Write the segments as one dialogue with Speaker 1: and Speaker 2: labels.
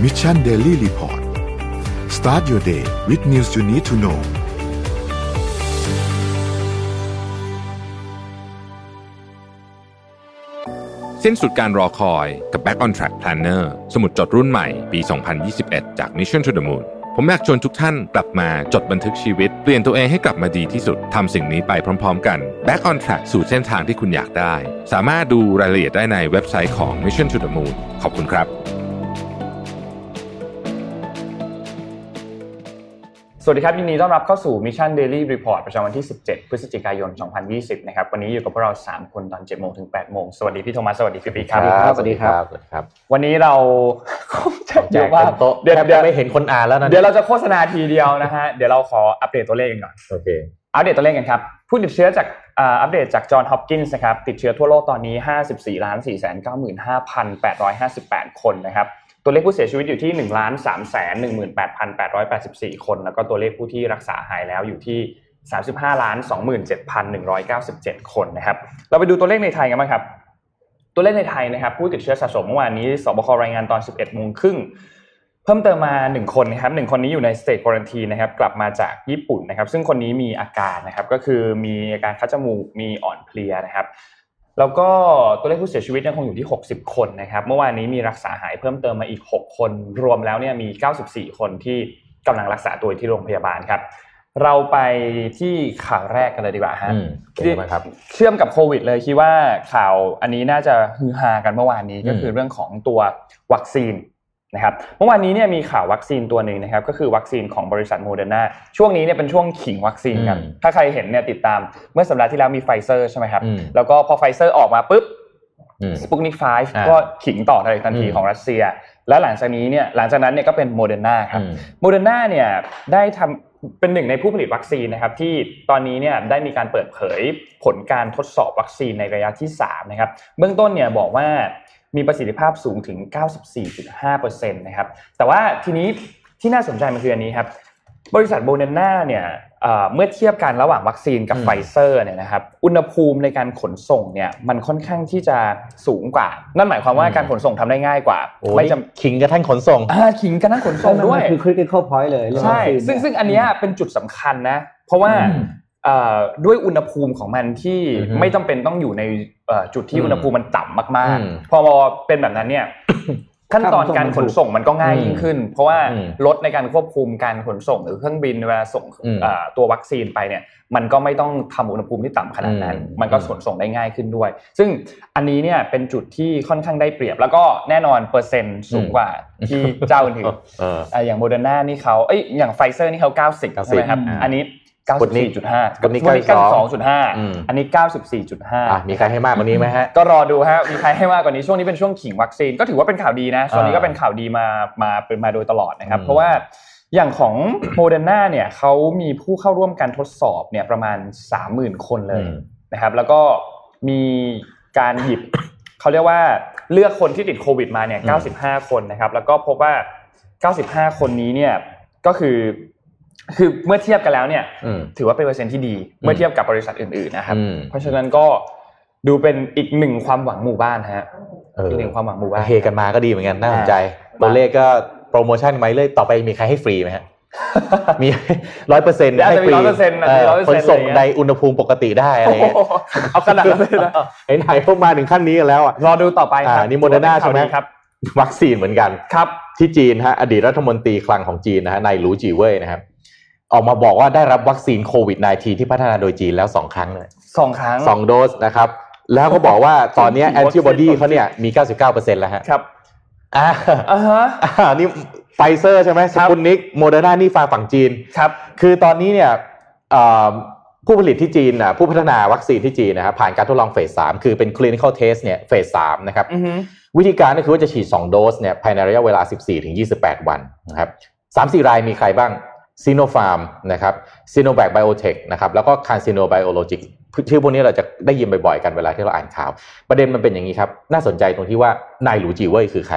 Speaker 1: Mission Daily Report start your day with news you need to know
Speaker 2: สิ้นสุดการรอคอยกับ Back on Track Planner สมุดจดรุ่นใหม่ปี 2021 จาก Mission to the Moon ผมอยากชวนทุกท่านกลับมาจดบันทึกชีวิต เปลี่ยนตัวเองให้กลับมาดีที่สุด ทำสิ่งนี้ไปพร้อมๆกัน Back on Track สู่เส้นทางที่คุณอยากได้ สามารถดูรายละเอียดได้ในเว็บไซต์ของ Mission to the Moon ขอบคุณครับ
Speaker 3: สวัสดีครับ ยินดีต้อนรับเข้าสู่ Mission Daily Report ประจำวันที่ 17 พฤศจิกายน 2020 นะครับ วันนี้อยู่กับพวกเรา 3 คนตอน 7 โมงถึง 8 โมง สวัสดีพี่โทมัส สวัสดีพี่ปีครับ
Speaker 4: สวัสดีครับ สวัสดีครับ
Speaker 3: วันนี้เรา
Speaker 4: แจกเต็มโต๊ะ
Speaker 3: เดี๋ยว
Speaker 4: แทบ
Speaker 3: เดี๋ยว
Speaker 4: จะไม่เห็นคนอ่านแล้วนะ
Speaker 3: เดี๋ยวเราจะโฆษณาทีเดียวนะฮะ เดี๋ยวเราขออัปเดตตัวเลขกันก่อน
Speaker 4: โอเค
Speaker 3: อัปเดตตัวเลขกันครับ ผู้ติดเชื้อจากอ่าอัปเดตจากจอห์นฮอปกินส์นะครับติดเชื้อทั่วโลกตอนนี้ 54ล้าน4 9 5 8 5 8 คนนะครับตัวเลขผู้เสียชีวิตอยู่ที่ 1 3 1 8 8 8 4 คน แล้วก็ตัวเลขผู้ที่รักษาหายแล้วอยู่ที่ 35ล้าน27,197 คนนะครับเราไปดูตัวเลขในไทยกันบ้างครับ ตัวเลขในไทยนะครับ ผู้ติดเชื้อสะสมเมื่อวานนี้สบครายงานตอน 11โมงครึ่ง เพิ่มเติมมา 1 คนนะครับหนึ่งคนนี้อยู่ในสเตจควอรันทีนะครับกลับมาจากญี่ปุ่นนะครับ ซึ่งคนนี้มีอาการนะครับก็คือมีอาการคัดจมูกมีอ่อนเพลียนะครับ แล้วก็ตัวเลขผู้เสียชีวิตยังคงอยู่ที่ 60 คนนะครับ เมื่อวานนี้มีรักษาหายเพิ่มเติมมาอีก 6 คน รวมแล้วเนี่ยมี 94 คนที่กำลังรักษาตัวอยู่ที่โรงพยาบาลครับ เราไปที่ข่าวแรกกันเลยดีกว่าฮะ
Speaker 4: อืมเป็นไงบ้างครับ
Speaker 3: เชื่อมกับโควิดเลยคิดว่าข่าวอันนี้น่าจะฮือฮากันเมื่อวานนี้
Speaker 4: อืม
Speaker 3: ก็คือเรื่องของตัววัคซีนนะครับเมื่อวานนี้เนี่ยมีข่าววัคซีนตัวหนึ่งนะครับก็คือวัคซีนของบริษัทโมเดอร์นาช่วงนี้เนี่ยเป็นช่วงขิงวัคซีนกันถ้าใครเห็นเนี่ยติดตามเมื่อสัปดาห์ที่แล้วมีไฟเซอร์ใช่ไหมครับ
Speaker 4: อืม
Speaker 3: แล้วก็พอไฟเซอร์ออกมาปุ๊บ
Speaker 4: อืม
Speaker 3: สปุกนิก
Speaker 4: อ่า
Speaker 3: 5ก็ขิงต่อเลยทันที
Speaker 4: อืม
Speaker 3: ของรัสเซีย และหลังจากนี้เนี่ยหลังจากนั้นเนี่ยก็เป็นโมเดอร์นาครับ
Speaker 4: อืม
Speaker 3: โมเดอร์นาเนี่ยได้ทำเป็นหนึ่งในผู้ผลิตวัคซีนนะครับที่ตอนนี้เนี่ยได้มีการเปิดเผยผลการทดสอบวัคซีนในระยะที่ 3 นะครับ เบื้องต้นเนี่ยบอกว่ามีประสิทธิภาพสูงถึง 94.5%นะครับแต่ว่าทีนี้ที่น่าสนใจมันคืออันนี้ครับ บริษัทโบเนน่าเนี่ยเอ่อเมื่อเทียบกันระหว่างวัคซีนกับ
Speaker 4: อืม
Speaker 3: ไฟเซอร์เนี่ยนะครับอุณหภูมิในการขนส่งเนี่ยมันค่อนข้างที่จะสูงกว่า นั่นหมายความว่าการขนส่งทำได้ง่ายกว่า
Speaker 4: โอ้
Speaker 3: ไม่
Speaker 4: ย
Speaker 3: จ
Speaker 4: ขิงกระทั่งขนส่ง
Speaker 3: ำอ่าขิงกันทั้งขนส่งด้วย
Speaker 5: มันคือ critical point เลยเรื่อง
Speaker 3: ใช่
Speaker 5: วัคซีน
Speaker 3: ซึ่ง
Speaker 5: เนี่ย
Speaker 3: ซึ่งอันเนี้ยเป็นจุดสำคัญนะ เพราะว่า
Speaker 4: อืม
Speaker 3: เอ่อด้วยอุณหภูมิของมันที่
Speaker 4: อือฮึ
Speaker 3: ไม่จำเป็นต้องอยู่ในเอ่อจุดที่
Speaker 4: อืม
Speaker 3: อุณหภูมิมันต่ำมาก
Speaker 4: อืม
Speaker 3: ๆ พอเป็นแบบนั้นเนี่ย ขั้นตอนการขนส่งมันก็ง่ายยิ่งขึ้น เพราะว่า
Speaker 4: อืม
Speaker 3: รถในการควบคุมการขนส่งหรือเครื่องบินเวลาส่ง
Speaker 4: อืม
Speaker 3: เอ่อตัววัคซีนไปเนี่ย มันก็ไม่ต้องทำอุณหภูมิที่ต่ำขนาดนั้น
Speaker 4: อืม
Speaker 3: มันก็ขนส่งได้ง่ายขึ้นด้วย ซึ่งอันนี้เนี่ยเป็นจุดที่ค่อนข้างได้เปรียบ แล้วก็แน่นอนเปอร์เซ็นต์สูงกว่าที่เจ้าอื่นๆ
Speaker 4: เออ
Speaker 3: อ่ะอย่างโมเดอร์นานี่เขาเอ้ยอย่างไฟเซอร์นี่เขา90
Speaker 4: 90
Speaker 3: ใช่ไหมครับ
Speaker 4: อืม
Speaker 3: อันนี้94.5
Speaker 4: Sputnik Sputnik อืม
Speaker 3: 92.5 อันนี้
Speaker 4: อ่ะมีใครให้มากกว่านี้ไหมฮะ
Speaker 3: 94.5 ก็รอดูฮะมีใครให้มากกว่านี้ช่วงนี้เป็นช่วงขิงวัคซีน ก็ถือว่าเป็นข่าวดีนะช่วงนี้ก็เป็นข่าวดีมามาเป็นมาโดยตลอดนะครับ
Speaker 4: อืม
Speaker 3: เพราะว่าอย่างของโมเดอร์นาเนี่ยเขามีผู้เข้าร่วมการทดสอบเนี่ยประมาณ 30,000 คนเล
Speaker 4: อื
Speaker 3: ย
Speaker 4: ม
Speaker 3: นะครับแล้วก็มีการหยิบ เขาเรียกว่าเลือกคนที่ติดโควิดมาเนี่ย
Speaker 4: อืม
Speaker 3: 95 คนนะครับ แล้วก็พบว่า 95 คนนี้เนี่ยก็คือคือเมื่อเทียบกันแล้วเนี่ย
Speaker 4: อืม
Speaker 3: ถือว่าเป็นเปอร์เซ็นต์ที่ดี เมื่อเทียบกับบริษัทอื่นๆนะครับ
Speaker 4: อืม
Speaker 3: เพราะฉะนั้นก็ดูเป็นอีกหนึ่งความหวังหมู่บ้านฮะ
Speaker 4: เออ
Speaker 3: อีกหนึ่งความหวังหมู่บ้าน
Speaker 4: เฮกันมาก็ดีเหมือนกันน่าสนใจ
Speaker 3: อ่า
Speaker 4: ตัวเลขก็โปรโมชั่นไหมาเรื่อยต่อไปมีใครให้ฟรีไหม ฮะ มีร้อยเปอร์เซ็นต์
Speaker 3: เดี๋ยวอาจ
Speaker 4: ให้
Speaker 3: จะมี
Speaker 4: ฟรี
Speaker 3: 100%อาจจะมี
Speaker 4: เออ
Speaker 3: 100%
Speaker 4: ขนส่ง
Speaker 3: อะไรเงี้ย
Speaker 4: ในอุณหภูมิปกติได้อะไร
Speaker 3: โอ้โห
Speaker 4: เงี้ย
Speaker 3: เอาขนาดนั้นเลยนะ
Speaker 4: ไหนๆพวกมาถึงขั้นนี้กันแล้วอ่ะ
Speaker 3: รอดูต่อไปครับ
Speaker 4: อ่านี่โมเดอร์นาใช่ไหม
Speaker 3: ครับ
Speaker 4: วัคซีนเหมือนกัน
Speaker 3: ครับ
Speaker 4: ที่จีนฮะอดีตรัฐมนตรีคลังของจีนนะฮะนายหลูจีเว่ยนะครับออกมาบอกว่าได้รับวัคซีนโควิด -19 ที่พัฒนาโดยจีนแล้ว 2 ครั้งเลย
Speaker 3: สองครั้ง
Speaker 4: สองโดสนะครับ แล้วก็บอกว่าตอนเนี้แอนติบอดีเขาเนี่ยมี 99%แล้วฮะ
Speaker 3: ครับ
Speaker 4: อ่า
Speaker 3: อ่าฮะ
Speaker 4: อ่านี่ไฟเซอร์ใช่ไหมสปุนนิกโมเดอร์นานี่ฟาฝั่งจีน
Speaker 3: ครับ
Speaker 4: คือตอนนี้เนี่ยเอ่อผู้ผลิตที่จีนนะผู้พัฒนาวัคซีนที่จีนนะครับผ่านการทดลองเฟส 3 คือเป็น clinical test เนี่ยเฟส 3 นะครับ
Speaker 3: อือฮึ
Speaker 4: วิธีการก็คือว่าจะฉีด 2 โดสเนี่ยภายในระยะเวลา 14 ถึง 28 วันนะครับสามสี่รายมีใครบ้างซีโนฟาร์มนะครับซีโนแ a คไบโอเทคนะครับแล้วก็คานซีโนไบโอโลจิกชื่อพวกนี้เราจะได้ยินบ่อยๆ กันเวลาที่เราอ่านข่าว ประเด็นมันเป็นอย่างนี้ครับ น่าสนใจตรงที่ว่านายหลูจีเว่ยคือใคร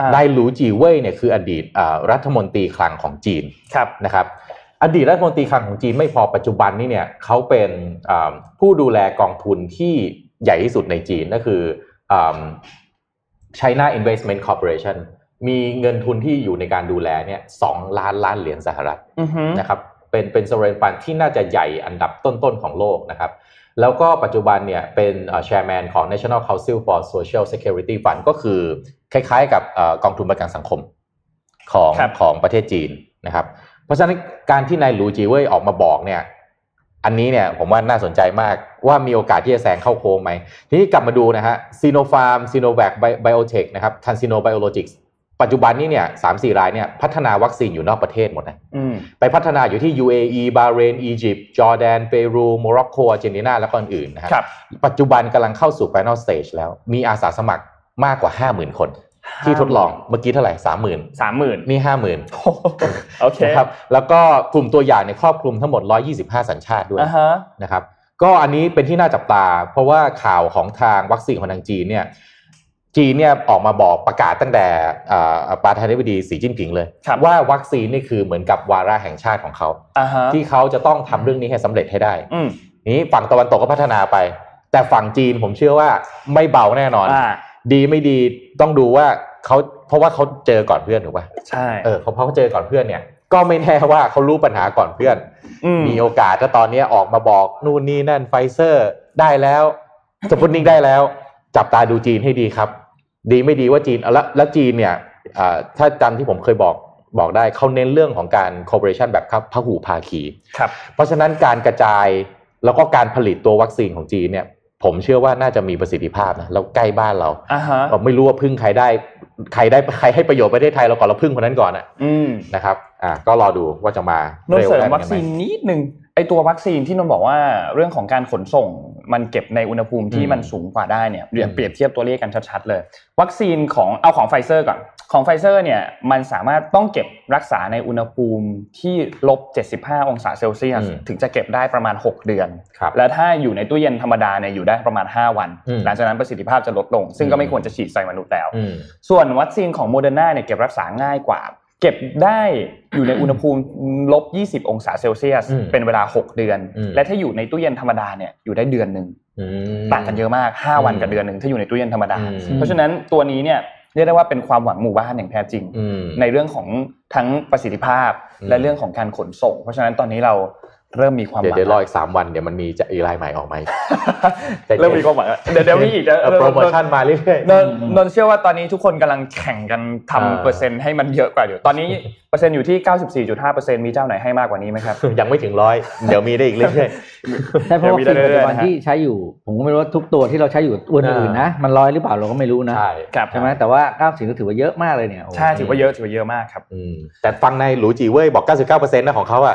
Speaker 3: อ่าน
Speaker 4: ายหลูจีเว่ยเนี่ยคืออดีตเอ่อรัฐมนตรีคลังของจีน
Speaker 3: ครับ
Speaker 4: นะครับอดีตรัฐมนตรีคลังของจีนไม่พอปัจจุบันนี่เนี่ยเขาเป็นอ่าผู้ดูแลกองทุนที่ใหญ่ที่สุดในจีนก็คืออ่า China Investment Corporation มีเงินทุนที่อยู่ในการดูแลเนี่ยสองล้านล้านเหรียญสหรัฐ
Speaker 3: อือฮึ
Speaker 4: นะครับเป็นเป็น sovereign fund ที่น่าจะใหญ่อันดับต้น ๆ ของโลกนะครับ แล้วก็ปัจจุบันเนี่ยเป็นเอ่อ chairman ของ National Council for Social Security Fund ก็คือคล้ายๆกับเอ่อกองทุนประกันสังคมของของประเทศจีนนะครับ เพราะฉะนั้นการที่นายหลูจีเว่ยออกมาบอกเนี่ยอันนี้เนี่ยผมว่าน่าสนใจมากว่ามีโอกาสที่จะแซงเข้าโค้งไหม ทีนี้กลับมาดูนะฮะซีโนฟาร์มซีโนแวคไบโอเทคนะครับทันซีโนไบโอโลจิกปัจจุบันนี้เนี่ยสามสี่รายเนี่ยพัฒนาวัคซีนอยู่นอกประเทศหมดนะ
Speaker 3: อืม
Speaker 4: ไปพัฒนาอยู่ที่ UAE บาเรน อียิปต์จอร์แดน เปรูโมร็อกโกอาร์เจนตินา และก็อื่นๆนะฮะ
Speaker 3: ครับ
Speaker 4: ปัจจุบันกำลังเข้าสู่ final stage แล้ว มีอาสาสมัครมากกว่า 50,000 คน ที่ทดลองเมื่อกี้เท่าไหร่ 30,000
Speaker 3: สามหมื่น
Speaker 4: นี่ 50,000
Speaker 3: โอเค
Speaker 4: นะครับแล้วก็กลุ่มตัวอย่างในยครอบคลุมทั้งหมด 125 สัญชาติด้วย
Speaker 3: อ่าฮะ
Speaker 4: นะครับก็อันนี้เป็นที่น่าจับตา เพราะว่าข่าวของทางวัคซีนของทางจีนเนี่ยจีนเนี่ยออกมาบอกประกาศตั้งแต่อ่าประธานาธิบดีสีจิ้นผิงเลย
Speaker 3: ครับ
Speaker 4: ว่าวัคซีนนี่คือเหมือนกับวาระแห่งชาติของเขา
Speaker 3: อ่าฮะ
Speaker 4: ที่เขาจะต้องทำเรื่องนี้ให้สำเร็จให้ได้
Speaker 3: อืม
Speaker 4: นี้ฝั่งตะวันตกก็พัฒนาไป แต่ฝั่งจีนผมเชื่อว่าไม่เบาแน่นอน
Speaker 3: อ่า
Speaker 4: ดีไม่ดีต้องดูว่าเขาเพราะว่าเขาเจอก่อนเพื่อนถูกป่ะ
Speaker 3: ใช่
Speaker 4: เออเขาเพราะเขาเจอก่อนเพื่อนเนี่ย ก็ไม่แน่ว่าเขารู้ปัญหาก่อนเพื่อน
Speaker 3: ม
Speaker 4: มีโอกาสถ้าตอนนี้ออกมาบอกนู่นนี่นั่นไฟเซอร์ได้แล้วสปุตนิกได้แล้ว จับตาดูจีนให้ดีครับ ดีไม่ดีว่าจีนเอาละแล้วจีนเนี่ยอ่าถ้าจำที่ผมเคยบอกบอกได้เขาเน้นเรื่องของการ cooperation แบบครับพหูภาคี
Speaker 3: ครับ
Speaker 4: เพราะฉะนั้นการกระจายแล้วก็การผลิตตัววัคซีนของจีนเนี่ย ผมเชื่อว่าน่าจะมีประสิทธิภาพนะแล้วใกล้บ้านเรา
Speaker 3: อ่าฮะ
Speaker 4: เราไม่รู้ว่าพึ่งใครได้ใครได้ใครให้ประโยชน์ประเทศไทยเราก่อนเราพึ่งคนนั้นก่อนอะ
Speaker 3: อืม
Speaker 4: นะครับอ่าก็รอดูว่าจะมาน
Speaker 3: นท์เสริม
Speaker 4: ได้
Speaker 3: วัคซีน
Speaker 4: ไหม
Speaker 3: นิดนึงไอตัววัคซีนที่นนท์บอกว่าเรื่องของการขนส่งมันเก็บในอุณหภูมิที่
Speaker 4: อืม
Speaker 3: มันสูงกว่าได้เนี่ยเดี๋ยว
Speaker 4: อืม
Speaker 3: เปรียบเทียบตัวเลขกันชัดๆเลย วัคซีนของเอาของไฟเซอร์ก่อนของไฟเซอร์เนี่ยมันสามารถต้องเก็บรักษาในอุณหภูมิที่ลบ 75 องศาเซลเซียสถึงจะเก็บได้ประมาณ 6 เดือน
Speaker 4: ครับ
Speaker 3: แล้วถ้าอยู่ในตู้เย็นธรรมดาเนี่ยอยู่ได้ประมาณ 5 วัน
Speaker 4: อืม
Speaker 3: หลังจากนั้นประสิทธิภาพจะลดลง ซึ่งก็ไม่
Speaker 4: อืม
Speaker 3: ควรจะฉีดใส่มนุษย์แล้ว
Speaker 4: อืม
Speaker 3: ส่วนวัคซีนของโมเดอร์นาเนี่ยเก็บรักษาง่ายกว่า เก็บได้อยู่ในอุณหภูมิลบ 20 องศาเซลเซียส
Speaker 4: อืม
Speaker 3: เป็นเวลา 6 เดือน
Speaker 4: อืม
Speaker 3: และถ้าอยู่ในตู้เย็นธรรมดาเนี่ยอยู่ได้เดือนหนึ่ง
Speaker 4: อืม
Speaker 3: ต่างกันเยอะมาก 5 วันกับ
Speaker 4: อืม
Speaker 3: เดือนหนึ่งถ้าอยู่ในตู้เย็นธรรมดา
Speaker 4: อืม
Speaker 3: เพราะฉะนั้นตัวนี้เนี่ยเรียกได้ว่าเป็นความหวังหมู่บ้านอย่างแท้จริง
Speaker 4: อืม
Speaker 3: ในเรื่องของทั้งประสิทธิภาพ
Speaker 4: อืม
Speaker 3: และเรื่องของการขนส่ง เพราะฉะนั้นตอนนี้เราเริ่มมีความห
Speaker 4: เดี๋ยว
Speaker 3: วัง
Speaker 4: เดี๋ยวรออีกสามวันเดี๋ยวมันมีจะอีไลน์ใหม่ออกมาอีก ใจเย็น
Speaker 3: เริ่มมีความหวังแล้วเดี๋ยวเดี๋ยวมีอีกนะ
Speaker 4: เออโปรโมชั่นมาเรื่อย
Speaker 3: น
Speaker 4: ๆ
Speaker 3: นนนเชื่อว่าตอนนี้ทุกคนกำลังแข่งกัน
Speaker 4: อ่า
Speaker 3: ทำเปอร์เซ็นต์ให้มันเยอะกว่าอยู่ ตอนนี้ เปอร์เซ็นต์อยู่ที่ 94.5%มีเจ้าไหนให้มากกว่านี้ไหมครับ
Speaker 4: ยังไม่ถึงร้อยเดี๋ยวมีได้อีกเรื่อย
Speaker 5: ใช่เพราะว่า
Speaker 3: เดี๋ยว
Speaker 5: สิ่ง
Speaker 3: มี
Speaker 5: ปัจ
Speaker 3: เรื่
Speaker 5: จุ
Speaker 3: อยๆ
Speaker 5: บัน
Speaker 3: นะฮะ
Speaker 5: ที่ใช้อยู่ผมก็ไม่รู้ว่าทุกตัวที่เราใช้อยู่ตัวอื่นๆนะ มันร้อยหรือเปล่าเราก็ไม่รู้
Speaker 4: ๆ
Speaker 5: นะ
Speaker 4: ใช่
Speaker 3: ครับ
Speaker 5: ใช่ไหมแต่ว่าเก้าสิบก็ถือว่าเยอะมากเลยเนี่ยโอ้โห
Speaker 3: ใช่ถือว่าเยอะถือว่าเยอะมากครับ
Speaker 4: อืมแต่ฟังในหลูจีเว่ยบอก 99%นะของเขาอ่ะ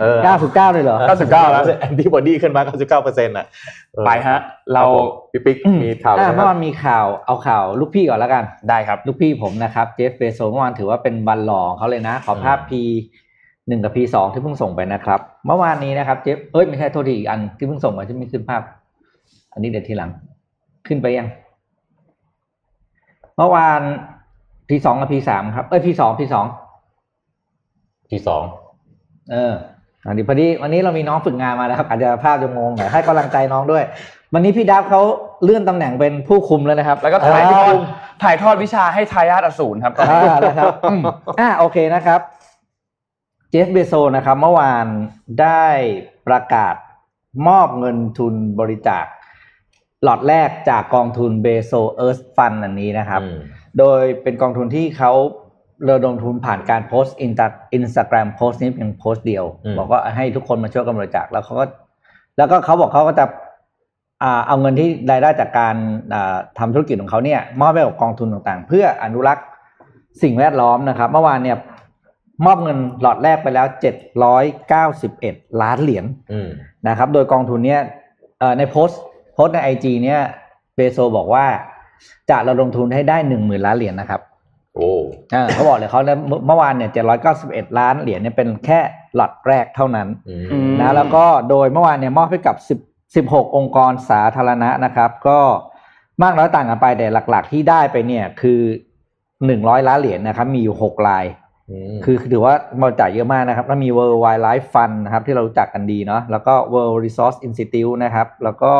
Speaker 4: เออ
Speaker 5: เก้าสิบเก้าเลยเหรอ
Speaker 3: 99แล้ว
Speaker 4: แอนติบอดีขึ้นมา 99เปอร์เซ็นต์อ่ะเออ
Speaker 3: ไปฮะ
Speaker 4: ค
Speaker 3: เรา
Speaker 4: บผมพี่ปิ๊กมีข่าว
Speaker 5: อ่า
Speaker 4: นะครั
Speaker 5: เมื่อบ วานมีข่าวเอาข่าวลูกพี่ก่อนแล้วกัน
Speaker 3: ได้ครับ
Speaker 5: ลูกพี่ผมนะครับเจฟเบโซเมื่อวานถือว่าเป็นบัลลองเขาเลยนะ ขอภาพ
Speaker 4: อืม
Speaker 5: P หนึ่งกับ P สองที่เพิ่งส่งไปนะครับ เมื่อวานนี้นะครับเจฟเอ้ยไม่ใช่โทษทีอีกอันที่เพิ่งส่งมาที่ไม่ขึ้นภาพ อันนี้เดี๋ยวทีหลัง ขึ้นไปยัง เมื่อวาน P สองกับ P สามครับเอ้ย P สอง P สอง
Speaker 4: ที่สอง
Speaker 5: เอออันนี้พอดีวันนี้เรามีน้องฝึกงานมานะครับ อาจจะภาพจะงงหน่อยให้กำลังใจน้องด้วย วันนี้พี่ดับเขาเลื่อนตำแหน่งเป็นผู้คุมแล้วนะครับ
Speaker 3: แล้วก็ถ่ายทอดถ่ายทอดวิชาให้ทายาทอสูรครับ
Speaker 5: อ่านะครับอืมอ่าโอเคนะครับ เจฟเบโซนะครับ เมื่อวานได้ประกาศมอบเงินทุนบริจาคหลอดแรกจากกองทุนเบโซเอิร์ธฟันอันนี้นะครับ
Speaker 4: อืม
Speaker 5: โดยเป็นกองทุนที่เขาระดมทุนผ่านการโพสต์อินตัอินสตาแกรมโพสต์นี้เพียงโพสต์เดียว บอกว่าให้ทุกคนมาช่วยกันบริจาคแล้วเขาก็ แล้วก็เขาบอกเขาก็จะอ่าเอาเงินที่รายได้จากการอ่าทำาธุรกิจของเขาเนี่ยมอบให้กับกองทุนต่างๆ เพื่ออนุรักษ์สิ่งแวดล้อมนะครับ เมื่อวานเนี่ยมอบเงินหลอดแรกไปแล้วเจ็ดร้อยเก้าสิบเอ็ดล้านเหรียญ
Speaker 4: อืม
Speaker 5: นะครับโดยกองทุนเนี่ยเอ่อในโพสต์โพสต์ในไอจีเนี่ยเบโซบอกว่าจะระดมทุนให้ได้หนึ่งหมื่นล้านเหรียญนะครับ
Speaker 4: โอ้
Speaker 5: เออเขาบอกเลยเขาเนี่ยเมื่อเมื่อวานเนี่ยเจ็ดร้อยเก้าสิบเอ็ดล้านเหรียญเนี่ยเป็นแค่หลัดแรกเท่านั้น
Speaker 4: อื
Speaker 3: ม
Speaker 4: ม
Speaker 5: นะแล้วก็โดยเมื่อวานเนี่ยมอบให้กับสิบสิบหกองค์กรสาธารณะนะครับ ก็มากน้อยต่างกันไปแต่หลักๆที่ได้ไปเนี่ยคือหนึ่งร้อยล้านเหรียญนะครับมีอยู่หกลาย คือถือว่าบริจาคเยอะมากนะครับแล้วมี World Wildlife Fund นะครับที่เรารู้จักกันดีเนาะแล้วก็ World Resource Institute นะครับ แล้วก็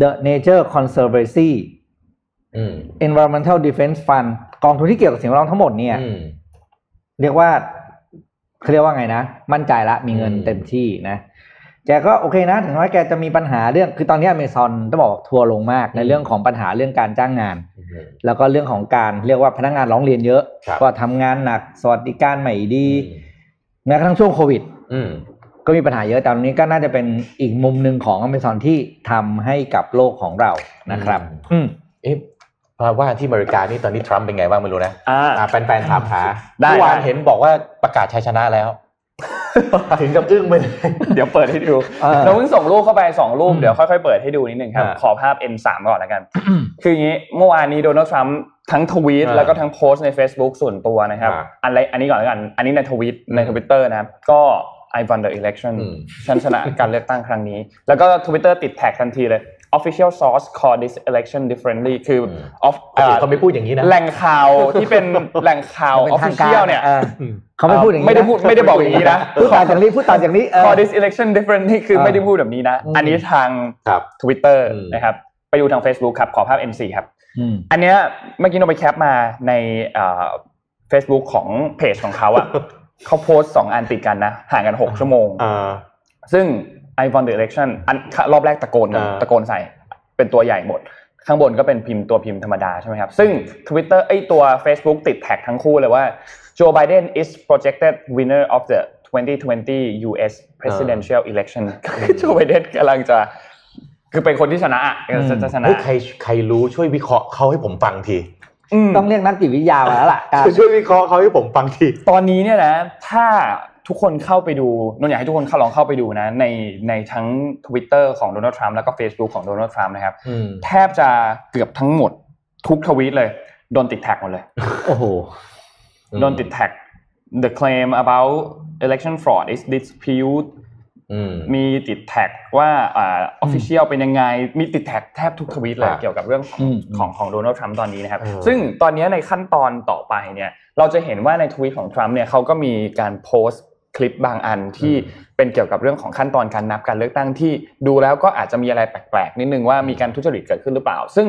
Speaker 5: The Nature Conservancy
Speaker 4: อืม
Speaker 5: Environmental Defense Fund กองทุนที่เกี่ยวกับสิ่งแวดล้อมทั้งหมดเนี่ย
Speaker 4: อืม
Speaker 5: เรียกว่าเขาเรียกว่าไงนะ มั่นใจละมีเงิน
Speaker 4: อืม
Speaker 5: เต็มที่นะแกก็โอเคนะถึงแม้แกจะมีปัญหาเรื่องคือตอนนี้อเมซอนต้องบอกว่าทัวร์ลงมากในเรื่องของปัญหาเรื่องการจ้างงาน
Speaker 4: อืม
Speaker 5: แล้วก็เรื่องของการเรียกว่าพนักงานร้องเรียนเยอะ
Speaker 4: ครับ
Speaker 5: ก็ทำงานหนักสวัสดิการไม่ดีแม้กระทั่งช่วงโควิด
Speaker 4: อืม
Speaker 5: ก็มีปัญหาเยอะแต่ตรงนี้ก็น่าจะเป็นอีกมุมหนึ่งของอเมซอนที่ทำให้กับโลกของเรานะครับ
Speaker 4: อืม
Speaker 5: อืม
Speaker 4: เอ๊ะเพราะว่าที่อเมริกานี่ตอนนี้ทรัมป์เป็นไงบ้างไม่รู้นะ
Speaker 3: อ่า
Speaker 4: อ่ะแฟนๆถามหา
Speaker 3: ได้
Speaker 4: เมื่อวาน
Speaker 3: ได้
Speaker 4: เห็นบอกว่าประกาศชัยชนะแล้ว ถึงกับอึ้งไปเลย
Speaker 3: เดี๋ยวเปิดให้ดู
Speaker 5: เออ
Speaker 3: เราเพิ่งส่งรูปเข้าไปสองรูป
Speaker 5: อืม
Speaker 3: เดี๋ยวค่อยๆเปิดให้ดูนิดหนึ่งครับ
Speaker 4: อ่า
Speaker 3: ขอภาพ N3 ก่อนแล้วกัน คืออย่างนี้เมื่อวานนี้โดนัลด์ทรัมป์ทั้งทวีต
Speaker 4: อ่า
Speaker 3: แล้วก็ทั้งโพสต์ใน Facebook ส่วนตัวนะครับ
Speaker 4: อ่า
Speaker 3: อันไรอันนี้ก่อนแล้วกัน อันนี้ในทวีต
Speaker 4: อืม
Speaker 3: ในทวิตเตอร์นะครับ ก็ I won the election
Speaker 4: อืม
Speaker 3: ฉันชนะการเลือกตั้งครั้งนี้ แล้วก็ทวิตเตอร์ติดแท็กทันทีเลย official source call this election differently คืออ of
Speaker 4: ปกติ
Speaker 3: อ่า
Speaker 4: เขาไม่พูดอย่างนี้นะ
Speaker 3: แหล่งข่าวที่เป็นแหล่งข่าว
Speaker 5: เป็นทางการ
Speaker 3: official เนี่ย
Speaker 5: เขาไม่พูดอย่างนี้
Speaker 3: ไม่
Speaker 5: นะ
Speaker 3: ได้พูดไม่ได้บอกอย่างนี้นะ
Speaker 5: พูดต่อจากนี้พูดต่อจากนี้เออ
Speaker 3: for this election differently คือไม่ได้พูดแบบนี้นะ
Speaker 5: อืม
Speaker 3: อันนี้ทาง
Speaker 4: ครับ
Speaker 3: Twitter
Speaker 4: อืม
Speaker 3: นะครับ ไปดูทาง Facebook ครับ ขอภาพ N4 ครับ
Speaker 5: อืม
Speaker 3: อันเนี้ยเมื่อกี้เราไปแคปมาในเอ่อ Facebook ของเพจของเขาอะ เขาโพสต์สองอันติดกันนะ ห่างกัน 6 ชั่วโมง
Speaker 4: อ่า
Speaker 3: ซึ่ง i w a n the election อันรอบแรกตะโกน
Speaker 4: อ่า
Speaker 3: ตะโกนใส่เป็นตัวใหญ่หมด ข้างบนก็เป็นพิมพ์ตัวพิมพ์ธรรมดาใช่ไหมครับ ซึ่ง Twitter ไอยตัว Facebook ติดแท็กทั้งคู่เลยว่า Joe Biden is projected winner of the 2020 U.S. presidential election ก็ คือ Joe Biden กำลังจะ คือเป็นคนที่ชนะอะ
Speaker 5: อืม
Speaker 3: จะชนะ
Speaker 4: เฮ้ยใครใครรู้ช่วยวิเคราะห์เขาให้ผมฟังที
Speaker 3: ม
Speaker 5: ต้องเรียกนักจิตวิทยามาแล้ว ล่ะการ
Speaker 4: ช่วยวิเคราะห์เขาให้ผมฟังที
Speaker 3: ตอนนี้เนี่ยนะ ถ้าทุกคนเข้าไปดูนนท์อยากให้ทุกคนเข้าลองเข้าไปดูนะ ในในทั้ง Twitter ของโดนัลด์ทรัมป์แล้วก็ Facebook ของโดนัลด์ทรัมป์นะครับ
Speaker 4: อืม
Speaker 3: แทบจะเกือบทั้งหมดทุกทวีตเลย โดนติดแท็กหมดเลย
Speaker 5: โอ้โห
Speaker 3: โดนติดแท็ก the claim about election fraud is dispute
Speaker 4: อืม
Speaker 3: มีติดแท็กว่าอ่า official เป็นยังไง มีติดแท็กแทบทุกทวีตเลย
Speaker 4: อ่ะ
Speaker 3: เกี่ยวกับเรื่องขอ
Speaker 5: อื
Speaker 3: ง
Speaker 5: ม
Speaker 3: ของของโดนัลด์ทรัมป์ตอนนี้นะครับ
Speaker 4: เออ
Speaker 3: ซึ่งตอนนี้ในขั้นตอนต่อไปเนี่ย เราจะเห็นว่าในทวีตของทรัมป์เนี่ยเขาก็มีการโพสต์คลิปบางอันที่เป็นเกี่ยวกับเรื่องของขั้นตอนการนับการเลือกตั้งที่ดูแล้วก็อาจจะมีอะไรแปลกๆ นิดนึงว่ามีการทุจริตเกิดขึ้นหรือเปล่า ซึ่ง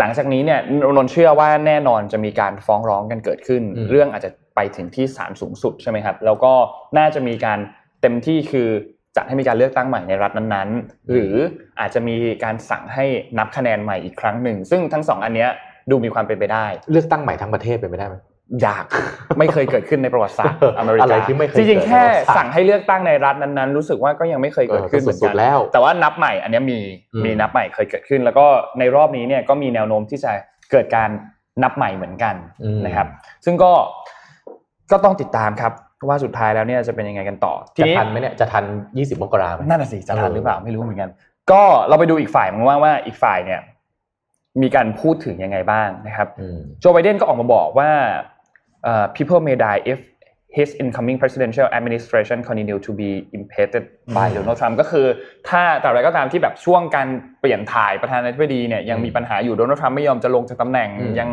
Speaker 3: หลังจากนี้เนี่ยนนท์เชื่อว่าแน่นอนจะมีการฟ้องร้องกันเกิดขึ้น
Speaker 4: อืม
Speaker 3: เรื่องอาจจะไปถึงที่ศาลสูงสุดใช่ไหมครับ แล้วก็น่าจะมีการเต็มที่คือจัดให้มีการเลือกตั้งใหม่ในรัฐนั้นๆ หรืออาจจะมีการสั่งให้นับคะแนนใหม่อีกครั้งหนึ่ง ซึ่งทั้งสองอันเนี้ยดูมีความเป็นไปได้
Speaker 4: เลือกตั้งใหม่ทั้งประเทศเป็นไปได้ไหม
Speaker 3: อยาก ไม่เคยเกิดขึ้นในประวัติศาสตร์อเมริกา
Speaker 4: อะไรที่ไม่เคย
Speaker 3: จริงๆ
Speaker 4: เกิดใน
Speaker 3: แค่
Speaker 4: ประวัติศาสตร์
Speaker 3: สั่งให้เลือกตั้งในรัฐนั้นๆ รู้สึกว่าก็ยังไม่เคยเกิดขึ้นเหมือน
Speaker 4: สุ
Speaker 3: กั
Speaker 4: ด
Speaker 3: น
Speaker 4: ๆแล้ว
Speaker 3: แต่ว่านับใหม่อันเนี้ยมี
Speaker 4: อืม
Speaker 3: มีนับใหม่เคยเกิดขึ้น แล้วก็ในรอบนี้เนี่ยก็มีแนวโน้มที่จะเกิดการนับใหม่เหมือนกันนะครับ ซึ่งก็ก็ต้องติดตามครับว่าสุดท้ายแล้วเนี่ยจะเป็นยังไงกันต่อที
Speaker 4: จะ
Speaker 3: นี้
Speaker 4: ทันไหมเนี่ยจะทัน 20 มกราไหม
Speaker 3: นั่นน่ะสิจะทันหรือเปล่า
Speaker 4: เออ
Speaker 3: ไม่รู้เหมือนกัน ก็เราไปดูอีกฝ่ายมั้งว่าว่าอีกฝ่ายเนี่ยมีการพูดถึงยังไงบ้างนะครับ
Speaker 4: อืม
Speaker 3: โจไบเดนก็ออกมาบอกว่าเอ่อ people may die if his incoming presidential administration continue to be impacted by
Speaker 4: อืม
Speaker 3: Donald Trump ก็คือถ้าแต่อะไรก็ตามที่แบบช่วงการเปลี่ยนถ่ายประธานาธิบดีเนี่ยยังมีปัญหาอยู่โดนัลด์ทรัมป์ไม่ยอมจะลงจากตำแหน่ง
Speaker 4: อืม
Speaker 3: ยัง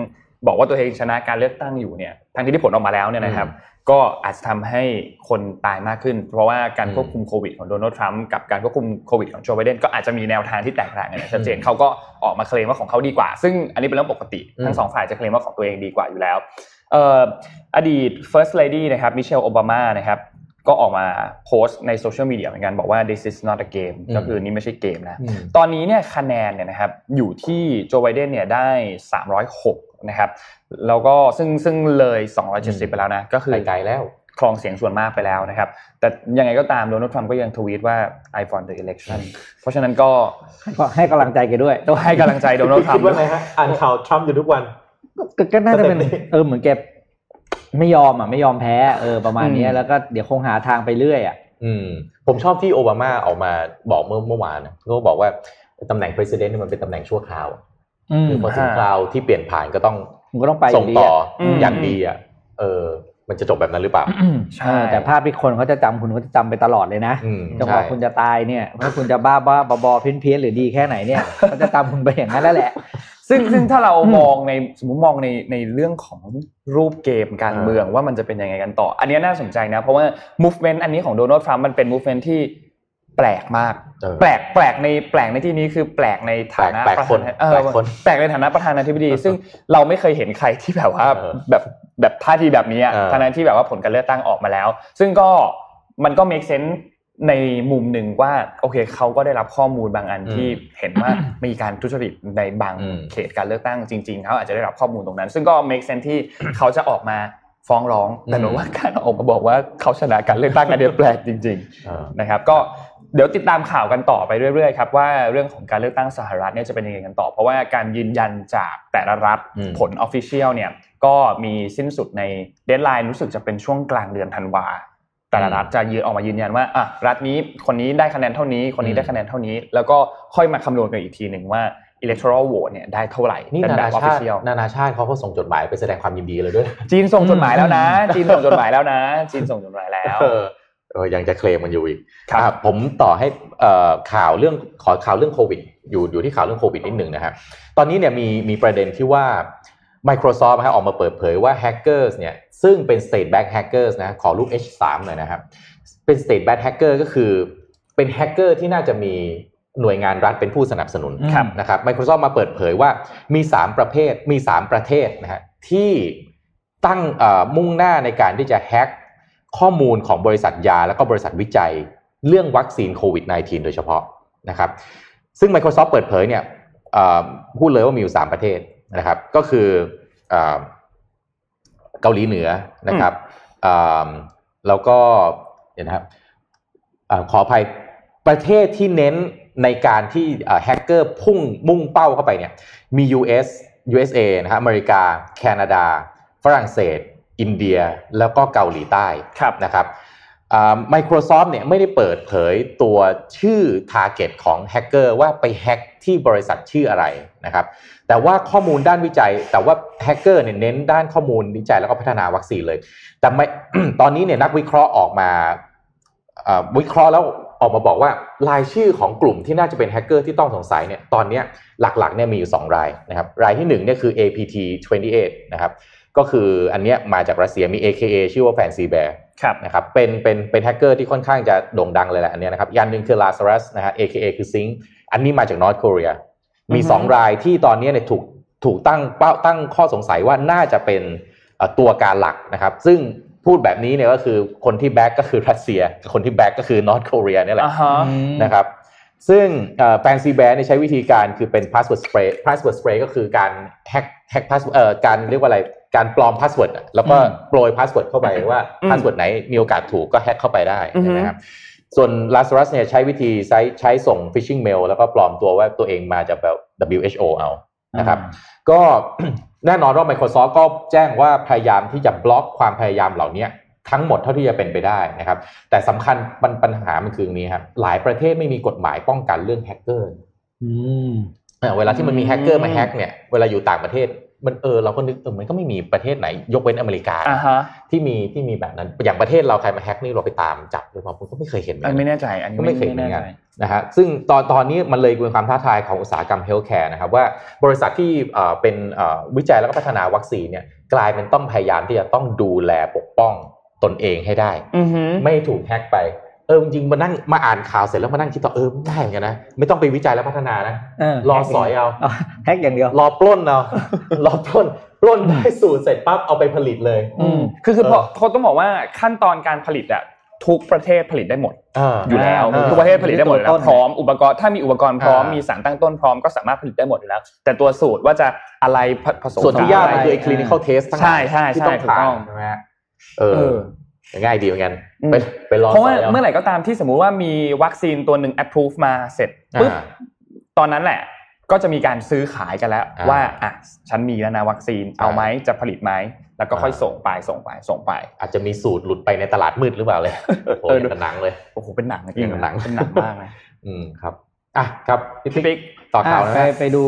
Speaker 3: บอกว่าตัวเองชนะการเลือกตั้งอยู่เนี่ยทั้งที่ผลออกมาแล้วเนี่ยนะครับ
Speaker 4: อื
Speaker 3: ก็อาจจะทำให้คนตายมากขึ้น เพราะว่าการ
Speaker 4: อืม
Speaker 3: ควบคุมโควิดของโดนัลด์ทรัมป์กับการควบคุมโควิดของโจไบเดนก็อาจจะมีแนวทางที่แตกต่างกันอย่างชัดเจน
Speaker 4: อืม
Speaker 3: เขาก็ออกมาเคลมว่าของเขาดีกว่า ซึ่งอันนี้เป็นเรื่องปกติ
Speaker 4: อืม
Speaker 3: ทั้งสองฝ่ายจะเคลมว่าของตัวเองดีกว่าอยู่แล้วเอ่ออดีต first lady นะครับมิเชลโอบามานะครับ ก็ออกมาโพสต์ในโซเชียลมีเดียเหมือนกันบอกว่า this is not a game
Speaker 4: อืม
Speaker 3: ก็คือนี่ไม่ใช่เกมนะ
Speaker 4: อืม
Speaker 3: ตอนนี้เนี่ยคะแนนเนี่ยนะครับอยู่ที่โจไบเดนเนี่ยได้ 306 นะครับ แล้วก็ซึ่งซึ่งเลย
Speaker 4: ม
Speaker 3: 270 ไปแล้วนะ ก็คือ
Speaker 4: ไปไกลแล้ว
Speaker 3: ครองเสียงส่วนมากไปแล้วนะครับ แต่ยังไงก็ตามโดนัลด์ทรัมป์ก็ยังทวีตว่า I won the election เพราะฉะนั้นก็
Speaker 5: ก็ให้กำลังใจแกด้วย
Speaker 3: ต้องให้กำลังใจโดนัลด์ทรัม
Speaker 4: คิด
Speaker 3: ป์
Speaker 4: ว่าไงฮะ อ่านข่าวทรัมป์อยู่ทุกวัน
Speaker 5: ก็ก็น่าจะเป็น
Speaker 4: ก็เป็น
Speaker 5: เออเหมือนแกไม่ยอมอ่ะไม่ยอมแพ้เออประมาณเนี้ย
Speaker 3: อืม
Speaker 5: แล้วก็เดี๋ยวคงหาทางไปเรื่อยอ่ะ
Speaker 4: อืม ผมชอบที่โอบามาออกมาบอกเมื่อเมื่อวานนะก็บอกว่าตำแหน่ง president เนี่ยมันเป็นตำแหน่งชั่วคราว
Speaker 5: อืม
Speaker 4: คือพอถึงคราวที่เปลี่ยนผ่านก็ต้อง
Speaker 5: ผมก็ต้องไป
Speaker 4: ส่ง
Speaker 5: ยู่ดี
Speaker 4: ต่อ
Speaker 5: อะ
Speaker 3: อืม
Speaker 4: อย่างดีอ่ะ เออ มันจะจบแบบนั้นหรือเปล่า
Speaker 3: ใช่
Speaker 5: เออแต่ภาพที่คนเขาจะจำคุณเขาจะจำไปตลอดเลยนะ
Speaker 4: อืม
Speaker 5: จนกว่า
Speaker 4: ใช่
Speaker 5: คุณจะตายเนี่ยว่าคุณจะบ้าบ้าบอบอเพี้ยนเพี้ยนหรือดีแค่ไหนเนี่ย เขาจะจำคุณไปอย่างนั้นแล้วแหละ
Speaker 3: ซึ่งซึ่งถ้าเรามองในสมมติมองในในเรื่องของรูปเกมการเมืองว่ามันจะเป็นยังไงกันต่อ อันเนี้ยน่าสนใจนะ เพราะว่า movement อันนี้ของโดนัลด์ทรัมป์มันเป็น movement ที่ แปลกมาก
Speaker 4: เออ
Speaker 3: แปลกแปลกในแปลกในที่นี้คือแปลกในฐานะ
Speaker 4: แปลกแปลกคน
Speaker 3: ประธาาเออ
Speaker 4: แปลกคน
Speaker 3: แปลกในฐานะประธานาธิบดี ซึ่งเราไม่เคยเห็นใครที่แบบว่า
Speaker 4: เออ
Speaker 3: แบบแบบท่าทีแบบนี้อะ
Speaker 4: เออ
Speaker 3: ทั้งนั้นที่แบบว่าผลการเลือกตั้งออกมาแล้ว ซึ่งก็มันก็ make sense ในมุมหนึ่งว่าโอเคเขาก็ได้รับข้อมูลบางอัน
Speaker 4: อืม
Speaker 3: ที่เห็นว่า มีการทุจริตในบาง
Speaker 4: อืม
Speaker 3: เขตการเลือกตั้งจริง ๆเขาอาจจะได้รับข้อมูลตรงนั้น ซึ่งก็ make sense ที่เขาจะออกมาฟ้องร้องแต่หนูว่าการออกมาบอกว่าเขาชนะการเลือกตั้งอันเนี้ยแปลกจริง ๆ
Speaker 4: เออ
Speaker 3: นะครับก็เดี๋ยวติดตามข่าวกันต่อไปเรื่อยๆครับว่าเรื่องของการเลือกตั้งสหรัฐเนี่ยจะเป็นยังไงกันต่อ เพราะว่าการยืนยันจากแต่ละรัฐ
Speaker 4: อืม
Speaker 3: ผลออฟฟิเชียลเนี่ยก็มีสิ้นสุดในเดดไลน์รู้สึกจะเป็นช่วงกลางเดือนธันวาแต่ละรัฐจะยืนออกมายืนยันว่าอ่ะรัฐนี้คนนี้ได้คะแนนเท่านี้ คนนี้ได้คะแนนเท่านี้ แล้วก็ค่อยมาคำนวณกันอีกทีหนึ่งว่า electoral vote เนี่ยได้เท่าไหร่
Speaker 4: นี่
Speaker 3: เป็
Speaker 4: นา
Speaker 3: แบบ
Speaker 4: นาชาติ
Speaker 3: official
Speaker 4: นานาชาติเขาก็ส่งจดหมายไปแสดงความยินดีเลยด้วย
Speaker 3: จีนส่งจดหมายแล้วนะ จีนส่งจดหมายแล้วนะ จีนส่งจดหมายแล้ว
Speaker 4: เออเออยังจะเคลมมันอยู่อีก
Speaker 3: ครับ
Speaker 4: อ่ะผมต่อให้เอ่อข่าวเรื่องขอข่าวเรื่องโควิด อยู่อยู่ที่ข่าวเรื่องโควิดนิดหนึ่งนะครับตอนนี้เนี่ยมีมีประเด็นที่ว่า Microsoft นะฮะออกมาเปิดเผยว่าแฮกเกอร์เนี่ยซึ่งเป็น state back hackers นะขอรูป H3 หน่อยนะครับ เป็น state back hacker ก็คือเป็นแฮกเกอร์ที่น่าจะมีหน่วยงานรัฐเป็นผู้สนับสนุน
Speaker 3: ครับ
Speaker 4: นะครับ Microsoft มาเปิดเผยว่ามี 3 ประเภทมี 3 ประเทศนะฮะที่ตั้งเอ่อมุ่งหน้าในการที่จะแฮก ข้อมูลของบริษัทยา และก็บริษัทวิจัยเรื่องวัคซีนโควิด -19 โดยเฉพาะนะครับ ซึ่ง Microsoft เปิดเผยเนี่ยเอ่อพูดเลยว่ามีอยู่ 3 ประเทศนะครับ ก็คือเอ่อเกาหลีเหนือนะครับเอ่อแล้วก็เดี๋ยวนะครับเอ่อขออภัยประเทศที่เน้นในการที่เอ่อแฮกเกอร์พุ่งมุ่งเป้าเข้าไปเนี่ย มี US USA นะครับอเมริกา แคนาดา ฝรั่งเศส อินเดีย แล้วก็เกาหลีใต้
Speaker 3: ครับ
Speaker 4: นะครับอ่า Microsoft เนี่ยไม่ได้เปิดเผยตัวชื่อ Target ของแฮกเกอร์ว่าไปแฮกที่บริษัทชื่ออะไรนะครับ แต่ว่าข้อมูลด้านวิจัย แต่ว่าแฮกเกอร์เนี่ยเน้นด้านข้อมูลวิจัยแล้วก็พัฒนาวัคซีนเลย แต่ไม่ ตอนนี้เนี่ยนักวิเคราะห์ออกมาเอ่อวิเคราะห์แล้วออกมาบอกว่ารายชื่อของกลุ่มที่น่าจะเป็นแฮกเกอร์ที่ต้องสงสัยเนี่ยตอนเนี้ยหลักๆเนี่ยมีอยู่ 2 รายนะครับรายที่1เนี่ยคือ APT 28นะครับก็คืออันเนี้ยมาจากรัสเซียมี AKA ชื่อว่าแฟนซีแบร์
Speaker 3: ครับ
Speaker 4: นะครับเป็นเป็นเป็นแฮกเกอร์ที่ค่อนข้างจะโด่งดังเลยแหละอันเนี้ยนะครับอีกอันหนึ่งคือ Lazarus นะฮะ AKA คือ Zing อันนี้มาจากนอร์ท o r เ a ีมี
Speaker 3: อือฮึ
Speaker 4: 2 รายที่ตอนเนี้ยเนี่ยถูกถูกตั้งเป้าตั้งข้อสงสัยว่าน่าจะเป็น เอ่อตัวการหลักนะครับ ซึ่งพูดแบบนี้เนี่ยก็คือคนที่แบ็กก็คือรัสเซียกับคนที่แบ็กก็คือนอร์ทเกาหลีเนี่ยแหละ
Speaker 3: อ่าฮะ
Speaker 4: นะครับ ซึ่งแฟนซีแบร์ใช้วิธีการคือเป็น password spray password spray ก็คือการแฮกแฮก password เอ่อการเรียกว่าอะไรการปลอม password อะแล้วก็
Speaker 5: อืม
Speaker 4: โปรย password เข้าไปว่า
Speaker 3: อืม
Speaker 4: password ไหนมีโอกาสถูกก็แฮกเข้าไปได้นะครับ ส่วน Lazarus เนี่ยใช้วิธีใช้ใช้ส่ง phishing mail แล้วก็ปลอมตัวว่าตัวเองมาจากแบบ WHO เอานะครับ ก็ แน่นอนว่า Microsoft ก็แจ้งว่าพยายามที่จะบล็อกความพยายามเหล่านี้ทั้งหมดเท่าที่จะเป็นไปได้นะครับ แต่สำคัญปัญปัญหามันคืออย่างนี้ครับหลายประเทศไม่มีกฎหมายป้องกันเรื่องแฮกเกอร์
Speaker 5: อืม
Speaker 4: เอ่อเวลาที่มันมี
Speaker 3: อืม
Speaker 4: แฮกเกอร์มาแฮกเนี่ยเวลาอยู่ต่างประเทศ มันเออเราก็นึกเออมันก็ไม่มีประเทศไหน ยกเว้นอเมริกา
Speaker 3: อ่าฮะ
Speaker 4: ที่มีที่มีแบบนั้นอย่างประเทศเราใครมาแฮกนี่เราไปตามจับหรือเปล่าผมก็ไม่เคยเห็นเหมือน
Speaker 3: อั
Speaker 4: กันน
Speaker 3: ไม่แน่ใจอันนี้
Speaker 4: ก็ไม่เคยเห็นเหมือน
Speaker 3: แใจ
Speaker 4: กันนะฮะซึ่งตอนตอนนี้มันเลยเป็นความท้าทายของอุตสาหกรรมเฮลท์แคร์นะครับว่าบริษัทที่เอ่อเป็นเอ่อวิจัยแล้วก็พัฒนาวัคซีนเนี่ยกลายเป็นต้องพยายามที่จะต้องดูแลปกป้องตนเองให้ได้
Speaker 3: อือหือ
Speaker 4: ไม่ถูกแฮกไปเออจริงๆมานั่งมาอ่านข่าวเสร็จแล้วมานั่งคิดต่อเออไม่ได้เหมือนกันนะไม่ต้องไปวิจัยแล้วพัฒนานะ
Speaker 5: เออ
Speaker 4: รอสอยเอา
Speaker 5: เอาแฮกอย่างเดียว
Speaker 4: รอปล้นเอา รอปล้นปล้นได้สูตรเสร็จปั๊บเอาไปผลิตเลย
Speaker 5: อืม
Speaker 3: คือคือเพราะเขาต้องบอกว่าขั้นตอนการผลิตอะทุกประเทศผลิตได้หมด
Speaker 4: า
Speaker 3: อยู่แล้ว
Speaker 4: อ่า
Speaker 3: ทุกประเทศผลิตได้หมดอยู่แล้
Speaker 5: ต้
Speaker 3: วน พร้อมอุปกรณ์ถ้ามีอุปกรณ์พร้อม
Speaker 4: อ่ามี
Speaker 3: มีสารตั้งต้นพร้อมก็สามารถผลิตได้หมดอยู่แล้ว แต่ตัวสูตรว่าจะอะไรผผสม
Speaker 4: ส่วนที่ยาก
Speaker 3: ะ
Speaker 4: มัน
Speaker 3: ไร
Speaker 4: คือไอ้ clinical test ทั้งหลาย
Speaker 3: ใช่ใช่
Speaker 4: ที่
Speaker 3: ใช่
Speaker 4: ต้อง
Speaker 3: ถู
Speaker 4: ผ่า
Speaker 3: กต้
Speaker 4: น
Speaker 3: อง
Speaker 4: ใช่ไหมฮะเอ
Speaker 3: เอ
Speaker 4: อ
Speaker 3: อ
Speaker 4: ง่ายดีเหมือนกัน
Speaker 3: อืม
Speaker 4: ไปไปรอ
Speaker 3: เพราะว่า
Speaker 4: สยอ
Speaker 3: เมื่อไหร่ก็ตามที่สมมุติว่ามีวัคซีนตัวหนึ่ง approve มาเสร็จปุ๊บ
Speaker 4: อ่า
Speaker 3: ตอนนั้นแหละ ก็จะมีการซื้อขายกันแล้ว
Speaker 4: อ่า
Speaker 3: ว่าอ่ะฉันมีแล้วนะวัคซีนเอาไหมจะผลิตไหมแล้วก็ค่อย
Speaker 4: อ่า
Speaker 3: ส่งไปส่งไปส่งไป
Speaker 4: อาจจะมีสูตรหลุดไปในตลาดมืดหรือเปล่าเลยโอ้
Speaker 3: เออ
Speaker 4: ยเป็นหนังเลย
Speaker 3: โอ้โหเป็นหนังจริง
Speaker 4: เป็น
Speaker 3: ๆ
Speaker 4: หนัง
Speaker 3: เป็นหนังมากนะ
Speaker 4: อืมครับ อ่ะครับพี่
Speaker 3: พี่
Speaker 4: ปิ๊
Speaker 3: ปิ๊
Speaker 4: ก
Speaker 3: ก
Speaker 4: ต่อข่าว
Speaker 5: ะ
Speaker 4: นะ
Speaker 5: ไป
Speaker 4: ฮะ
Speaker 5: ไปดู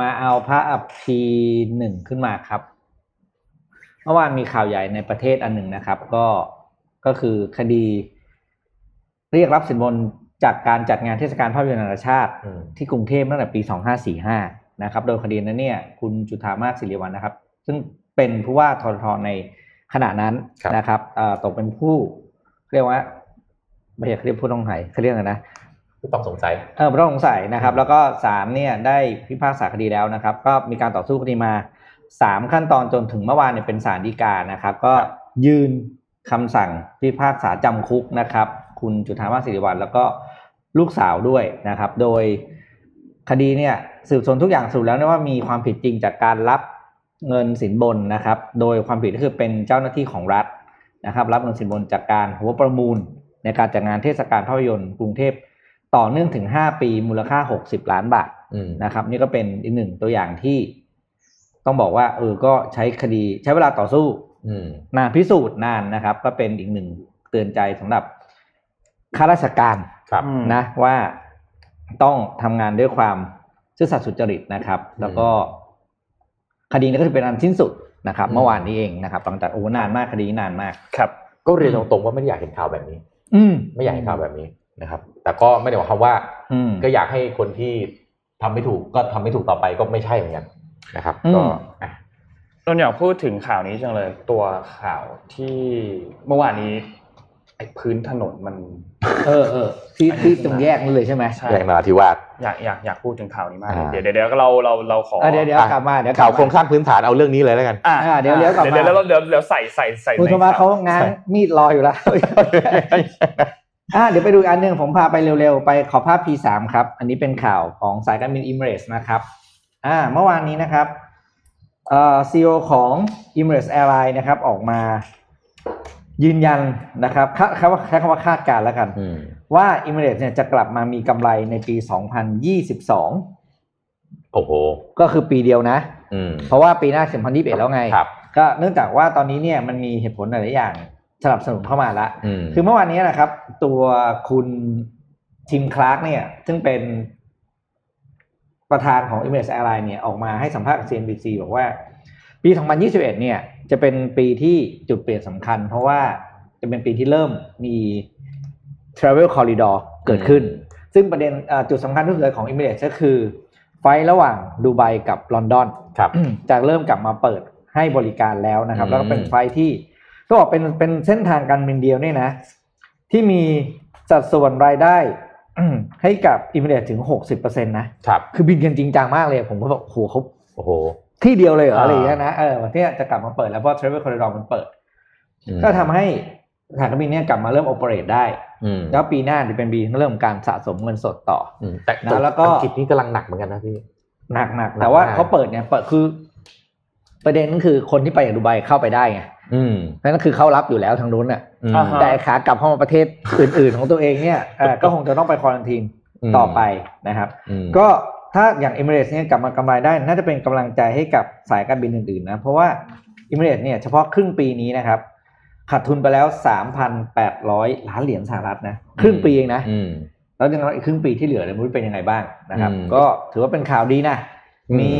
Speaker 5: มาเอาพระอัพทีหนึ่งขึ้นมาครับ เมื่อวานมีข่าวใหญ่ในประเทศอันหนึ่งนะครับ ก็ก็คือคดี เรียกรับสินบนจากการจัดงานเทศกาลภาพยนตร์นานาชาติ
Speaker 4: อืม
Speaker 5: ที่กรุงเทพตั้งแต่ปี 2545 นะครับ โดยคดีนั้นเนี่ย คุณจุธามาศสิริวัลนะครับ ซึ่งเป็นผู้ว่าทททในขณะนั้นนะครับเอ่อตกเป็นผู้ เรียกว่า ไม่ใช่เขาเรียกผู้ต้องหาเขาเรียกอะไรนะ
Speaker 4: ผู้ต้องสงสัย
Speaker 5: เออผู้ต้องสงสัยนะครับ แล้วก็ศาลเนี่ยได้พิพากษาคดีแล้วนะครับ ก็มีการต่อสู้คดีมาสามขั้นตอนจนถึงเมื่อวานเนี่ยเป็นศาลฎีกานะครับ ก็ยืนคำสั่งพิพากษาจำคุกนะครับ คุณจุฑามาสสิริวัลแล้วก็ลูกสาวด้วยนะครับ โดยคดีเนี่ยสืบสวนทุกอย่างสรุปแล้วนะว่ามีความผิดจริงจากการรับเงินสินบนนะครับ โดยความผิดก็คือเป็นเจ้าหน้าที่ของรัฐ นะครับรับเงินสินบนจากการหัวประมูลในการจัดงานเทศกาลภาพยนตร์กรุงเทพต่อเนื่องถึง 5 ปีมูลค่า 60 ล้านบาท
Speaker 4: อืม
Speaker 5: นะครับ นี่ก็เป็นอีกหนึ่งตัวอย่างที่ต้องบอกว่าเออก็ใช้คดีใช้เวลาต่อสู้
Speaker 4: อืม
Speaker 5: นานพิสูจน์นานนะครับ ก็เป็นอีกหนึ่งเตือนใจสำหรับข้าราชการ
Speaker 4: ครับ
Speaker 3: อืม
Speaker 5: นะว่าต้องทำงานด้วยความซื่อสัตย์สุจริตนะครับ แล้วก็ คดีนี้ก็ถือเป็นอันสิ้นสุดนะครับ
Speaker 4: อืม
Speaker 5: เมื่อวานนี้เองนะครับหลังจากโอ้นานมากคดีนี้นานมาก
Speaker 3: ครับ
Speaker 4: ก็เรียนตรงๆว่าไม่ได้อยากเห็นข่าวแบบนี้
Speaker 5: อืม
Speaker 4: ไม่อยากเห็นข่าวแบบนี้นะครับ แต่ก็ไม่ได้หมายความว่า
Speaker 5: อืม
Speaker 4: ก็อยากให้คนที่ทำไม่ถูกก็ทำไม่ถูกต่อไปก็ไม่ใช่เหมือนกันนะครับ
Speaker 5: อืม
Speaker 4: ก็อ่ะ
Speaker 3: นนท์อยากพูดถึงข่าวนี้จังเลย ตัวข่าวที่เมื่อวานนี้ไอ้พื้นถนนมัน
Speaker 5: เออเออที่ที่ตรงแยกนั่นเลยใช่ไหม
Speaker 3: ใช่
Speaker 4: แรงนราธิวาส
Speaker 3: อยากอยากอยากพูดถึงข่าวนี้มากเลย
Speaker 4: อ่า
Speaker 3: เดี๋ยวเดี๋ยวเดี๋ยวเราเราเราขอ
Speaker 5: เออเดี๋ยวเดี๋ยว
Speaker 4: อ่ะ
Speaker 5: กลับมาเดี๋ยวกลั
Speaker 4: ข่าว
Speaker 5: บม
Speaker 4: โครงสร้างพื้นฐานเอาเรื่องนี้เลยแล้วกัน
Speaker 3: อ่า
Speaker 5: อ่าเดี๋ยวเดี๋ยวกลับมา
Speaker 3: เดี๋ยวเดี๋ยวเดี๋ยวเดี๋ยวใส่ใส่ใส่
Speaker 5: คุณ
Speaker 3: ใน
Speaker 5: โทมัส
Speaker 3: ข่
Speaker 5: เขา
Speaker 3: ว
Speaker 5: ง้างมีดรออยู่แล้ว อ่าเดี๋ยวไปดูอีกอันหนึ่งผมพาไปเร็วๆ ไปขอภาพ P3 ครับ อันนี้เป็นข่าวของสายการบินอิมเรสนะครับอ่าเมื่อวานนี้นะครับเอ่อซีอของ i m r a t e s Airline นะครับ ออกมายืนยันนะครับคาดคำว่าใช้คำว่าคาดการณ์แล้วกัน
Speaker 4: อืม
Speaker 5: ว่า i m r a t e s เนี่ยจะกลับมามีกำไรในปี 2022
Speaker 4: โอ้โห
Speaker 5: ก็คือปีเดียวนะ
Speaker 4: อืม
Speaker 5: เพราะว่าปีหน้า 2021 แล้วไง
Speaker 4: ครับ
Speaker 5: ก็เนื่องจากว่าตอนนี้เนี่ยมันมีเหตุผลหลายๆอย่างสนับสนุนเข้ามาละ
Speaker 4: อืม
Speaker 5: คือเมื่อวานนี้นะครับ ตัวคุณทิมคลาร์กเนี่ย ซึ่งเป็นประธานของ i m a g e Airline เนี่ยออกมาให้สัมภาษณ์กับ CNBC บอกว่า ปี 2021 เนี่ย จะเป็นปีที่จุดเปลี่ยนสำคัญ เพราะว่าจะเป็นปีที่เริ่มมี Travel Corridor เกิดขึ้น ซึ่งประเด็นเอ่อจุดสำคัญที่สุดเลยของ i m a g e ก็คือ ไฟล์ระหว่างดูไบกับลอนดอน
Speaker 4: ครับ
Speaker 5: จะเริ่มกลับมาเปิดให้บริการแล้วนะครับ
Speaker 4: อืม
Speaker 5: แล้วก็เป็นไฟล์ที่ก็บอกเป็นเป็นเส้นทางการบินเดียวเนี่ยนะ ที่มีสัดส่วนรายได้ ให้กับอิมเดตถึงหกสิบเปอร์เซ็นต์นะครับ คือบินกันจริงจังมากเลยผมก็บอกโหเขา
Speaker 4: โอ้โห
Speaker 5: ที่เดียวเลยเหรอ
Speaker 4: อ่า
Speaker 5: อะไรอย่างเงี้ยนะเออวันเนี้ยจะกลับมาเปิดแล้วเพราะเทรเวลคอริดอร์มันเปิด
Speaker 4: อืม
Speaker 5: ก็ทำให้สถานการบินเนี่ยกลับมาเริ่มโอเปเรตได้
Speaker 4: อืม
Speaker 5: แล้วปีหน้าจะเป็นปีที่เริ่มการสะสมเงินสดต่อ
Speaker 4: อืมแต่
Speaker 5: นะแล้วก็
Speaker 4: อังกฤษนี่กำลังหนักเหมือนกันนะพี่
Speaker 5: หนักหนัก
Speaker 4: หนัก
Speaker 5: แต่ว่าม
Speaker 4: าก
Speaker 5: เขาเปิดเนี่ยเปิดคือ ประเด็นก็คือคนที่ไปจากดูไบเข้าไปได้ไง
Speaker 4: อืม
Speaker 5: นั่นก็คือเข้ารับอยู่แล้วทางนู้นน่ะ
Speaker 4: อืม
Speaker 3: อ่าฮะ
Speaker 5: แต่ขากลับเข้ามาประเทศ อื่น ๆ ของตัวเองเนี่ย เอ่อก็คงจะต้องไปควอรันทีนต่อไปนะครับ
Speaker 4: อืม
Speaker 5: ก็ถ้าอย่างเอมิเรสเนี่ยกลับมากำไรได้ น่าจะเป็นกำลังใจให้กับสายการบินอื่น ๆ นะ เพราะว่าเอมิเรสเนี่ยเฉพาะครึ่งปีนี้นะครับขาดทุนไปแล้ว 3,800 ล้านเหรียญสหรัฐนะครึ่งปีเองนะ
Speaker 4: อืม
Speaker 5: แล้วยังอีกครึ่งปีที่เหลือเนี่ยไม่รู้เป็นยังไงบ้างนะครับ
Speaker 4: อืม
Speaker 5: ก็ถือว่าเป็นข่าวดีนะ
Speaker 4: อืม
Speaker 5: มี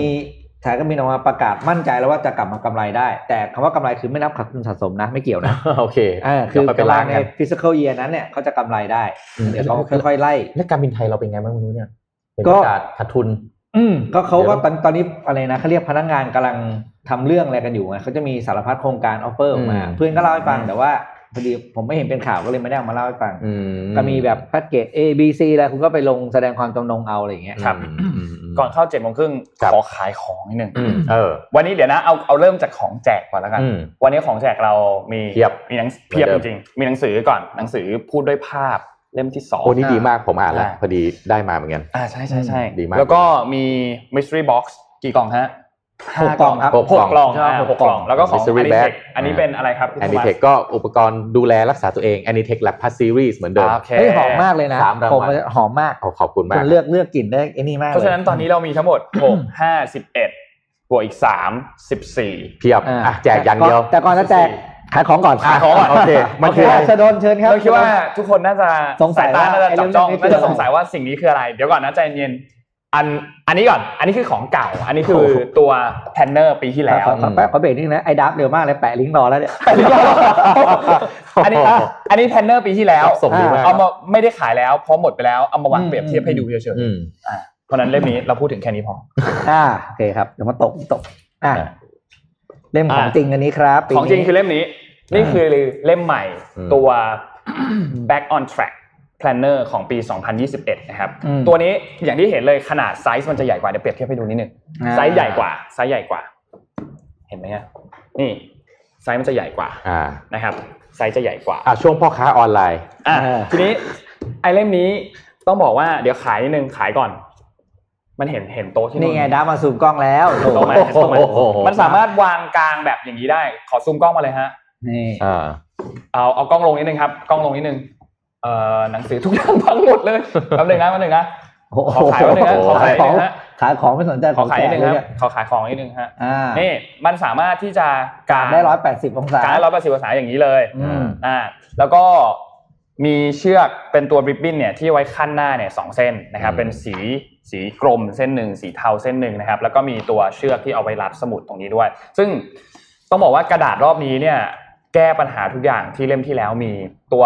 Speaker 5: สายการบินออกมาประกาศมั่นใจแล้วว่าจะกลับมากำไรได้ แต่คำว่ากำไรคือไม่นับขาดทุนสะสมนะไม่เกี่ยวนะ
Speaker 4: โอเค
Speaker 5: อ่าคือ
Speaker 4: เดี๋ยวไปเป็น
Speaker 5: กำลั
Speaker 4: ล้าง ง
Speaker 5: ใน
Speaker 4: กัน
Speaker 5: ฟิสิก a l เยียนั้นเนี่ยเขาจะกำไรได้
Speaker 4: อืม
Speaker 5: เดี๋ยวเขาค่อยๆไล่
Speaker 4: แล้วการบินไทยเราเป็นไงบ้างไม่รู้เนี่ยเป็น
Speaker 5: ก็
Speaker 4: ประกาศขาดทุน
Speaker 5: อืมก็เขาก็
Speaker 4: เดี๋ยว
Speaker 5: ตอนตอนนี้อะไรนะเขาเรียกพนักงานกำลังทำเรื่องอะไรกันอยู่ไงเขาจะมีสารพัดโครงการออฟเฟอร์ออกมา
Speaker 4: อืม
Speaker 5: เพื่อนก็เล่าให้ฟังแต่ว่าพอดีผมไม่เห็นเป็นข่าวก็เลยไม่ได้เอามาเล่าให้ฟัง
Speaker 4: อื
Speaker 5: ก็มีแบบแพ็กเกจ A B C อะไรคุณก็ไปลงแสดงความจำนงเอาอะไรอย่างเงี้ย
Speaker 3: ครับ
Speaker 4: อืมมม
Speaker 3: ก่อนเข้าเจ็ดโมงครึ่ง
Speaker 4: ครับ
Speaker 3: ขอขายของนิดนึง
Speaker 4: อืมเออ
Speaker 3: วันนี้เดี๋ยวนะเอาเอาเริ่มจากของแจกก่อนแล้วกัน
Speaker 4: อืม
Speaker 3: วันนี้ของแจกเรามี
Speaker 4: เพียบ
Speaker 3: มีหนังเพียบ
Speaker 4: เหมื
Speaker 3: จ
Speaker 4: อนเดิม
Speaker 3: ริงๆมีหนังสือก่อนหนังสือพูดด้วยภาพเล่มที่สอง
Speaker 4: โอ้นี่ดีมากผมอ่านแล้ว
Speaker 3: อ่า
Speaker 4: พอดีได้มาเหมือนกัน
Speaker 3: อ่าใช่ใช่ใช่
Speaker 4: ดีมาก
Speaker 3: แล้วก็มี mystery box กี่กล่องฮะ
Speaker 5: หกกล่องครับ
Speaker 3: หกกล่อง
Speaker 5: หกกล่อง
Speaker 3: อ่า
Speaker 5: ครับ
Speaker 3: หกกล่อง แล้วก็ของ
Speaker 4: mystery
Speaker 3: Anitech
Speaker 4: bag
Speaker 3: อันนี้เป็นอะไรครับคุณ
Speaker 4: a น i
Speaker 3: โทมัส
Speaker 4: เทคก็อุปกรณ์ดูแลรักษาตัวเอง a n i t e c Lab Pass Series เหมือนเดิม
Speaker 3: อ่าโอเค
Speaker 5: เฮ้ยหอมมากเลยนะ
Speaker 4: สามรางวัล
Speaker 5: ผมหอมมาก
Speaker 4: ขอขอบคุณมา
Speaker 5: คุ
Speaker 4: ก
Speaker 5: ณเลือกเลือกกลิ่นได้ไอ้นี่มาก
Speaker 3: เพ
Speaker 5: เลย
Speaker 3: ราะฉะนั้นตอนนี้เรามีทั้งหมด 6 5 11บวกอีก 3 14
Speaker 4: เพียบ
Speaker 5: อ่า
Speaker 4: อ่ะแจกอย่างเดียว
Speaker 5: แต่ก่อนจะแจกขายของก่อน
Speaker 3: ขายของก่อน
Speaker 4: โอเคมันคืออะไร
Speaker 5: ชดนเชิญครับ
Speaker 3: เราคิดว่าทุกคนน่าจะ
Speaker 5: สงสัย
Speaker 3: ตาน่าจะ
Speaker 5: ว่าไอ้
Speaker 3: จับจ้อง
Speaker 5: เรื่องนี้
Speaker 3: น่าจะ
Speaker 5: คืออะไร
Speaker 3: สงสัยว่าสิ่งนี้คืออะไร เดี๋ยวก่อนนะใจเย็นอันอันนี้ก่อน อันนี้คือของเก่า อันนี้คือตัวแพนเนอร์ปีที่แล้ว
Speaker 5: ขอขอแป๊บขอเบรกนิดนึงนะไอ้ดับเร็วมากเลยแปะลิงก์รอแล้วเนี่ย
Speaker 3: อันนี้อ่ะอันนี้แพนเนอร์ปีที่แล้ว
Speaker 4: ส่งดีมาก
Speaker 3: เอามาไม่ได้ขายแล้วเพราะหมดไปแล้ว เอามาวาง
Speaker 5: อืม
Speaker 3: เปรียบเทียบให้ดูเฉย
Speaker 4: อืม
Speaker 3: ๆเพราะฉะนั้นเล่มนี้เราพูดถึงแค่นี้พอ
Speaker 5: อ่าโอเคครับเดี๋ยวมาตกตกอ่า
Speaker 4: อ่ะ
Speaker 5: เล่มของ
Speaker 3: อ่ะ
Speaker 5: จริงอันนี้ครับปี
Speaker 3: ของจริง
Speaker 5: นี้
Speaker 3: คือเล่มนี้ นี่คือเล่มใหม่
Speaker 4: อืม
Speaker 3: ตัว back on track Planner ของปี 2021 นะครับ
Speaker 5: อืม
Speaker 3: ตัวนี้อย่างที่เห็นเลยขนาดไซส์มันจะใหญ่กว่าเดี๋ยวเปรียบเทียบให้ดูนิดนึง ไซส์ใหญ่กว่าไซส์ใหญ่กว่า เห็นไหมฮะนี่ไซส์มันจะใหญ่กว่า
Speaker 4: อ่า
Speaker 3: นะครับ ไซส์จะใหญ่กว่า
Speaker 4: อ่าช่วงพ่อค้าออนไลน์
Speaker 3: อ่ะ
Speaker 5: เออ
Speaker 3: ทีนี้ไอเล่มนี้ต้องบอกว่าเดี๋ยวขายนิดนึงขายก่อน มันเห็นเห็นโต๊ะที่
Speaker 5: นี่ไงดับมาสูบกล้องแล้ว
Speaker 3: โต๊ะไหม
Speaker 4: โอ้โห
Speaker 3: โต๊ะไหม
Speaker 4: โอ้โห
Speaker 3: มันสามารถวางกลางแบบอย่างนี้ได้ ขอซูมกล้องมาเลยฮะ
Speaker 5: นี่
Speaker 4: อ่า
Speaker 3: เอาเอากล้องลงนิดนึงครับกล้องลงนิดนึงเอ่อหนังสือทุกอย่างพังหมดเลยแป๊บนึงนะแป๊บนึงนะ
Speaker 5: โอ้โห
Speaker 3: ขอขายไว้หน่อยนะขอขาย
Speaker 5: ของ
Speaker 3: ไว้หน่อยนะ
Speaker 5: ขายของไม่สนใจ
Speaker 3: ขอขายนิดนึงครับ
Speaker 5: แจกเลยเย
Speaker 3: ขอขายของนิดนึงฮะ
Speaker 5: อ่า
Speaker 3: นี่มันสามารถที่จะกาง
Speaker 5: ได้ร้อยแปดสิบองศาก
Speaker 3: างร้อยแปดสิบองศาอย่างนี้เลย
Speaker 5: อืม
Speaker 3: อ่าแล้วก็มีเชือกเป็นตัวริบบิ้นเนี่ยที่ไว้ขั้นหน้าเนี่ยสองเส้นนะครับเป็นสีสีกรมเส้นหนึ่งสีเทาเส้นหนึ่งนะครับ แล้วก็มีตัวเชือกที่เอาไว้รัดสมุดตรงนี้ด้วย ซึ่งต้องบอกว่ากระดาษรอบนี้เนี่ย แก้ปัญหาทุกอย่างที่เล่มที่แล้วมีตัว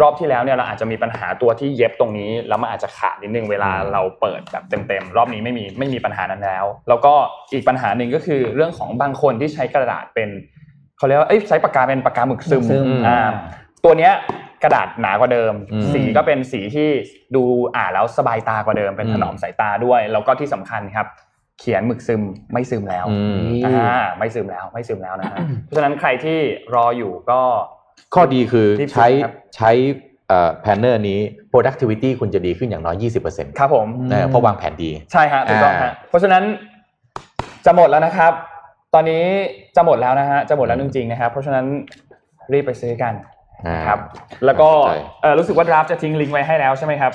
Speaker 3: รอบที่แล้วเนี่ยเราอาจจะมีปัญหาตัวที่เย็บตรงนี้แล้วมันอาจจะขาดนิดนึงเวลาเราเปิดแบบเต็มๆรอบนี้ไม่มีไม่มีปัญหานั้นแล้ว แล้วก็อีกปัญหาหนึ่งก็คือเรื่องของบางคนที่ใช้กระดาษเป็นเขาเรียกว่าเอ้ยใช้ปากกาเป็นปากกาหมึกซึม
Speaker 5: ซึม
Speaker 3: อ่าตัวเนี้ยกระดาษหนากว่าเดิม
Speaker 4: อืม
Speaker 3: สีก็เป็นสีที่ดูอ่านแล้วสบายตากว่าเดิมเป็นถนอมสายตาด้วย แล้วก็ที่สำคัญครับ เขียนหมึกซึมไม่ซึมแล้ว
Speaker 4: อืม
Speaker 5: นี่
Speaker 3: อ่าไม่ซึมแล้วไม่ซึมแล้วนะฮะ เพราะฉะนั้นใครที่รออยู่ก็
Speaker 4: ข้อดีคือ
Speaker 3: ที่สุด
Speaker 4: ใช้
Speaker 3: ครับ
Speaker 4: ใช้เอ่อแพนเนอร์นี้ productivity คุณจะดีขึ้นอย่างน้อย 20%เ
Speaker 3: ครับผม
Speaker 5: อืม
Speaker 4: ออเพราะวางแผนดี
Speaker 3: ใช่ฮะถูกต้อง
Speaker 4: อ่า
Speaker 3: ฮะเพราะฉะนั้นจะหมดแล้วนะครับ ตอนนี้จะหมดแล้วนะฮะจะหมดแล้วจริงๆนะครับ เพราะฉะนั้นรีบไปซื้อกัน
Speaker 4: อ่า
Speaker 3: ครับ แล้วก็
Speaker 4: น่าสนใจ
Speaker 3: เอ่อรู้สึกว่าดราฟจะทิ้งลิงก์ไว้ให้แล้วใช่ไหมครับ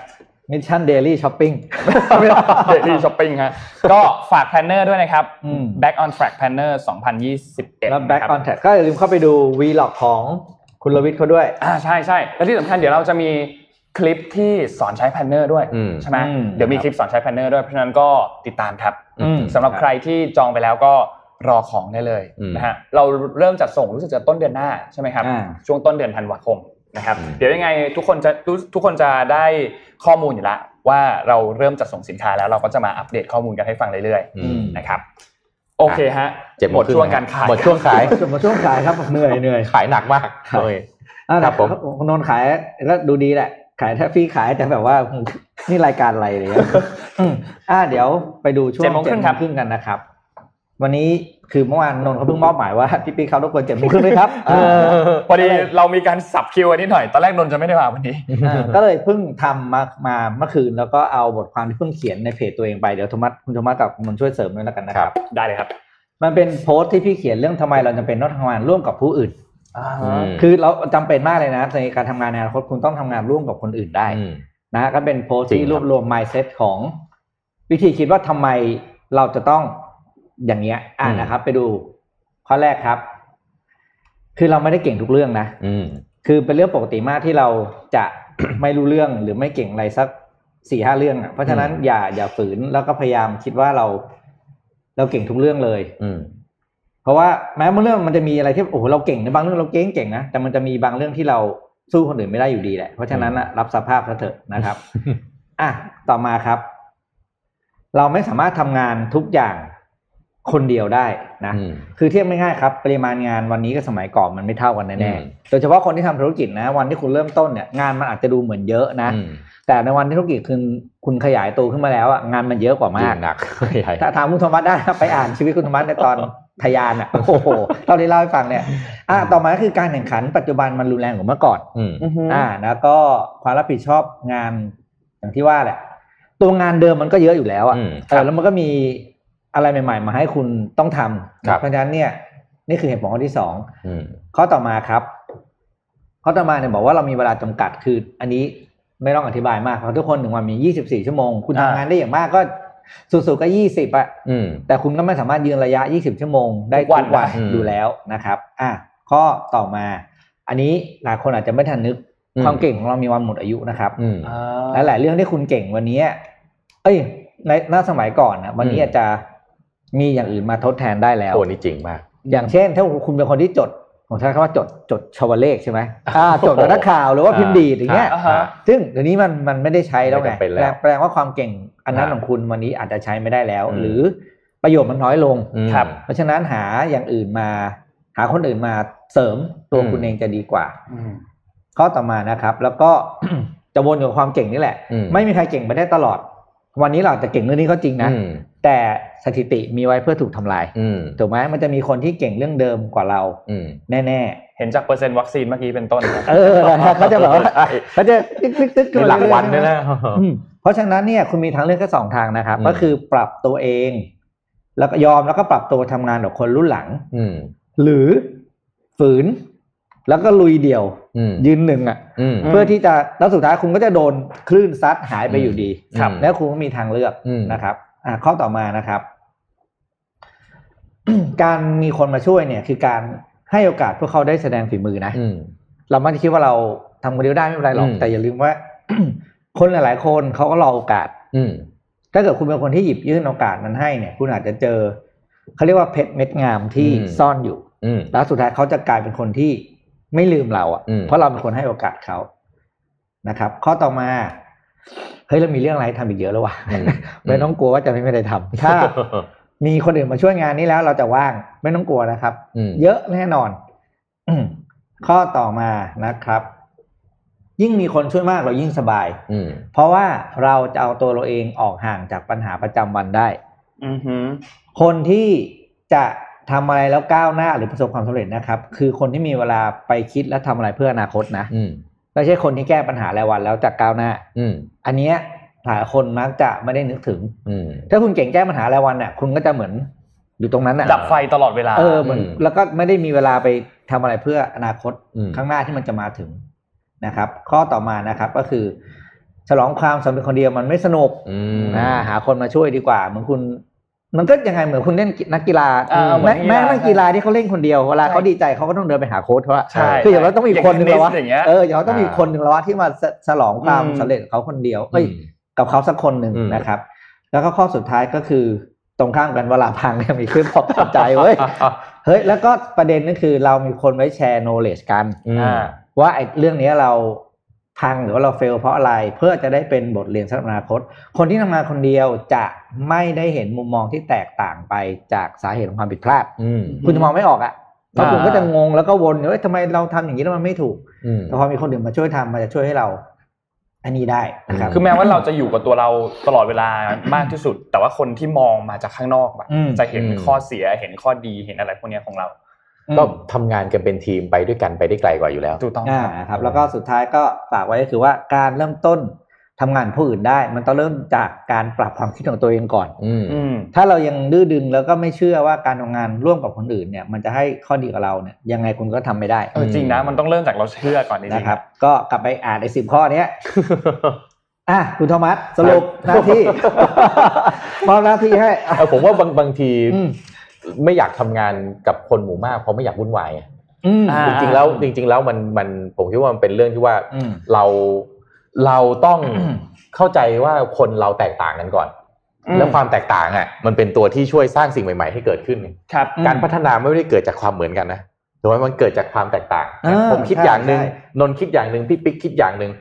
Speaker 5: มิชชั่นเดลี่ช้อป ปิ้ง
Speaker 3: เดลี่ช้อปปิ้งฮะก็ฝากแพลนเนอร์ด้วยนะครับ
Speaker 5: อืม
Speaker 3: Back on Track Planner 2021
Speaker 5: แล้ว back
Speaker 3: ะครั
Speaker 5: on track ก็อย่าลืมเข้าไปดูวีล็อกของคุณลวิทย์เขาด้วย
Speaker 3: อ่าใช่ใช่และที่สำคัญเดี๋ยวเราจะมีคลิปที่สอนใช้แพนเนอร์ด้วย
Speaker 4: อืม
Speaker 3: ใช่ไหม
Speaker 5: อืม
Speaker 3: เดี๋ยวมีคลิปสอนใช้แพนเนอร์ด้วยเพราะฉะนั้นก็ติดตามครับ
Speaker 5: อืม
Speaker 3: สำหรับใครที่จองไปแล้วก็รอของได้เลย
Speaker 4: อืม
Speaker 3: นะฮะเราเริ่มจัดส่งรู้สึกจะต้นเดือนหน้าใช่ไหมครับ
Speaker 5: อ่า
Speaker 3: ช่วงต้นเดือนธันวาคมนะครับ เดี๋ยวยังไงทุกคนจะรู้ทุกคนจะได้ข้อมูลอยู่ละว่าเราเริ่มจัดส่งสินค้าแล้วเราก็จะมาอัปเดตข้อมูลกันให้ฟังเรื่อย
Speaker 4: อืม
Speaker 3: ๆนะครับโอเคฮะ
Speaker 4: เจ็ด
Speaker 3: หมดช่วงการขาย
Speaker 4: หมดช่วงขาย
Speaker 5: หมดช่วงขาย ครับเหนื่อยเหนื่อย
Speaker 4: ขายหนักมาก
Speaker 5: ครับ
Speaker 4: โอ้ย
Speaker 5: อ่ะ
Speaker 4: ครับผม
Speaker 5: นนท์ขายก็ดูดีแหละ ขายแทบพี่ขายแต่แบบว่า นี่รายการอะไรเลยอะอืมอ่าเดี๋ยวไปดูช่วง
Speaker 3: เจ็ดโมงครึ่งครับ
Speaker 5: เจ็ดโมงครึ่งกันนะครับ วันนี้คือเมื่อวานนนท์เขาเพิ่งมอบหมายว่าพี่ปิ๊กเขาทุกคนเจ็ดโมงครึ่งด้วยครับเออ
Speaker 3: พอดีเรามีการสับคิวอันนี้หน่อยตอนแรกนนท์จะไม่ได้มาวันนี้
Speaker 5: อ่าก็เลยเพิ่งทำมามาเมื่อคืน แล้วก็เอาบทความที่เพิ่งเขียนในเพจตัวเองไปเดี๋ยวโทมัสคุณโทมัสกับคุณนนท์ช่วยเสริมด้วยแล้วกันนะครับ
Speaker 3: ได้เลยครับ
Speaker 5: มันเป็นโพสต์ที่พี่เขียนเรื่องทำไมเราจำเป็นต้องทำงานร่วมกับผู้อื่น
Speaker 4: อืม
Speaker 5: คือเราจำเป็นมากเลยนะในการทำงานในอนาคตคุณต้องทำงานร่วมกับคนอื่นได้
Speaker 4: อืม
Speaker 5: นะฮะก็เป็นโพสต์
Speaker 4: จริ
Speaker 5: ที่
Speaker 4: งค
Speaker 5: ร
Speaker 4: รับ
Speaker 5: วบรวม mindset ของวิธีคิดว่าทำไมเราจะต้องอย่างเงี้ย อ่านะครับ ไปดูข้อแรกครับ คือเราไม่ได้เก่งทุกเรื่องนะ
Speaker 4: อืม
Speaker 5: คือเป็นเรื่องปกติมากที่เราจะ ไม่รู้เรื่องหรือไม่เก่งอะไรสักสี่ห้าเรื่องอ่ะเพราะฉะนั้นอย่าอย่าฝืนแล้วก็พยายามคิดว่าเราเราเก่งทุกเรื่องเลย
Speaker 4: อืม
Speaker 5: เพราะว่าแม้บางเรื่องมันจะมีอะไรที่โอ้โหเราเก่งนะบางเรื่องเราเก่งเก่งนะแต่มันจะมีบางเรื่องที่เราสู้คนอื่นไม่ได้อยู่ดีแหละเพราะฉะนั้นน่ะรับสภาพซะเถอะนะครับ อ่ะต่อมาครับ เราไม่สามารถทำงานทุกอย่างคนเดียวได้นะ
Speaker 4: อืม
Speaker 5: คือเทียบง่ายๆครับ ปริมาณงานวันนี้กับสมัยก่อนมันไม่เท่ากัน
Speaker 4: อื
Speaker 5: แน่
Speaker 4: ม
Speaker 5: ๆโดยเฉพาะคนที่ทำธุรกิจนะ วันที่คุณเริ่มต้นเนี่ยงานมันอาจจะดูเหมือนเยอะนะ
Speaker 4: อืม
Speaker 5: แต่ในวันที่ธุรกิจคุณคุณขยายตัวขึ้นมาแล้วอะงานมันเยอะกว่ามาก
Speaker 4: ยิ่งหนัก ใหญ่
Speaker 5: ถ้าถามคุณธรรมัสได้นะไปอ่านชีวิตคุณธรรมัสใน ตอนทะยานอ่ะ โอ้โหเราได้เล่าให้ฟังเนี่ยอ่ะต่อมาก็คือการแข่งขันปัจจุบันมันรุนแรงกว่าเมื่อก่อน
Speaker 4: อืม
Speaker 5: อ่าแล้วก็ความรับผิดชอบงานอย่างที่ว่าแหละ ตัวงานเดิมมันก็เยอะอยู่แล้วอ่ะ
Speaker 4: อืม
Speaker 5: เออแล้วมันก็มีอะไรใหม่ ๆ มาให้คุณต้อง
Speaker 4: ค
Speaker 5: ท
Speaker 4: รั
Speaker 5: ำ
Speaker 4: บ
Speaker 5: เพราะฉะนั้นเนี่ย นี่คือเหตุผลข้อที่สอง
Speaker 4: อืม
Speaker 5: ข้อต่อมาครับ ข้อต่อมาเนี่ยบอกว่าเรามีเวลาจำกัดคือ อันนี้ไม่ต้องอธิบายมากเพราะทุกคนหนึ่งวันมี 24 ชั่วโมง คุณ
Speaker 3: อ่า
Speaker 5: ทำงานได้อย่างมากก็สุดๆก็ 20อะ
Speaker 4: อืม
Speaker 5: แต่คุณก็ไม่สามารถยืนระยะ 20 ชั่วโมงได้ทุก
Speaker 3: ทุกวั
Speaker 5: วัน
Speaker 3: น
Speaker 4: อืม
Speaker 5: ดูแล้วนะครับอ่ะข้อต่อมา อันนี้หลายคนอาจจะไม่ทันนึก
Speaker 4: อืม
Speaker 5: ความเก่งของเรามีวันหมดอายุนะครับ
Speaker 4: อืม
Speaker 5: และหลายเรื่องที่คุณเก่งวันนี้ เอ้ย ในหน้าสมัยก่อนนะวันนี้
Speaker 4: อืม
Speaker 5: อาจจะมีอย่างอื่นมาทดแทนได้แล้ว
Speaker 4: ตัวนี้จริงมาก
Speaker 5: อย่างเช่น ถ้าคุณเป็นคนที่จดผมใช้คำว่าจดจดชาวเลขใช่ไหมอ่าจดกับนักข่าวหรือว่าพิมพ์ดีดอย่างเงี้ย
Speaker 3: อ่าฮะ
Speaker 5: ซึ่งเดี๋ยวนี้มันมันไม่ได้ใช้แล้ว
Speaker 4: ไม่
Speaker 5: ไง
Speaker 4: จำเป็นแล้ว
Speaker 5: แปลแปลว่าความเก่งอันนั้น
Speaker 4: อ่า
Speaker 5: ของคุณวันนี้อาจจะใช้ไม่ได้แล้ว
Speaker 4: อืม
Speaker 5: หรือประโยชน์มันน้อยลง
Speaker 4: อืม
Speaker 3: ครับ
Speaker 5: เพราะฉะนั้นหาอย่างอื่นมา หาคนอื่นมาเสริมตัว
Speaker 4: อืม
Speaker 5: คุณเองจะดีกว่า ข้อต่อมานะครับ แล้วก็ จะวนกับความเก่งนี่แหละ
Speaker 4: อืม
Speaker 5: ไม่มีใครเก่งไปได้ตลอด วันนี้เราอาจจะเก่งเรื่องนี้ก็จริงนะ
Speaker 4: อืม
Speaker 5: แต่สถิติมีไว้เพื่อถูกทำลาย
Speaker 4: อืม
Speaker 5: ถูกไหมมันจะมีคนที่เก่งเรื่องเดิมกว่าเรา
Speaker 4: อืม
Speaker 5: แน่
Speaker 3: เห็นจากเปอร์เซ็นต์วัคซีนเมื่อกี้เป็นต้น
Speaker 5: ๆ เอ อเขาจะแบบว่า
Speaker 4: ใช่
Speaker 5: เขาจะตึ๊กตึ๊กตึ๊ก
Speaker 4: เป็นหลักวันด้วยนะ
Speaker 5: อืมเพราะฉะนั้นเนี่ยคุณมีทางเลือกแค่สองทางนะครับ
Speaker 4: อืม
Speaker 5: ก็คือปรับตัวเอง แล้วก็ยอมแล้วก็ปรับตัวทำงานกับคนรุ่นหลัง
Speaker 4: อืม
Speaker 5: หรือฝืน แล้วก็ลุยเดี่ยว
Speaker 4: อืม
Speaker 5: ยืนหนึ่งอ่ะ
Speaker 4: อืม
Speaker 5: เพื่อที่จะแล้วสุดท้ายคุณก็จะโดนคลื่นซัดหายไปอยู่ดี
Speaker 4: ครับ
Speaker 5: แล้วคุณก็มีทางเลือก
Speaker 4: อืม
Speaker 5: นะครับอ่ะข้อต่อมานะครับ การมีคนมาช่วยเนี่ย คือการให้โอกาสพวกเขาได้แสดงฝีมือนะ
Speaker 4: อืม
Speaker 5: เรามักจะคิดว่าเราทำคนเดียวได้ไม่เป็นไรหรอก
Speaker 4: อืม
Speaker 5: แต่อย่าลืมว่า คนหลาย ๆ คนเขาก็รอโอกาส
Speaker 4: อืม
Speaker 5: ถ้าเกิดคุณเป็นคนที่หยิบยื่นโอกาสนั้นให้เนี่ย คุณอาจจะเจอเขาเรียกว่าเพชรเม็ดงามที่ซ่อนอยู่
Speaker 4: อืม
Speaker 5: แล้วสุดท้ายเขาจะกลายเป็นคนที่ไม่ลืมเราอ่ะ
Speaker 4: อืม
Speaker 5: เพราะเราเป็นคนให้โอกาสเขานะครับ ข้อต่อมา เฮ้ยเรามีเรื่องอะไรให้ทำอีกเยอะแล้ววะ ไม่ต้องกลัวว่าจะไม่มีอะไรทำถ้า มีคนอื่นมาช่วยงานนี้แล้วเราจะว่างไม่ต้องกลัวนะครับ
Speaker 4: อืม
Speaker 5: เยอะแน่นอน ข้อต่อมานะครับ ยิ่งมีคนช่วยมากเรายิ่งสบาย
Speaker 4: อืม
Speaker 5: เพราะว่าเราจะเอาตัวเราเองออกห่างจากปัญหาประจำวันได้
Speaker 3: อือหือ
Speaker 5: คนที่จะทำอะไรแล้วก้าวหน้าหรือประสบความสำเร็จนะครับ คือคนที่มีเวลาไปคิดและทำอะไรเพื่ออนาคตนะ
Speaker 4: อืม
Speaker 5: ไม่ใช่คนที่แก้ปัญหารายวันแล้วจะก้าวหน้า
Speaker 4: อืม
Speaker 5: อันเนี้ยหลายคนมักจะไม่ได้นึกถึง
Speaker 4: อืม
Speaker 5: ถ้าคุณเก่งแก้ปัญหารายวันเนี่ยคุณก็จะเหมือนอยู่ตรงนั้นน่ะ
Speaker 3: ดับไฟตลอดเวลา
Speaker 5: เออเหมือน
Speaker 4: อืม
Speaker 5: แล้วก็ไม่ได้มีเวลาไปทำอะไรเพื่ออนาคต
Speaker 4: อืม
Speaker 5: ข้างหน้าที่มันจะมาถึงนะครับ ข้อต่อมานะครับก็คือ ฉลองความสำเร็จคนเดียวมันไม่สนุก
Speaker 4: อืม
Speaker 5: อ่าหาคนมาช่วยดีกว่าเหมือนคุณ มันก็ยังไงเหมือนคุณเล่นนักกีฬา
Speaker 3: อ่าเหมื
Speaker 5: แม้
Speaker 3: อนกีฬา
Speaker 5: แม้นักกีฬาที่เขาเล่นคนเดียวเวลา
Speaker 3: ใช่
Speaker 5: เขาดีใจเขาก็ต้องเดินไปหาโค้ชเขาอะ
Speaker 3: ใช่
Speaker 5: คืออย่างน้อยต้องมี
Speaker 3: อย่าง
Speaker 5: คนหนึ่งแล้ววะ
Speaker 3: เทนนิสอย่างเงี้ย
Speaker 5: เอออย่างน้อยต้องมี
Speaker 4: อ่า
Speaker 5: คนหนึ่งแล้ววะที่มาสฉลองความ
Speaker 3: อืม
Speaker 5: สำเร็จของเขาคนเดียว
Speaker 4: อื
Speaker 5: เอ้ย
Speaker 4: ม
Speaker 5: กับเขาสักคนหนึ่ง
Speaker 4: อืม
Speaker 5: นะครับ แล้วก็ข้อสุดท้ายก็คือตรงข้ามกันเวลาพังเนี่ยมีขึ้นพอบใจเว้ยเฮ้ยแล้วก็ประเด็นก็คือเรามีคนไว้แชร์ knowledge กัน
Speaker 4: อืม
Speaker 3: อ่า
Speaker 5: ว่าไอ้เรื่องเนี้ยเราพังหรือว่าเราเฟลเพราะอะไรเพื่อจะได้เป็นบทเรียนสำหรับอนาคต คนที่ทำงานคนเดียวจะไม่ได้เห็นมุมมองที่แตกต่างไปจากสาเหตุของความผิดพลาด
Speaker 4: อืม
Speaker 5: คุณจะมองไม่ออกอะ่ะแล้วคุณ
Speaker 3: อ่า
Speaker 5: ก็จะงงแล้วก็วนอยู่เอ้ยทำไมเราทำอย่างนี้แล้วมันไม่ถูก
Speaker 4: อืม
Speaker 5: แต่พอมีคนอื่นมาช่วยทำมันจะช่วยให้เรา อันนี้ได้นะครับ
Speaker 3: คือแม้ว่าเราจะอยู่กับตัวเราตลอดเวลามากที่สุด แต่ว่าคนที่มองมาจากข้างนอกแบบ
Speaker 5: อืม
Speaker 3: จะเห็น
Speaker 4: อืม
Speaker 3: ข้อเสียเห็นข้อดีเห็นอะไรพวกเนี้ยของเรา
Speaker 4: ก็ทำงานกันเป็นทีมไปด้วยกันไปได้ไกลกว่าอยู่แล้ว
Speaker 3: ถูกต้อง
Speaker 5: อ่าครับ แล้วก็สุดท้ายก็ฝากไว้ก็คือว่าการเริ่มต้นทำงานผู้อื่นได้ มันต้องเริ่มจากการปรับความคิดของตัวเองก่อน
Speaker 4: อืม
Speaker 3: อืม
Speaker 5: ถ้าเรายังดื้อดึงแล้วก็ไม่เชื่อว่าการทำงานร่วมกับคนอื่นเนี่ย มันจะให้ข้อดีกับเราเนี่ยยังไงคุณก็ทำไม่ได้
Speaker 3: เออจริงนะมันต้องเริ่มจากเราเชื่อก่อนจริงๆ
Speaker 5: นะครับ ก็กลับไปอ่านในสิบข้อเนี้ย อ่ะคุณโทมัสสรุปหน้าที่ มอบหน้าที่ให้อ่ะ
Speaker 4: เออผมว่าบางบางที
Speaker 5: อืม
Speaker 4: ไม่อยากทำงานกับคนหมู่มากเพราะไม่อยากวุ่นวายไง
Speaker 5: อืม
Speaker 3: อ่า
Speaker 4: จริงๆแล้วจริง ๆ แล้วมันมันผมคิดว่ามันเป็นเรื่องที่ว่า
Speaker 5: อืม
Speaker 4: เราเราต้อง
Speaker 5: อืม
Speaker 4: เข้าใจว่าคนเราแตกต่างกันก่อน
Speaker 3: อืม
Speaker 4: แล้วความแตกต่างอ่ะมันเป็นตัวที่ช่วยสร้างสิ่งใหม่ๆให้เกิดขึ้น
Speaker 3: ครับ
Speaker 4: การพัฒนาไม่ได้เกิดจากความเหมือนกันนะแต่ว่ามันเกิดจากความแตกต่าง
Speaker 5: อ่า
Speaker 4: ผมคิดอย่างหนึ่ง
Speaker 5: ใช่
Speaker 4: นนท์คิดอย่างหนึ่งพี่ปิ๊กคิดอย่างหนึ่ง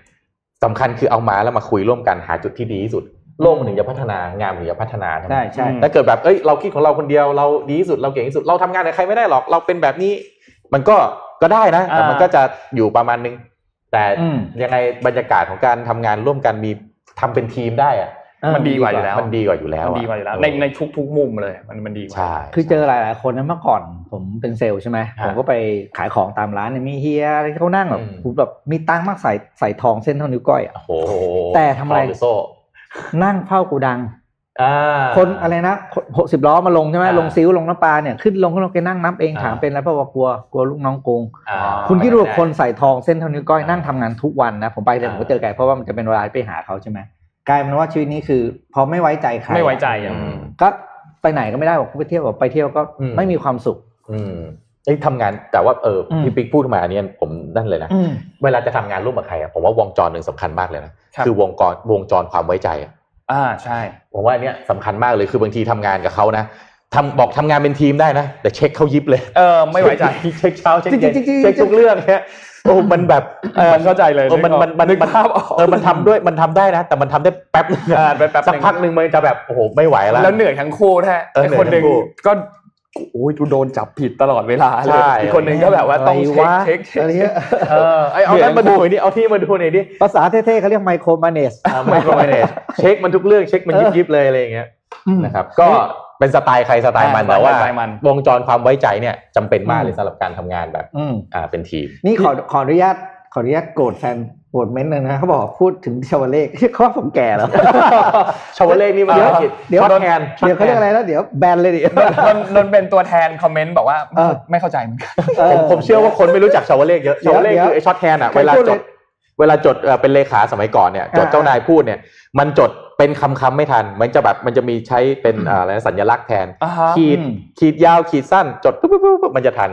Speaker 4: สำคัญคือเอามาแล้วมาคุยร่วมกันหาจุดที่ดีที่สุด โลกมันถึงจะพัฒนางานมันถึงจะพัฒนาไหม
Speaker 5: ใช่ใช่
Speaker 4: ถ้าเกิดแบบเอ้ยเราคิดของเราคนเดียวเราดีที่สุดเราเก่งที่สุดเราทำงานกับใครไม่ได้หรอกเราเป็นแบบนี้ มันก็ก็ได้นะแต่มันก็จะอยู่ประมาณนึงแต่
Speaker 5: อืม
Speaker 4: ยังไงบรรยากาศของการทำงานร่วมกันมีทำเป็นทีมได้อะ
Speaker 3: มันดีกว่าอยู่แล้ว
Speaker 4: มันดีกว่าอยู่แล้ว
Speaker 3: มัน
Speaker 4: อะ
Speaker 3: ดีกว่าอยู่แล้ว ในในทุกๆมุมเลยมันมันดีกว่า
Speaker 4: ใช่
Speaker 5: คือเจอหลายๆคนนะเมื่อก่อน ผมเป็นเซลล์ใช่ไหมผมก็ไปขายของตามร้านเนี่ยมีเฮียอะไรที่เขานั่งแบบหูแบบมีตังค์มากใส่ใส่ทองเส้นเท่านิ้วก้อยอะ
Speaker 4: โอ้โห
Speaker 5: แต่ทำอะไร
Speaker 4: คหโซ่
Speaker 5: นั่งเฝ้าโกูดัง
Speaker 4: อ่า
Speaker 5: คนอะไรนะหกสิบล้อมาลงใช่ไหม
Speaker 4: อ่า
Speaker 5: ลงซิวลงน้ำปลาเนี่ยขึ้นลงขึ้นลงแกนั่งนับเอง
Speaker 4: อ่า
Speaker 5: ถามเป็นแล้วเพราะว่ากลัวกลัวลูกน้องโกง
Speaker 4: อ่า
Speaker 5: คุณคิดดูว่าคนใส่ทองเส้นเท่านิ้วก้อย
Speaker 4: อ่านั่
Speaker 5: นั่งทำงานทุกวันนะ ผมไปแต่ย
Speaker 4: อ่า
Speaker 5: ผมก็เจอแกเพราะว่ามันจะเป็นเวลาไปหาเขาใช่ไหมกลายเป็นว่าชีวิตนี้คือ พอไม่ไว้ใจใคร
Speaker 3: ไม่ไว้ใจอ่ะ
Speaker 4: อืม
Speaker 5: ก็ไปไหนก็ไม่ได้บอกไปเที่ยวบอกไปเที่ยวก็
Speaker 4: อืม
Speaker 5: ไม่มีความสุข
Speaker 4: อืมไอ้ยทำงานแต่ว่าเอออ
Speaker 5: ม
Speaker 4: พี่ปิ๊กพูดมาอันเนี้ยผมนั่นเลยนะเวลาจะทำงานร่วมกับใครอะผมว่าวงจรหนึ่งสำคัญมากเลยนะครับ อวงจรวงจรความไว้ใจอะ
Speaker 3: อ่าใช่
Speaker 4: ผมว่าอันเนี้ยสำคัญมากเลยคือบางทีทำงานกับเขานะทำบอกทำงานเป็นทีมได้นะ แต่เช็คเขายิบเลย
Speaker 3: เออไม่ไว้ใจ
Speaker 4: เช็คเช้าเช็คเย็น
Speaker 5: จริงๆๆๆ
Speaker 4: เช็คทุกเรื่องเนี่ยโอ้มันแบบออ
Speaker 3: มันเข้าใจเลย
Speaker 4: ออมันมันมัน
Speaker 3: นึกภาพออก
Speaker 4: เออมันทำด้วยมันทำได้นะ แต่มันทำได้แป๊บนึงอะ
Speaker 3: อ่าไปแป๊บ
Speaker 4: สักพักหนึ่งมันจะแบบโอ้โหไม่ไหวแล้ว
Speaker 3: แล้วเหนื่อยทั้งคู่แท้
Speaker 4: เออ
Speaker 3: ไอ้คนหนึ่ง
Speaker 4: เหนื่อยทั้งคู่
Speaker 3: ก็ โอ้ยกูโดนจับผิดตลอดเวลาเลย
Speaker 4: ใช่
Speaker 3: อีกคนนึงก็แบบว่าต้องเช็คเช็คเช็
Speaker 5: อะไร
Speaker 3: ค
Speaker 5: เงี้ย
Speaker 3: เออ
Speaker 4: ไอเอานั่นมาดูหน่อยดิเอาที่มาดูหน่อยดิ
Speaker 5: ภาษาเท่ๆเขาเรียกไมโครมาเนส
Speaker 4: ไมโครแมเนจ เช็คมันทุกเรื่องเช็คมันยิบยิบๆเลยอะไรอย่างเงี้ยนะครับก็เป็นสไตล์ใครสไตล์มันแต่ว่า
Speaker 3: สไตล์มัน
Speaker 4: วงจรความไว้ใจเนี่ยจำเป็นมากเลย
Speaker 5: อืม
Speaker 4: สำหรับการทำงานแบบ
Speaker 5: อืม
Speaker 4: อ่าเป็นที ม
Speaker 5: นี่ขอขออนุญาตขออนุญาตโกรธแฟนโกรธเม้นต์หนึ่งนะเขาบอกพูดถึงชาวเลข เขาว่าผมแก่แล้ว
Speaker 4: ชาวเล่นี่มัน
Speaker 5: เดี๋ยว
Speaker 4: ธุรกิจ
Speaker 5: เดี๋ยว
Speaker 4: ช็อตแทน
Speaker 5: เดี๋ยวเขาเรียกอะไรนะเดี๋ยวแบนเลยดิ
Speaker 3: นนนนเป็นตัวแทนคอมเมนต์บอกว่า
Speaker 5: เออ
Speaker 3: ไม่เข้าใจเหมือนกัน
Speaker 5: เอ
Speaker 4: ผ
Speaker 5: อ
Speaker 4: มผมเชื่อว่าคนไม่รู้จักชาวเล่เยอะ
Speaker 5: เดี๋
Speaker 4: ชา
Speaker 5: ยว
Speaker 4: วเล่
Speaker 5: เดี๋ยว
Speaker 4: คือไอ้ช็อตแทนอ่ะ
Speaker 5: ใคร
Speaker 4: เวลา
Speaker 5: พูด
Speaker 4: จ
Speaker 5: เล
Speaker 4: ด
Speaker 5: ย
Speaker 4: เวลาจดเอ่อเป็นเลขาสมัยก่อนเนี่ยจด
Speaker 5: อ่า
Speaker 4: เจ้านายพูดเนี่ย มันจดเป็นคำคำๆไม่ทัน มันจะแบบมันจะมีใช้เป็นอ่าอะไรนะสัญลักษณ์แทน
Speaker 3: อ่าฮะ
Speaker 4: ขีดขีดยาวขีดสั้น จดปุ๊บปุ๊บปุ๊บมันจะทัน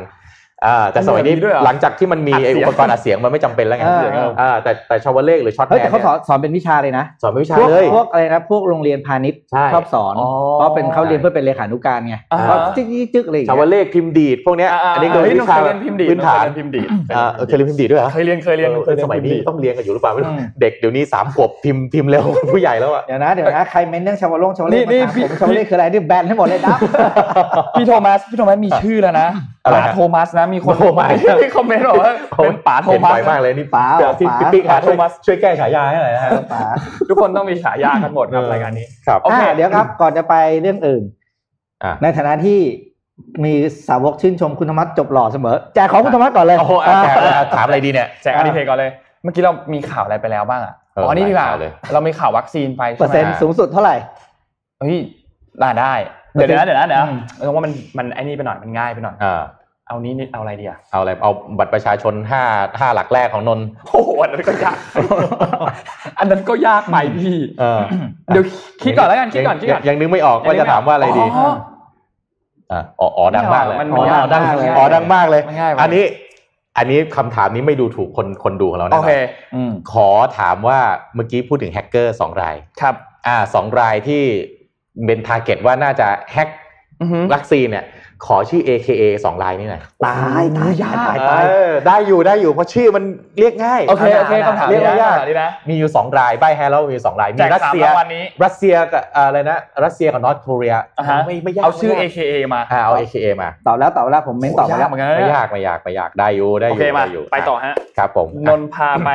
Speaker 4: อ่าแต่สมัยนี้
Speaker 3: มีด้วยเหรอ
Speaker 4: หลังจากที่มันมี
Speaker 3: อัดเสียง
Speaker 4: ไอ้อุปกรณ์อัดเสียงมันไม่จำเป็นแล้วไง
Speaker 5: เออเออ
Speaker 4: อ่าแต่แต่ชาวเล่หรือช็อตแท
Speaker 5: เฮ้ย
Speaker 4: น
Speaker 5: แต่เขา
Speaker 4: เนี่ย
Speaker 5: สอนสอนเป็นวิชาเลยนะ
Speaker 4: สอนไม่วิชา
Speaker 5: พวก
Speaker 4: เลย
Speaker 5: พวกอะไรนะพวกโรงเรียนพาณิชย์
Speaker 4: ใช่
Speaker 5: ชอบสอน
Speaker 3: อ๋อ
Speaker 5: เพราะเป็นเขาเรียนเพื่อเป็นเลขานุการไง
Speaker 3: อ่า
Speaker 5: ก็จึ๊กจึ๊กจึ๊กอะไรอย่าง
Speaker 4: ชาว
Speaker 5: เงี้ย
Speaker 4: เลขพิมพ์ดีดพวกเนี้ยอันนี้คือ
Speaker 3: เฮ้ย
Speaker 4: วิ
Speaker 3: นน
Speaker 4: ชา
Speaker 3: เคยเรียนพิมพ์ดีด
Speaker 4: พื้นฐาน
Speaker 3: เคยเรียพิมพ์ดีด
Speaker 4: อ่าเออเคยเรียนพิมพ์ดีดด้วยเหรอ
Speaker 3: เคยเรียนเคยเรียน
Speaker 4: ออ
Speaker 3: เคยเรียน
Speaker 4: สมัยนี้
Speaker 3: พิพ์ดีด
Speaker 4: ต้องเรียนกันอยู่หรือเปล่าไม่รู้
Speaker 3: อืม
Speaker 4: เด็กเดี๋ยวนี้สามขวบพิมพ์พิมพ์เร็ว ผู้ใหญ่แล้วอ่ะ
Speaker 5: เดี๋ยวนะเดี๋ยวนะใครเม้นต์เรื่องชาวโลงชาวเลข
Speaker 3: นี่
Speaker 5: มาถาม
Speaker 3: นี่
Speaker 5: ผมชาวเล
Speaker 3: พี่
Speaker 5: ขคืออะไรนี่แบนให้หมดเลยนะ
Speaker 3: พี่โทมัสพี่โทมัสมีชื่อแล้วนะ
Speaker 4: อะไร
Speaker 3: ป๋า
Speaker 4: ฮะ
Speaker 3: โทมัสนะมีคน
Speaker 4: โทมัส
Speaker 3: มีคอมเมนต์บอกว่าเป็นป๋าโทมัส
Speaker 4: เห็นบ่อยมากเลยนี่
Speaker 5: ป๋า
Speaker 4: เดี๋ยวที่
Speaker 5: ป๋า
Speaker 4: พี่ปิ๊กหาช่วยช่วยแก้ฉายาให้หน่อยนะฮะ
Speaker 5: ป๋า
Speaker 3: ทุกคนต้องมีฉายากันหมดครับ
Speaker 4: เออ
Speaker 3: รายการนี้
Speaker 4: ครับ
Speaker 3: โอเค
Speaker 5: อ่าเดี๋ยวครับ ก่อนจะไปเรื่องอื่น
Speaker 4: อ่ะ
Speaker 5: ในฐานะที่มีสาวกชื่นชมคุณธรรมะจบหล่อเสมอ แจกของคุณธรรมะก่อนเลย
Speaker 4: โอ้โหอ่ะ
Speaker 5: อ่า
Speaker 4: แจกอ่ะถามอะไรดีเนี่ย
Speaker 3: แจกอันนี้เพลงก่อนเลย เมื่อกี้เรามีข่าวอะไรไปแล้วบ้างอ่ะ
Speaker 4: เออ
Speaker 3: อ๋อนี่ดีกว่า
Speaker 4: หลายข่าวเลย
Speaker 3: เรามีข่าววัคซีนไป
Speaker 5: เปอ
Speaker 3: ใช่
Speaker 5: ร์
Speaker 3: ไหม
Speaker 5: เซ็นต์สูงสุดเท่าไหร่
Speaker 3: เฮ้ยได้ได้ เดี๋ยวเดี๋ยวนะเดี๋ยวนะเดี๋ยวนะ
Speaker 5: อืม
Speaker 3: ตรงว่ามันมันไอ้นี่ไปหน่อยมันง่ายไปหน่อย
Speaker 4: อ่า
Speaker 3: เอานี้นิดเอาอะไรดีอ่ะ
Speaker 4: เอาอะไรเอาบัตรประชาชนห้าห้าหลักแรกของน นท์
Speaker 3: โอ้โหอันนั้นก็ยาก อันนั้นก็ยากไปพี่
Speaker 4: เออ
Speaker 3: เดี๋ยวคิดก่อนแล้วกันคิดก่อนคิดก่อน
Speaker 4: ยังยังนึกไม่ออกว่าจะถามว่าอะไรดีอ่ะอ๋ออ๋อดังมากเลย
Speaker 3: มัน
Speaker 4: อ๋อ
Speaker 3: มันยาก
Speaker 4: ดัง
Speaker 5: มากเลย
Speaker 4: อ๋อดังมากเลย
Speaker 3: มันง่ายไป
Speaker 4: อันนี้อันนี้คำถามนี้ไม่ดูถูกคนคนดูของเราแน่น
Speaker 3: โอน เค
Speaker 5: อืม
Speaker 4: ขอถามว่าเมื่อกี้พูดถึงแฮกเกอร์สองราย
Speaker 3: ครับ
Speaker 4: อ่าสองรายที่เป็นทาร์เก็ตว่าน่าจะแฮก
Speaker 3: อือหือ
Speaker 4: วัคซีนเนี่ย ขอชื่อ AKA สองรายนี่หน่อย
Speaker 5: ตายตายตายตายตาย
Speaker 4: เออได้อยู่ได้อยู่เพราะชื่อมันเรียกง่าย
Speaker 3: โอเคโอเคคำถาม
Speaker 4: เรียก
Speaker 3: นี้
Speaker 4: ว่ายาก
Speaker 3: คำถมนี้นะ
Speaker 4: มีอยู่สองรายใบแฮร์แล้วมีอยู่สองราย
Speaker 3: แจ
Speaker 4: มี
Speaker 3: ก
Speaker 4: รัส
Speaker 3: สาม
Speaker 4: เซีย
Speaker 3: รางวัลนี้
Speaker 4: รัสเซียกับอ่าอะไรนะ รัสเซียกับนอร์ทโคเรีย
Speaker 3: อ่าฮะ
Speaker 4: ไม่ไม่ยาก
Speaker 3: เอาชื่อ
Speaker 4: ไม่ยาก
Speaker 3: AKA มา
Speaker 4: อ่าเอา AKA มา
Speaker 5: ตอบแล้วตอบแล้วผมเม้นตอบไป
Speaker 3: ยา
Speaker 5: แล้
Speaker 3: ก
Speaker 5: ว
Speaker 3: เหมือนกันนะ
Speaker 4: ไม่ยากไม่ยากไม่ยากได้อยู่ได้อ
Speaker 3: โอยู่ เคมา
Speaker 4: ด้ยู่
Speaker 3: ไปต่อฮะ
Speaker 4: ครับผม
Speaker 3: น
Speaker 4: อ่ะ
Speaker 3: นท์พาไป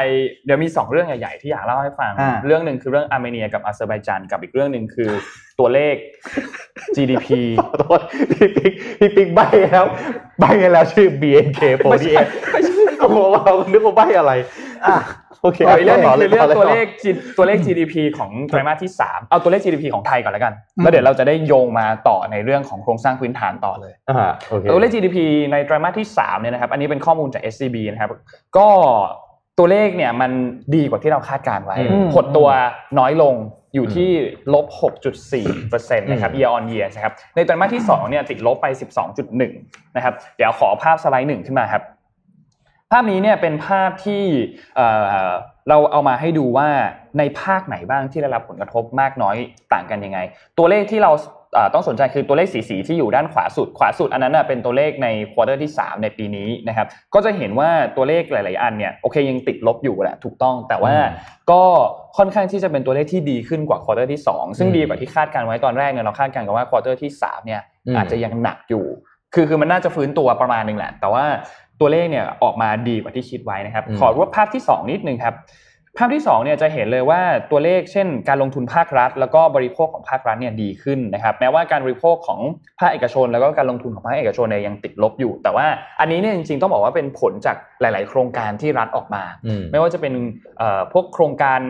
Speaker 3: เดี๋ยวมีสองเรื่องใหญ่ๆที่อยากเล่าให้ฟัง
Speaker 5: อ่า
Speaker 3: เรื่องหนึ่งคือเรื่องอาร์เมเนียกับอาเซอร์ไบจานกับอีกเรื่องหนึ่งคือตัว เลข GDP
Speaker 4: ขอโทษพี่ปิ๊กพี่ปิ๊กใบแล้วใบกันแล้วชื่อ BNK48 โอ้โหเรานึกว่าใบอะไรอ่ะโอเค
Speaker 3: เอาอีกเรื่องหนึงคือ
Speaker 4: ต่
Speaker 3: เรื่อง
Speaker 4: ต่
Speaker 3: ตัวเลข G- ตัวเลข GDP ของไตรมาสที่ 3 เอาตัวเลข GDP ของไทยก่อนแล้วกันแล้วเดี๋ยวเราจะได้โยงมาต่อในเรื่องของโครงสร้างพื้นฐานต่อเลย
Speaker 4: อ่าโอเค
Speaker 3: ตัวเลข GDP ในไตรมาสที่3เนี่ยนะครับ อันนี้เป็นข้อมูลจาก SCB นะครับ ก็ตัวเลขเนี่ยมันดีกว่าที่เราคาดการไว้
Speaker 5: อืม
Speaker 3: หดตัวน้อยลงอยู่ที่ลบ 6.4%นะครับ year on year นะครับ ในไตรมาสที่2เนี่ยติดลบไป 12.1 นะครับ เดี๋ยวขอภาพสไลด์หนึ่งขึ้นมาครับ ภาพนี้เนี่ยเป็นภาพที่เอ่อเราเอามาให้ดูว่าในภาคไหนบ้างที่ได้รับผลกระทบมากน้อยต่างกันยังไง ตัวเลขที่เราเอ่อต้องสนใจคือตัวเลขสีสีๆที่อยู่ด้านขวาสุด ขวาสุดอันนั้นน่ะเป็นตัวเลขในควอเตอร์ที่ 3 ในปีนี้นะครับ ก็จะเห็นว่าตัวเลขหลาย ๆ อันเนี่ยโอเคยังติดลบอยู่แหละถูกต้องแต่ว่า ก็ค่อนข้างที่จะเป็นตัวเลขที่ดีขึ้นกว่าควอเตอร์ที่ 2 ซึ่งดีกว่าที่คาดการไว้ตอนแรกเนี่ยเราคาดการณ์กันว่าควอเตอร์ที่3เนี่ย อาจจะยังหนักอยู่ คือคือมันน่าจะฟื้นตัวประมาณหนึ่งแหละ แต่ว่าตัวเลขเนี่ยออกมาดีกว่าที่คิดไว้นะครับ
Speaker 4: อืม
Speaker 3: ขอรวบภาพที่ 2 นิดนึงครับ ภาพที่2เนี่ยจะเห็นเลยว่าตัวเลขเช่น การลงทุนภาครัฐ แล้วก็บริโภคของภาครัฐเนี่ยดีขึ้นนะครับ แม้ว่าการบริโภคของภาคเอกชน แล้วก็การลงทุนของภาคเอกชนเนี่ยยังติดลบอยู่ แต่ว่าอันนี้เนี่ยจริงๆต้องบอกว่าเป็นผลจากหลาย ๆ โครงการที่รัฐออกมา
Speaker 4: อืม
Speaker 3: ไม่ว่าจะเป็นเอ่อพวกโครงการ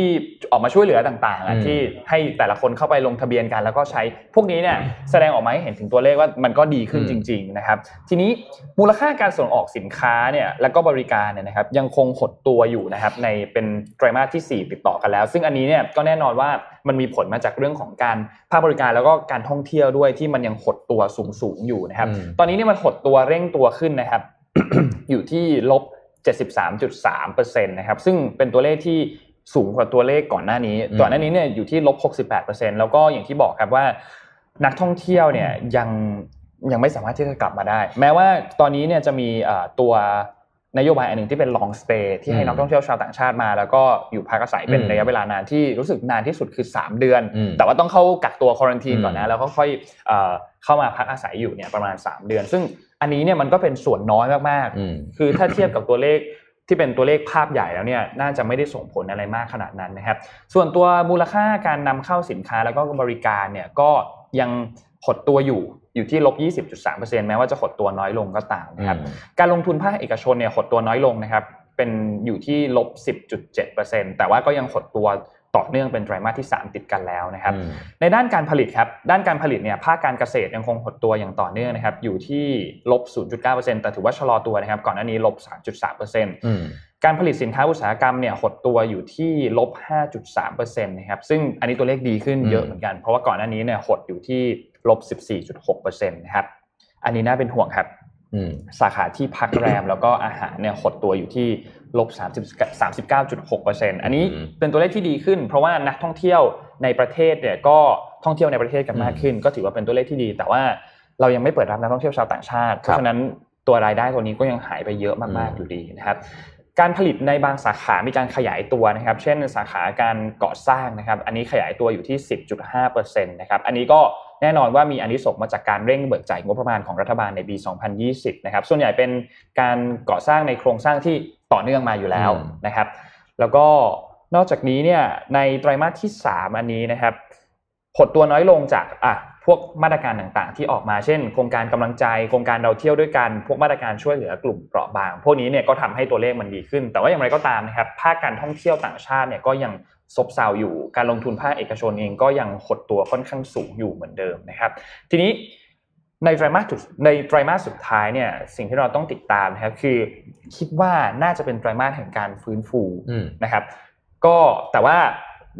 Speaker 3: ที่ออกมาช่วยเหลือต่างๆอะ
Speaker 4: อืม
Speaker 3: ที่ให้แต่ละคนเข้าไปลงทะเบียนกัน แล้วก็ใช้พวกนี้เนี่ยแสดงออกมาให้เห็นถึงตัวเลขว่ามันก็ดีขึ้นจริง ๆนะครับ ทีนี้มูลค่าการส่งออกสินค้าเนี่ยแล้วก็บริการเนี่ยนะครับยังคงหดตัวอยู่นะครับในเป็นไตรมาสที่ 4 ติดต่อกันแล้ว ซึ่งอันนี้เนี่ยก็แน่นอนว่ามันมีผลมาจากเรื่องของการภาคบริการแล้วก็การท่องเที่ยวด้วยที่มันยังหดตัวสูงๆอยู่นะครับ
Speaker 4: อืม
Speaker 3: ตอนนี้เนี่ยมันหดตัวเร่งตัวขึ้นนะครับ อยู่ที่ลบ 73.3%นะครับ ซึ่งเป็นตัวเลขที่สูงกว่าตัวเลขก่อนหน้านี้
Speaker 4: อืม
Speaker 3: ก่อนหน้านี้เนี่ยอยู่ที่ลบ 68%แล้วก็อย่างที่บอกครับว่า นักท่องเที่ยวเนี่ยยังยังไม่สามารถที่จะกลับมาได้ แม้ว่าตอนนี้เนี่ยจะมีเอ่อตัวนโยบายอันหนึ่งที่เป็น long stay ที่ให้นักท่องเที่ยวชาวต่างชาติมา แล้วก็อยู่พักอาศัยเป็น
Speaker 4: อืม
Speaker 3: ระยะเวลานานที่รู้สึกนานที่สุดคือ 3 เดือน
Speaker 4: อืม
Speaker 3: แต่ว่าต้องเข้ากักตัวควอนตีนก่อน
Speaker 4: อื
Speaker 3: นะ
Speaker 4: ม
Speaker 3: แล้วก็ค่อยเอ่อ เข้ามาพักอาศัยอยู่เนี่ยประมาณ 3 เดือน ซึ่งอันนี้เนี่ยมันก็เป็นส่วนน้อยมาก
Speaker 4: อืม
Speaker 3: ๆ คือถ้าเทียบกับตัวเลขที่เป็นตัวเลขภาพใหญ่แล้วเนี่ยน่าจะไม่ได้ส่งผลอะไรมากขนาดนั้นนะครับ ส่วนตัวมูลค่าการนำเข้าสินค้าแล้วก็บริการเนี่ยก็ยังหดตัวอยู่อยู่ที่ลบ20.3%แม้ว่าจะหดตัวน้อยลงก็ตามนะครับ การลงทุนภาคเอกชนเนี่ยหดตัวน้อยลงนะครับ เป็นอยู่ที่ลบ 10.7%แต่ว่าก็ยังหดตัวต่อเนื่องเป็นไตรมาสที่ 3 ติดกันแล้วนะครับ
Speaker 4: อืม
Speaker 3: ในด้านการผลิตครับด้านการผลิตเนี่ยภาคการเกษตรยังคงหดตัวอย่างต่อเนื่องนะครับ อยู่ที่ลบ 0.9%แต่ถือว่าชะลอตัวนะครับ ก่อนหน้านี้ลบ
Speaker 4: อืม
Speaker 3: 3.3%การผลิตสินค้าอุตสาหกรรมเนี่ยหดตัวอยู่ที่ลบ 5.3%นะครับซึ่งอันนี้ตัวเลขดีขึ้นเยอะ
Speaker 4: อืม
Speaker 3: เหมือนกัน เพราะว่าก่อนหน้านี้เนี่ยหดอยู่ที่ลบ 14.6%นะครับอันนี้น่าเป็นห่วงครับ
Speaker 4: อืม
Speaker 3: สาขาที่พักแรม แล้วก็อาหารเนี่ยหดตัวอยู่ที่ลบ30 39.6เปอร์เซ็นต์อันนี้
Speaker 4: อืม
Speaker 3: เป็นตัวเลขที่ดีขึ้น เพราะว่านักท่องเที่ยวในประเทศเนี่ยก็ท่องเที่ยวในประเทศกันมากขึ้น ก็ถือว่าเป็นตัวเลขที่ดี แต่ว่าเรายังไม่เปิดรับนักท่องเที่ยวชาวต่างชาติ เพราะฉะนั้นตัวรายได้ตัวนี้ก็ยังหายไปเยอะมากๆ
Speaker 4: อืม
Speaker 3: อยู่ดีนะครับ การผลิตในบางสาขา มีการขยายตัวนะครับ เช่น สาขาการก่อสร้างนะครับ อันนี้ขยายตัวอยู่ที่ 10.5%นะครับ อันนี้ก็แน่นอนว่ามีอันนี้ส่งส์มาจากการเร่งเบิกจ่ายงบประมาณของรัฐบาลในปี 2020 นะครับ ส่วนใหญ่เป็นการก่อสร้างในโครงสร้างที่ต่อเนื่องมาอยู่แล้ว
Speaker 4: อืม
Speaker 3: นะครับ แล้วก็นอกจากนี้เนี่ย ในไตรมาสที่ 3 อันนี้นะครับหดตัวน้อยลงจากอ่ะพวกมาตรการต่างๆ ที่ออกมา เช่น โครงการกำลังใจ โครงการเราเที่ยวด้วยกัน พวกมาตรการช่วยเหลือกลุ่มเปราะบาง พวกนี้เนี่ยก็ทำให้ตัวเลขมันดีขึ้น แต่ว่าอย่างไรก็ตามนะครับ ภาคการท่องเที่ยวต่างชาติเนี่ยก็ยังซบเซาอยู่ การลงทุนภาคเอกชนเองก็ยังหดตัวค่อนข้างสูงอยู่เหมือนเดิมนะครับ ทีนี้ในไตรมาสสุดในไตรมาสสุดท้ายเนี่ยสิ่งที่เราต้องติดตามนะครับคือคิดว่าน่าจะเป็นไตรมาสแห่งการฟื้นฟู
Speaker 4: อืม
Speaker 3: นะครับก็แต่ว่า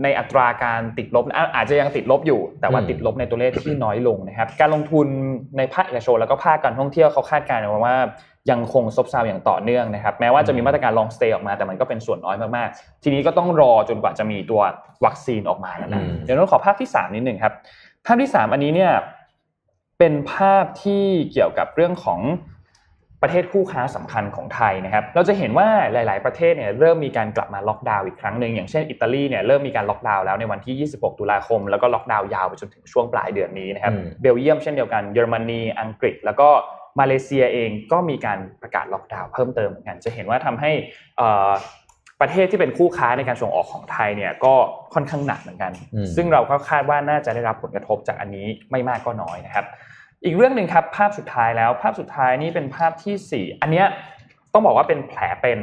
Speaker 3: ในอัตราการติดลบอ่ะอาจจะยังติดลบอยู่ แต่ว่า
Speaker 4: อืม
Speaker 3: ติดลบในตัวเลขที่น้อยลงนะครับ การลงทุนในภาคเอกชนแล้วก็ภาคการท่องเที่ยวเขาคาดการณ์กันว่ายังคงซบเซาอย่างต่อเนื่องนะครับ แม้ว่าจะมีมาตรการลองสเตย์ออกมาแต่มันก็เป็นส่วนน้อยมากๆ ทีนี้ก็ต้องรอจนกว่าจะมีตัววัคซีนออกมานะ
Speaker 4: อืม
Speaker 3: เดี๋ยวน้องขอภาพที่สามนิดหนึ่งครับ ภาพที่สามอันนี้เนี่ยเป็นภาพที่เกี่ยวกับเรื่องของประเทศคู่ค้าสำคัญของไทยนะครับ เราจะเห็นว่าหลาย ๆ ประเทศเนี่ยเริ่มมีการกลับมาล็อกดาวน์อีกครั้งหนึ่งอย่างเช่นอิตาลีเนี่ยเริ่มมีการล็อกดาวน์แล้วในวันที่ 26 ตุลาคม แล้วก็ล็อกดาวน์ยาวไปจนถึงช่วงปลายเดือนนี้นะครับ
Speaker 4: อืม
Speaker 3: เบลเยียมเช่นเดียวกันเยอรมนีอังกฤษ แล้วก็มาเลเซียเองก็มีการประกาศล็อกดาวน์เพิ่มเติมเหมือนกันจะเห็นว่าทำให้เอ่อประเทศที่เป็นคู่ค้าในการส่งออกของไทยเนี่ยก็ค่อนข้างหนักเหมือนกัน
Speaker 4: อืม
Speaker 3: ซึ่งเราก็คาดว่าน่าจะได้รับผลกระทบจากอันนี้ไม่มากก็น้อยนะครับ อีกเรื่องหนึ่งครับภาพสุดท้ายแล้ว ภาพสุดท้ายนี่เป็นภาพที่สี่อันเนี้ยต้องบอกว่าเป็นแผลเป็น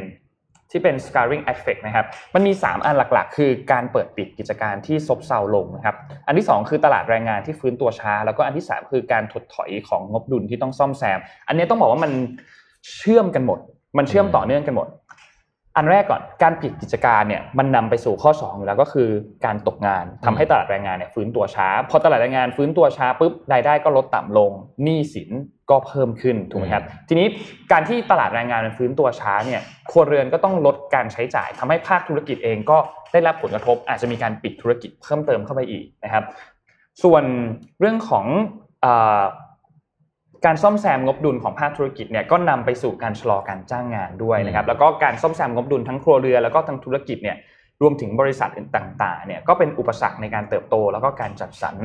Speaker 3: ที่เป็น scarring effect นะครับมันมี 3 อันหลักๆ คือการเปิดปิดกิจการที่ซบเซาลงนะครับอันที่ 2 คือตลาดแรงงานที่ฟื้นตัวช้า แล้วก็อันที่ 3 คือการถดถอยของงบดุลที่ต้องซ่อมแซม อันเนี้ยต้องบอกว่ามันเชื่อมกันหมด มันเชื่อมต่อเนื่องกันหมด อันแรกก่อนการปิดกิจการเนี่ยมันนำไปสู่ข้อ2อยู่แล้วก็คือการตกงานทำให้ตลาดแรงงานเนี่ยฟื้นตัวช้า พอตลาดแรงงานฟื้นตัวช้าปุ๊บรายได้ก็ลดต่ำลงหนี้สินก็เพิ่มขึ้นถูกไหมครับ ทีนี้การที่ตลาดแรงงานมันฟื้นตัวช้าเนี่ยครัวเรือนก็ต้องลดการใช้จ่ายทำให้ภาคธุรกิจเองก็ได้รับผลกระทบ อาจจะมีการปิดธุรกิจเพิ่มเติมเข้าไปอีกนะครับ ส่วนเรื่องของเออการซ่อมแซมงบดุลของภาคธุรกิจเนี่ยก็นำไปสู่การชะลอการจ้างงานด้วยนะครับ แล้วก็การซ่อมแซมงบดุลทั้งครัวเรือนแล้วก็ทั้งธุรกิจเนี่ยรวมถึงบริษัทต่างๆเนี่ยก็เป็นอุปสรรคในการเติบโต แล้วก็การจัดสรร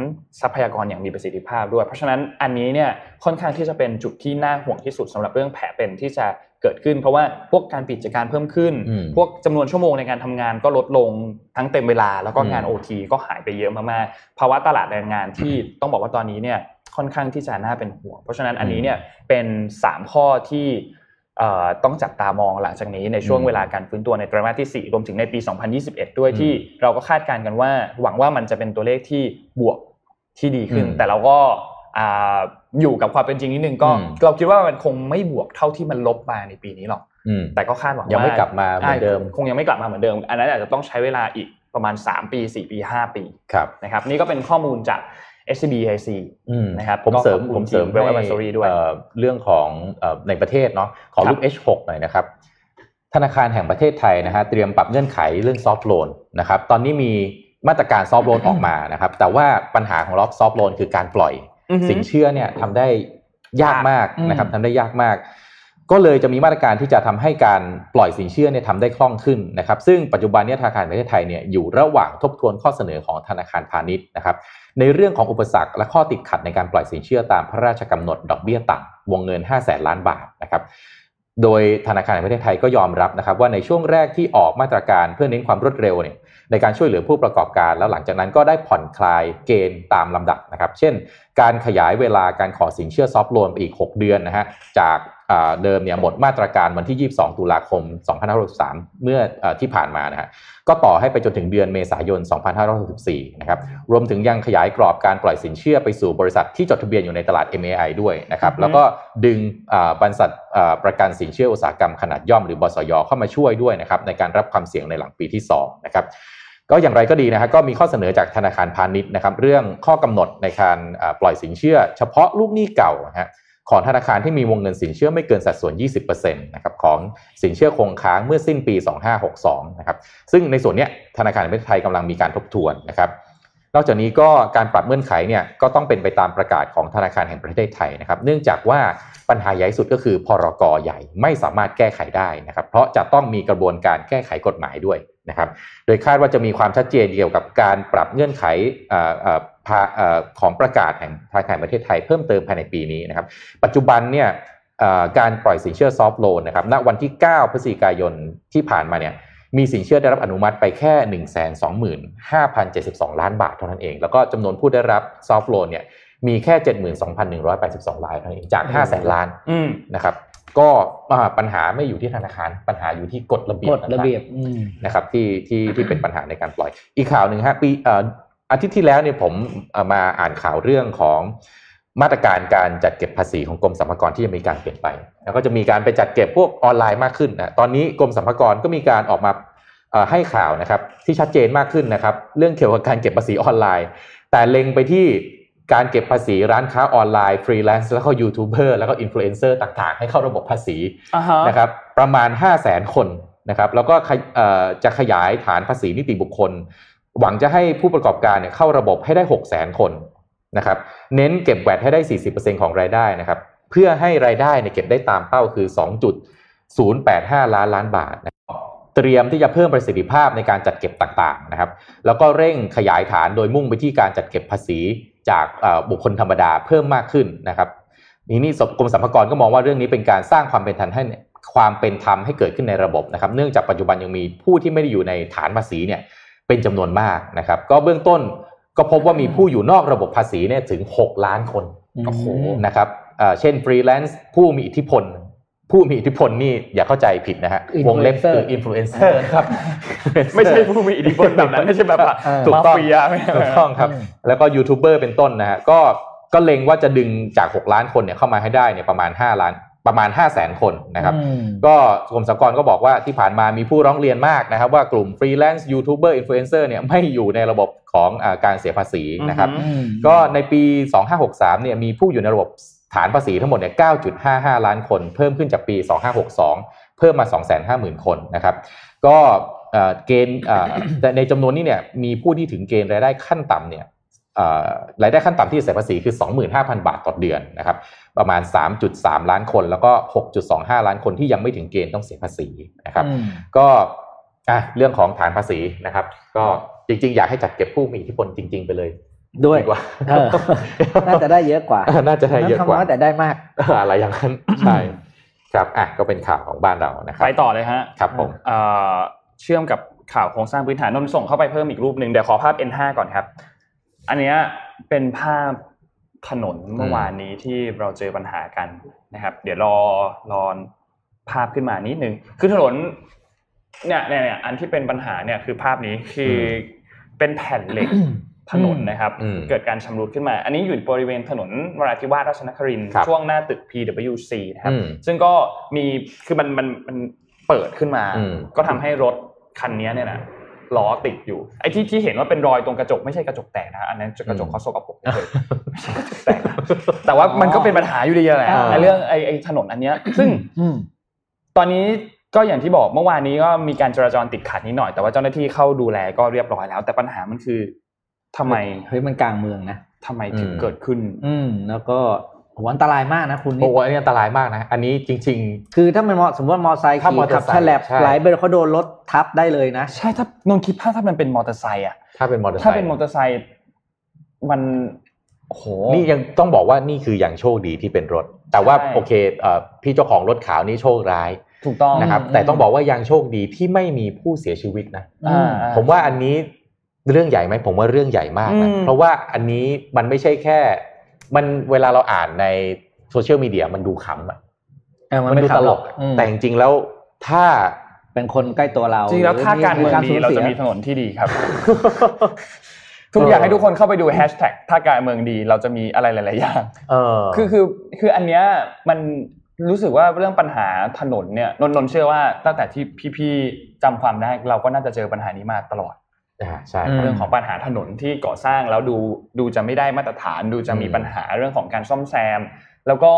Speaker 3: ทรัพยากรอย่างมีประสิทธิภาพด้วย เพราะฉะนั้นอันนี้เนี่ยค่อนข้างที่จะเป็นจุดที่น่าห่วงที่สุดสำหรับเรื่องแผลเป็นที่จะเกิดขึ้น เพราะว่าพวกการปิดกิจการเพิ่มขึ้น
Speaker 4: อืม
Speaker 3: พวกจำนวนชั่วโมงในการทำงานก็ลดลงทั้งเต็มเวลาแล้วก็งาน
Speaker 4: อืม
Speaker 3: OT ก็หายไปเยอะมากๆภาวะตลาดแรงงานที่ต้องบอกว่าตอนนี้เนี่ยค่อนข้างที่จะน่าเป็นห่วง เพราะฉะนั้นอันนี้เนี่ยเป็น 3 ข้อที่เอ่อต้องจับตามองหลังจากนี้ในช่วง
Speaker 4: อืม
Speaker 3: เวลาการฟื้นตัวในไตรมาสที่ 4 รวมถึงในปี 2021 ด้วย
Speaker 4: อืม
Speaker 3: ที่เราก็คาดการณ์กันว่า หวังว่ามันจะเป็นตัวเลขที่บวกที่ดีขึ้น
Speaker 4: อืม
Speaker 3: แต่เราก็อ่าอยู่กับความเป็นจริงนิดนึงก็
Speaker 4: อืม
Speaker 3: เราคิดว่ามันคงไม่บวกเท่าที่มันลบมาในปีนี้หรอก
Speaker 4: อืม
Speaker 3: แต่ก็คาดหวัง
Speaker 4: ยังไม่
Speaker 3: ว่
Speaker 4: กลับมาเหมือนเดิม
Speaker 3: ใช่คงยังไม่กลับมาเหมือนเดิม อันนั้นอาจจะต้องใช้เวลาอีกประมาณ 3 ปี 4 ปี 5 ปี
Speaker 4: ครับ
Speaker 3: นะครับนี่ก็เป็นข้อมูลจาก SBIC
Speaker 4: อืม
Speaker 3: นะครับ
Speaker 4: ผม
Speaker 3: ก็
Speaker 4: เสริม
Speaker 3: ขอบคุณ
Speaker 4: ผมเสริม
Speaker 3: ทีม Wealth Advisory ด้วย
Speaker 4: เอ่อเรื่องของเอ่อในประเทศเนาะขอรูป H6 หน่อยนะครับ ธนาคารแห่งประเทศไทยนะฮะเตรียมปรับเงื่อนไขเรื่องซอฟ t l โลนนะครับตอนนี้มีมาตรการซอฟ t l โลนออกมานะครับ แต่ว่าปัญหาของรอบซอฟ t l โลนคือการปล่อย
Speaker 3: อือฮึ
Speaker 4: สินเชื่อเนี่ยทำได้ยากมาก
Speaker 3: อืม
Speaker 4: นะครับทำได้ยากมาก ก็เลยจะมีมาตรการที่จะทำให้การปล่อยสินเชื่อเนี่ยทำได้คล่องขึ้นนะครับซึ่งปัจจุบันเนี่ยธนาคารแห่งประเทศไทยเนี่ยอยู่ระหว่างทบทวนข้อเสนอของธนาคารพาณิชย์นะครับในเรื่องของอุปสรรคและข้อติดขัดในการปล่อยสินเชื่อตามพระราชกำหนดดอกเบี้ยต่ำวงเงิน 5 0 0แสนล้านบาทนะครับโดยธนาคารแห่งประเทศไทยก็ยอมรับนะครับว่าในช่วงแรกที่ออกมาตรการเพื่อเน้นความรวดเร็วเนี่ย ในการช่วยเหลือผู้ประกอบการแล้วหลังจากนั้นก็ได้ผ่อนคลายเกณฑ์ตามลำดับนะครับ เช่น การขยายเวลาการขอสินเชื่อซอฟต์โลนไปอีก 6 เดือนนะฮะจากอ่าเดิมเนี่ยหมดมาตรการวันที่ 22 ตุลาคม 2563 เมื่อเอ่อที่ผ่านมานะฮะก็ต่อให้ไปจนถึงเดือนเมษายน 2564 นะครับรวมถึงยังขยายกรอบการปล่อยสินเชื่อไปสู่บริษัทที่จดทะเบียนอยู่ในตลาด MAI ด้วยนะครับแล้วก็ดึงอ่าบริษัทอ่าประกันสินเชื่ออุตสาหกรรมขนาดย่อมหรือบสยเข้ามาช่วยด้วยนะครับในการรับความเสี่ยงในหลังปีที่สองนะครับ ก็อย่างไรก็ดีนะฮะก็มีข้อเสนอจากธนาคารพาณิชย์นะครับ เรื่องข้อกำหนดในการอ่าปล่อยสินเชื่อ เฉพาะลูกหนี้เก่านะฮะของธนาคารที่มีวงเงินสินเชื่อไม่เกินสัดส่วน 20%นะครับของสินเชื่อคงค้างเมื่อสิ้นปี 2562 นะครับ ซึ่งในส่วนเนี้ยธนาคารแห่งประเทศไทยกำลังมีการทบทวนนะครับ นอกจากนี้ก็การปรับเงื่อนไขเนี่ยก็ต้องเป็นไปตามประกาศของธนาคารแห่งประเทศไทยนะครับ เนื่องจากว่าปัญหาใหญ่สุดก็คือพรกใหญ่ไม่สามารถแก้ไขได้นะครับ เพราะจะต้องมีกระบวนการแก้ไขกฎหมายด้วยนะครับ โดยคาดว่าจะมีความชัดเจนเกี่ยวกับการปรับเงื่อนไขเอ่อเอ่อภาเอ่อของประกาศแห่งธนาคารแห่งประเทศไทยเพิ่มเติมภายในปีนี้นะครับ ปัจจุบันเนี่ยเอ่อการปล่อยสินเชื่อซอฟท์โลนนะครับ ณ วันที่ 9 พฤศจิกายนที่ผ่านมาเนี่ย มีสินเชื่อได้รับอนุมัติไปแค่ 125,072 ล้านบาทเท่านั้นเอง แล้วก็จำนวนผู้ได้รับซอฟท์โลนเนี่ย มีแค่ 72,182 รายเท่านั้นเอง จาก 5 0 0 0 0 0 ล้าน
Speaker 3: อืม
Speaker 4: นะครับ ก็อ่าปัญหาไม่อยู่ที่ธนาคาร ปัญหาอยู่ที่กฎระเบียบ
Speaker 5: กฎระเบียบ
Speaker 4: ต่างๆ
Speaker 5: อืม
Speaker 4: นะครับที่ที่ที่เป็นปัญหาในการปล่อย อีกข่าวหนึ่งฮะปีเอ่ออาทิตย์ที่แล้วเนี่ยผมเอ่อมาอ่านข่าวเรื่องของมาตรการการจัดเก็บภาษีของกรมสรรพากรที่จะมีการเปลี่ยนไป แล้วก็จะมีการไปจัดเก็บพวกออนไลน์มากขึ้นนะตอนนี้กรมสรรพากรก็มีการออกมาเอ่อให้ข่าวนะครับที่ชัดเจนมากขึ้นนะครับเรื่องเกี่ยวกับการเก็บภาษีออนไลน์ แต่เล็งไปที่การเก็บภาษีร้านค้าออนไลน์ฟรีแลนซ์แล้วก็ยูทูบเบอร์แล้วก็อินฟลูเอนเซอร์ต่างๆ ให้เข้าระบบภาษี
Speaker 3: อ่าฮะ
Speaker 4: นะครับประมาณ 5 0 0แสนคนนะครับแล้วก็ขยเอ่อจะขยายฐานภาษีนิติบุคคล หวังจะให้ผู้ประกอบการเนี่ยเข้าระบบให้ได้ 6 0แสนคนนะครับเน้นเก็บแวดให้ได้ 40%ของรายได้นะครับเพื่อให้รายได้เนี่ยเก็บได้ตามเป้าคือ 2.085 ล้านล้านบาทนะเตรียมที่จะเพิ่มประสิทธิภาพในการจัดเก็บต่างๆนะครับแล้วก็เร่งขยายฐานโดยมุ่งไปที่การจัดเก็บภาษีจากเอ่อบุคคลธรรมดาเพิ่มมากขึ้นนะครับ นี่นี่กรมสรรพากรก็มองว่าเรื่องนี้เป็นการสร้างความเป็นธรรมให้ความเป็นธรรมให้เกิดขึ้นในระบบนะครับ เนื่องจากปัจจุบันยังมีผู้ที่ไม่ได้อยู่ในฐานภาษีเนี่ยเป็นจำนวนมากนะครับ ก็เบื้องต้นก็พบว่ามีผู้อยู่นอกระบบภาษีเนี่ยถึง 6 ล้านคน
Speaker 5: โอ้โห
Speaker 4: นะครับเอ่อเช่นฟรีแลนซ์ผู้มีอิทธิพล ผู้มีอิทธิพลนี่อย่าเข้าใจผิดนะฮะวงเล็บคืออินฟลูเอนเซอร์ครับ
Speaker 3: ไม่ใช่ผู้มีอิทธิพลแบบนั้นไม่ใช่แบบว่า
Speaker 5: เออ
Speaker 4: ถูกต้อง
Speaker 3: มาเฟียไม่ใช่
Speaker 4: ถู
Speaker 3: แบบ
Speaker 4: ก
Speaker 3: นั้น
Speaker 4: ต้องครับ
Speaker 5: อืม
Speaker 4: แล้วก็ยูทูบเบอร์เป็นต้นนะฮะก็ก็เล็งว่าจะดึงจาก 6 ล้านคนเนี่ยเข้ามาให้ได้เนี่ยประมาณ 5 ล้านประมาณ 5 0 0แสนคนนะครับ
Speaker 5: อืม
Speaker 4: ก็กรมสรรพากรก็บอกว่าที่ผ่านมามีผู้ร้องเรียนมากนะครับ ว่ากลุ่มฟรีแลนซ์ยูทูบเบอร์อินฟลูเอนเซอร์เนี่ยไม่อยู่ในระบบของอาการเสียภาษีนะครับ
Speaker 3: อื
Speaker 4: ก็ในปี 2563 เนี่ยมีผู้อยู่ในระบบฐานภาษีทั้งหมดเนี่ย 9.55 ล้านคน เพิ่มขึ้นจากปี 2562 เพิ่มมา 250,000 คนนะครับ ก็เอ่อเกณฑ์เอ่อ แต่ในจำนวนนี้เนี่ยมีผู้ที่ถึงเกณฑ์รายได้ขั้นต่ำเนี่ยเอ่อรายได้ขั้นต่ำที่จะเสียภาษีคือ 25,000 บาทต่อเดือนนะครับ ประมาณ 3.3 ล้านคน แล้วก็ 6.25 ล้านคนที่ยังไม่ถึงเกณฑ์ต้องเสียภาษีนะครับ ก็อ่ะเรื่องของฐานภาษีนะครับ ก็จริง ๆ อยากให้จัดเก็บผู้มีอิทธิพลจริง ๆ ไปเลย
Speaker 5: ด้วย
Speaker 4: กว่า
Speaker 5: เออ น่าจะได้เยอะกว่า
Speaker 4: เออน่าจะได้เยอะกว่า
Speaker 5: น้ำคำน้แต่ได้มาก
Speaker 4: อะไรอย่างนั้น ใช่ ครับอ่ะก็เป็นข่าวของบ้านเรานะครับ
Speaker 3: ไปต่อเลยฮะ
Speaker 4: ครับผม
Speaker 3: เอ่อเชื่อมกับข่าวโครงสร้างพื้นฐานนนท์ส่งเข้าไปเพิ่มอีกรูปหนึ่งเดี๋ยวขอภาพ N5 ก่อนครับ อันเนี้ยเป็นภาพถนนเมื่อวานนี้ที่เราเจอปัญหากันนะครับ เดี๋ยวรอรอภาพขึ้นมานิดนึงคือถนนเนี่ยเนี่ยเนี่ยอันที่เป็นปัญหาเนี่ยคือภาพนี้คืออเป็นแผ่นเหล็ก ถนนนะครับ
Speaker 4: อืม
Speaker 3: เกิดการชำรุดขึ้นมา อันนี้อยู่บริเวณถนนวราธิวาสราชนครินทร์
Speaker 4: ครับ
Speaker 3: ช่วงหน้าตึก PWC นะครับ
Speaker 4: อืม
Speaker 3: ซึ่งก็มีคือมันมันมันเปิดขึ้นมา
Speaker 4: อืม
Speaker 3: ก็ทำให้รถคันนี้เนี่ยนะล้อติดอยู่ไอ้ที่ที่เห็นว่าเป็นรอยตรงกระจกไม่ใช่กระจกแตกนะฮะอันนั้นกระจกเขาสกปรกเลยไม่ใช่กระจกแตกนะแต่ว่ามันก็เป็นปัญหาอยู่ดีแหละ
Speaker 5: อ่า
Speaker 3: ไอ้เรื่องไอ้ไอ้ถนนอันเนี้ยซึ่ง
Speaker 5: อืม
Speaker 3: ตอนนี้ก็อย่างที่บอกเมื่อวานนี้ก็มีการจราจรติดขัดนิดหน่อยแต่ว่าเจ้าหน้าที่เข้าดูแลก็เรียบร้อยแล้ว แต่ปัญหามันคือทำไม
Speaker 5: เฮ้ยมันกลางเมืองนะ
Speaker 3: ทำไมถึงเกิดขึ้น
Speaker 5: อืม แล้วก็ โหอันตรายมากนะคุณ
Speaker 4: โอ้
Speaker 5: นี่
Speaker 4: โหอันนี้อันตรายมากนะ อันนี้จริง
Speaker 5: คือถ้ามันมอสมมติว่ามอไซค์
Speaker 4: ถ้า
Speaker 5: ขี่
Speaker 4: มอเตอ
Speaker 5: ขั
Speaker 4: ร์
Speaker 5: บ
Speaker 4: ไซค์
Speaker 5: แฉลบ
Speaker 4: ใช่
Speaker 5: ไหลไปแล้วเขาโดนรถทับได้เลยนะ
Speaker 3: ใช่ถ้านนท์คิดภาพถ้ามันเป็นมอเตอร์ไซค์อ่ะ
Speaker 4: ๆ ถ้าเป็นมอเตอร์ไซค์
Speaker 3: ถ้าเป็นมอเตอร์ไซค์มันโอ้โห
Speaker 4: นี่ยังต้องบอกว่านี่คืออย่างโชคดีที่เป็นรถ แต่ว่า
Speaker 3: ใช่
Speaker 4: โอเคเอ่อพี่เจ้าของรถขาวนี่โชคร้าย
Speaker 3: ถูกต้อง
Speaker 4: นะครับ แต่ต้องบอกว่ายังโชคดีที่ไม่มีผู้เสียชีวิตนะ
Speaker 3: อ่า
Speaker 4: ผมว่าอันนี้เรื่องใหญ่ไหมผมว่าเรื่องใหญ่มากนะ
Speaker 3: อืม
Speaker 4: เพราะว่าอันนี้มันไม่ใช่แค่ มันเวลาเราอ่านในโซเชียลมีเดียมันดูขำอะ
Speaker 5: เออมัน
Speaker 4: มัน
Speaker 5: ไม่
Speaker 4: ดูต
Speaker 5: ต
Speaker 4: ล
Speaker 5: ล
Speaker 4: ก
Speaker 5: ก
Speaker 4: อะ
Speaker 5: อืม
Speaker 4: แต่จริงๆแล้วถ้า
Speaker 5: เป็นคนใกล้ตัวเรา
Speaker 3: จริงแล้วถ้าการเมืองดีเราจะมีถนนที่ดีครับ ทุกอย่างให้ทุกคนเข้าไปดูแฮชแท็กถ้าการเมืองดีเราจะมีอะไรหลาย ๆ อย่าง
Speaker 4: เออ
Speaker 3: คือคือคืออันเนี้ยมันรู้สึกว่าเรื่องปัญหาถนนเนี่ยนนท์นนท์เชื่อว่าตั้งแต่ที่พี่ๆจำความได้เราก็น่าจะเจอปัญหานี้มาตลอด
Speaker 4: อ่าใช่ครับ
Speaker 3: เรื่องของปัญหาถนนที่ก่อสร้างแล้วดูดูจะไม่ได้มาตรฐาน ดูจะมี
Speaker 4: อืม
Speaker 3: ปัญหาเรื่องของการซ่อมแซม แล้วก็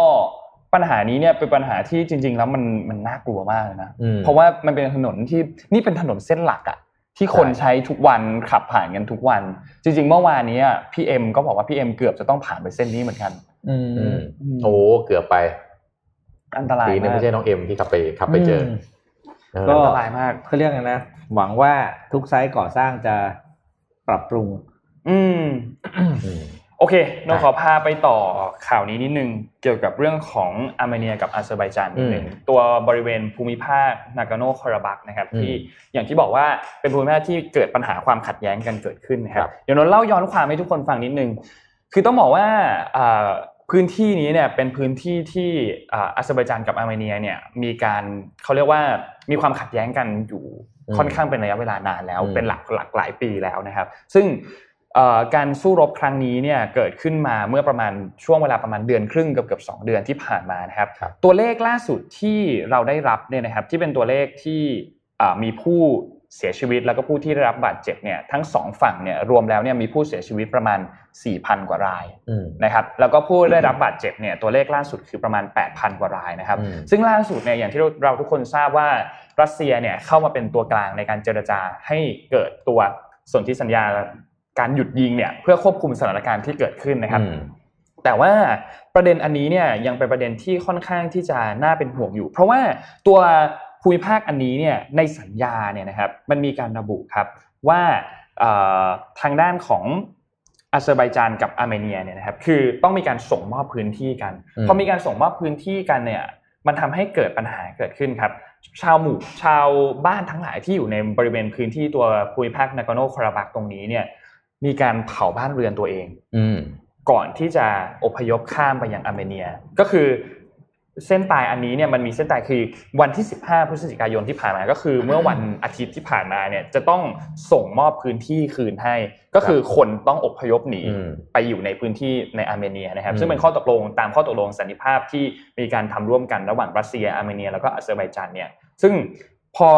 Speaker 3: ปัญหานี้เนี่ยเป็นปัญหาที่จริง ๆ แล้วมันมันน่ากลัวมากเลยนะ
Speaker 4: อืม
Speaker 3: เพราะว่ามันเป็นถนนที่นี่เป็นถนนเส้นหลักอะที่คน
Speaker 4: ใช่
Speaker 3: ใช้ทุกวันขับผ่านกันทุกวัน จริง ๆ เมื่อวานเนี้ยพี่เอ็มก็บอกว่าพี่เอ็มเกือบจะต้องผ่านไปเส้นนี้เหมือนกัน
Speaker 5: อืม
Speaker 4: อืมโอ้เกือบไป
Speaker 3: อันตราย
Speaker 4: ดีนะ
Speaker 3: มาก
Speaker 4: ไม่ใช่น้องเอ็มที่ขับไปขับไปเจอเออ
Speaker 5: ก็
Speaker 3: อันตรายมาก
Speaker 5: เขาเรียกไงนะ หวังว่าทุกไซต์ก่อสร้างจะปรับปรุง
Speaker 3: อืม
Speaker 4: อืม
Speaker 3: โอเคโน
Speaker 4: ได้
Speaker 3: ขอพาไปต่อข่าวนี้นิดนึง เกี่ยวกับเรื่องของอาร์เมเนียกับอาเซอร์ไบจานนิดนึงตัวบริเวณภูมิภาคนากาโนคาราบักนะครับ
Speaker 4: อืม
Speaker 3: ที่อย่างที่บอกว่าเป็นภูมิภาคที่เกิดปัญหาความขัดแย้งกันเกิดขึ้นนะครั
Speaker 4: ครับ บ
Speaker 3: เดี๋ยวนนท์เล่าย้อนความให้ทุกคนฟังนิดนึง คือต้องบอกว่าอ่าพื้นที่นี้เนี่ยเป็นพื้นที่ที่อ่าอาเซอร์ไบจานกับอาร์เมเนียเนี่ยมีการเขาเรียกว่ามีความขัดแย้งกันอยู่
Speaker 4: อืม
Speaker 3: ค่อนข้างเป็นระยะเวลานานแล้ว
Speaker 4: อืม
Speaker 3: เป็นหลักหลักหลายปีแล้วนะครับ ซึ่งเอ่อการสู้รบครั้งนี้เนี่ยเกิดขึ้นมาเมื่อประมาณช่วงเวลาประมาณเดือนครึ่งกับเกือบสองเดือนที่ผ่านมานะครับ
Speaker 4: ครับ
Speaker 3: ตัวเลขล่าสุดที่เราได้รับเนี่ยนะครับที่เป็นตัวเลขที่อ่ามีผู้เสียชีวิตแล้วก็ผู้ที่ได้รับบาดเจ็บเนี่ยทั้งสองฝั่งเนี่ยรวมแล้วเนี่ยมีผู้เสียชีวิตประมาณ 4,000 กว่าราย
Speaker 4: อืม
Speaker 3: นะครับแล้วก็ผู้ได้รับบาดเจ็บเนี่ยตัวเลขล่าสุดคือประมาณ 8,000 กว่ารายนะครับ
Speaker 4: อืม
Speaker 3: ซึ่งล่าสุดเนี่ยอย่างที่เราเราทุกคนทราบว่ารัสเซียเนี่ยเข้ามาเป็นตัวกลางในการเจรจาให้เกิดตัวสนธิสัญญาการหยุดยิงเนี่ยเพื่อควบคุมสถานการณ์ที่เกิดขึ้นนะครับ
Speaker 4: อืม
Speaker 3: แต่ว่าประเด็นอันนี้เนี่ยยังเป็นประเด็นที่ค่อนข้างที่จะน่าเป็นห่วงอยู่ เพราะว่าตัวภูมิภาคอันนี้เนี่ยในสัญญาเนี่ยนะครับมันมีการระบุครับว่าเอ่อทางด้านของอาเซอร์ไบจานกับอาร์เมเนียเนี่ยนะครับคือต้องมีการส่งมอบพื้นที่กัน
Speaker 4: อืม
Speaker 3: พอมีการส่งมอบพื้นที่กันเนี่ยมันทำให้เกิดปัญหาเกิดขึ้นครับ ชาวหมู่ชาวบ้านทั้งหลายที่อยู่ในบริเวณพื้นที่ตัวภูมิภาคนากาโนคาราบักตรงนี้เนี่ยมีการเผาบ้านเรือนตัวเอง
Speaker 4: อืม
Speaker 3: ก่อนที่จะอพยพข้ามไปยังอาร์เมเนีย ก็คือเส้นตายอันนี้เนี่ยมันมีเส้นตายคือวันที่ 15 พฤศจิกายนที่ผ่านมา ก็คือเมื่อวันอาทิตย์ที่ผ่านมาเนี่ยจะต้องส่งมอบพื้นที่คืนให้ ก็คือคนต้องอพยพหนี
Speaker 4: อืม
Speaker 3: ไปอยู่ในพื้นที่ในอาร์เมเนียนะครับ
Speaker 4: อืม
Speaker 3: ซึ่งเป็นข้อตกลงตามข้อตกลงสันติภาพที่มีการทำร่วมกันระหว่างรัสเซียอาร์เมเนียแล้วก็อาเซอร์ไบจานเนี่ย ซึ่งพอ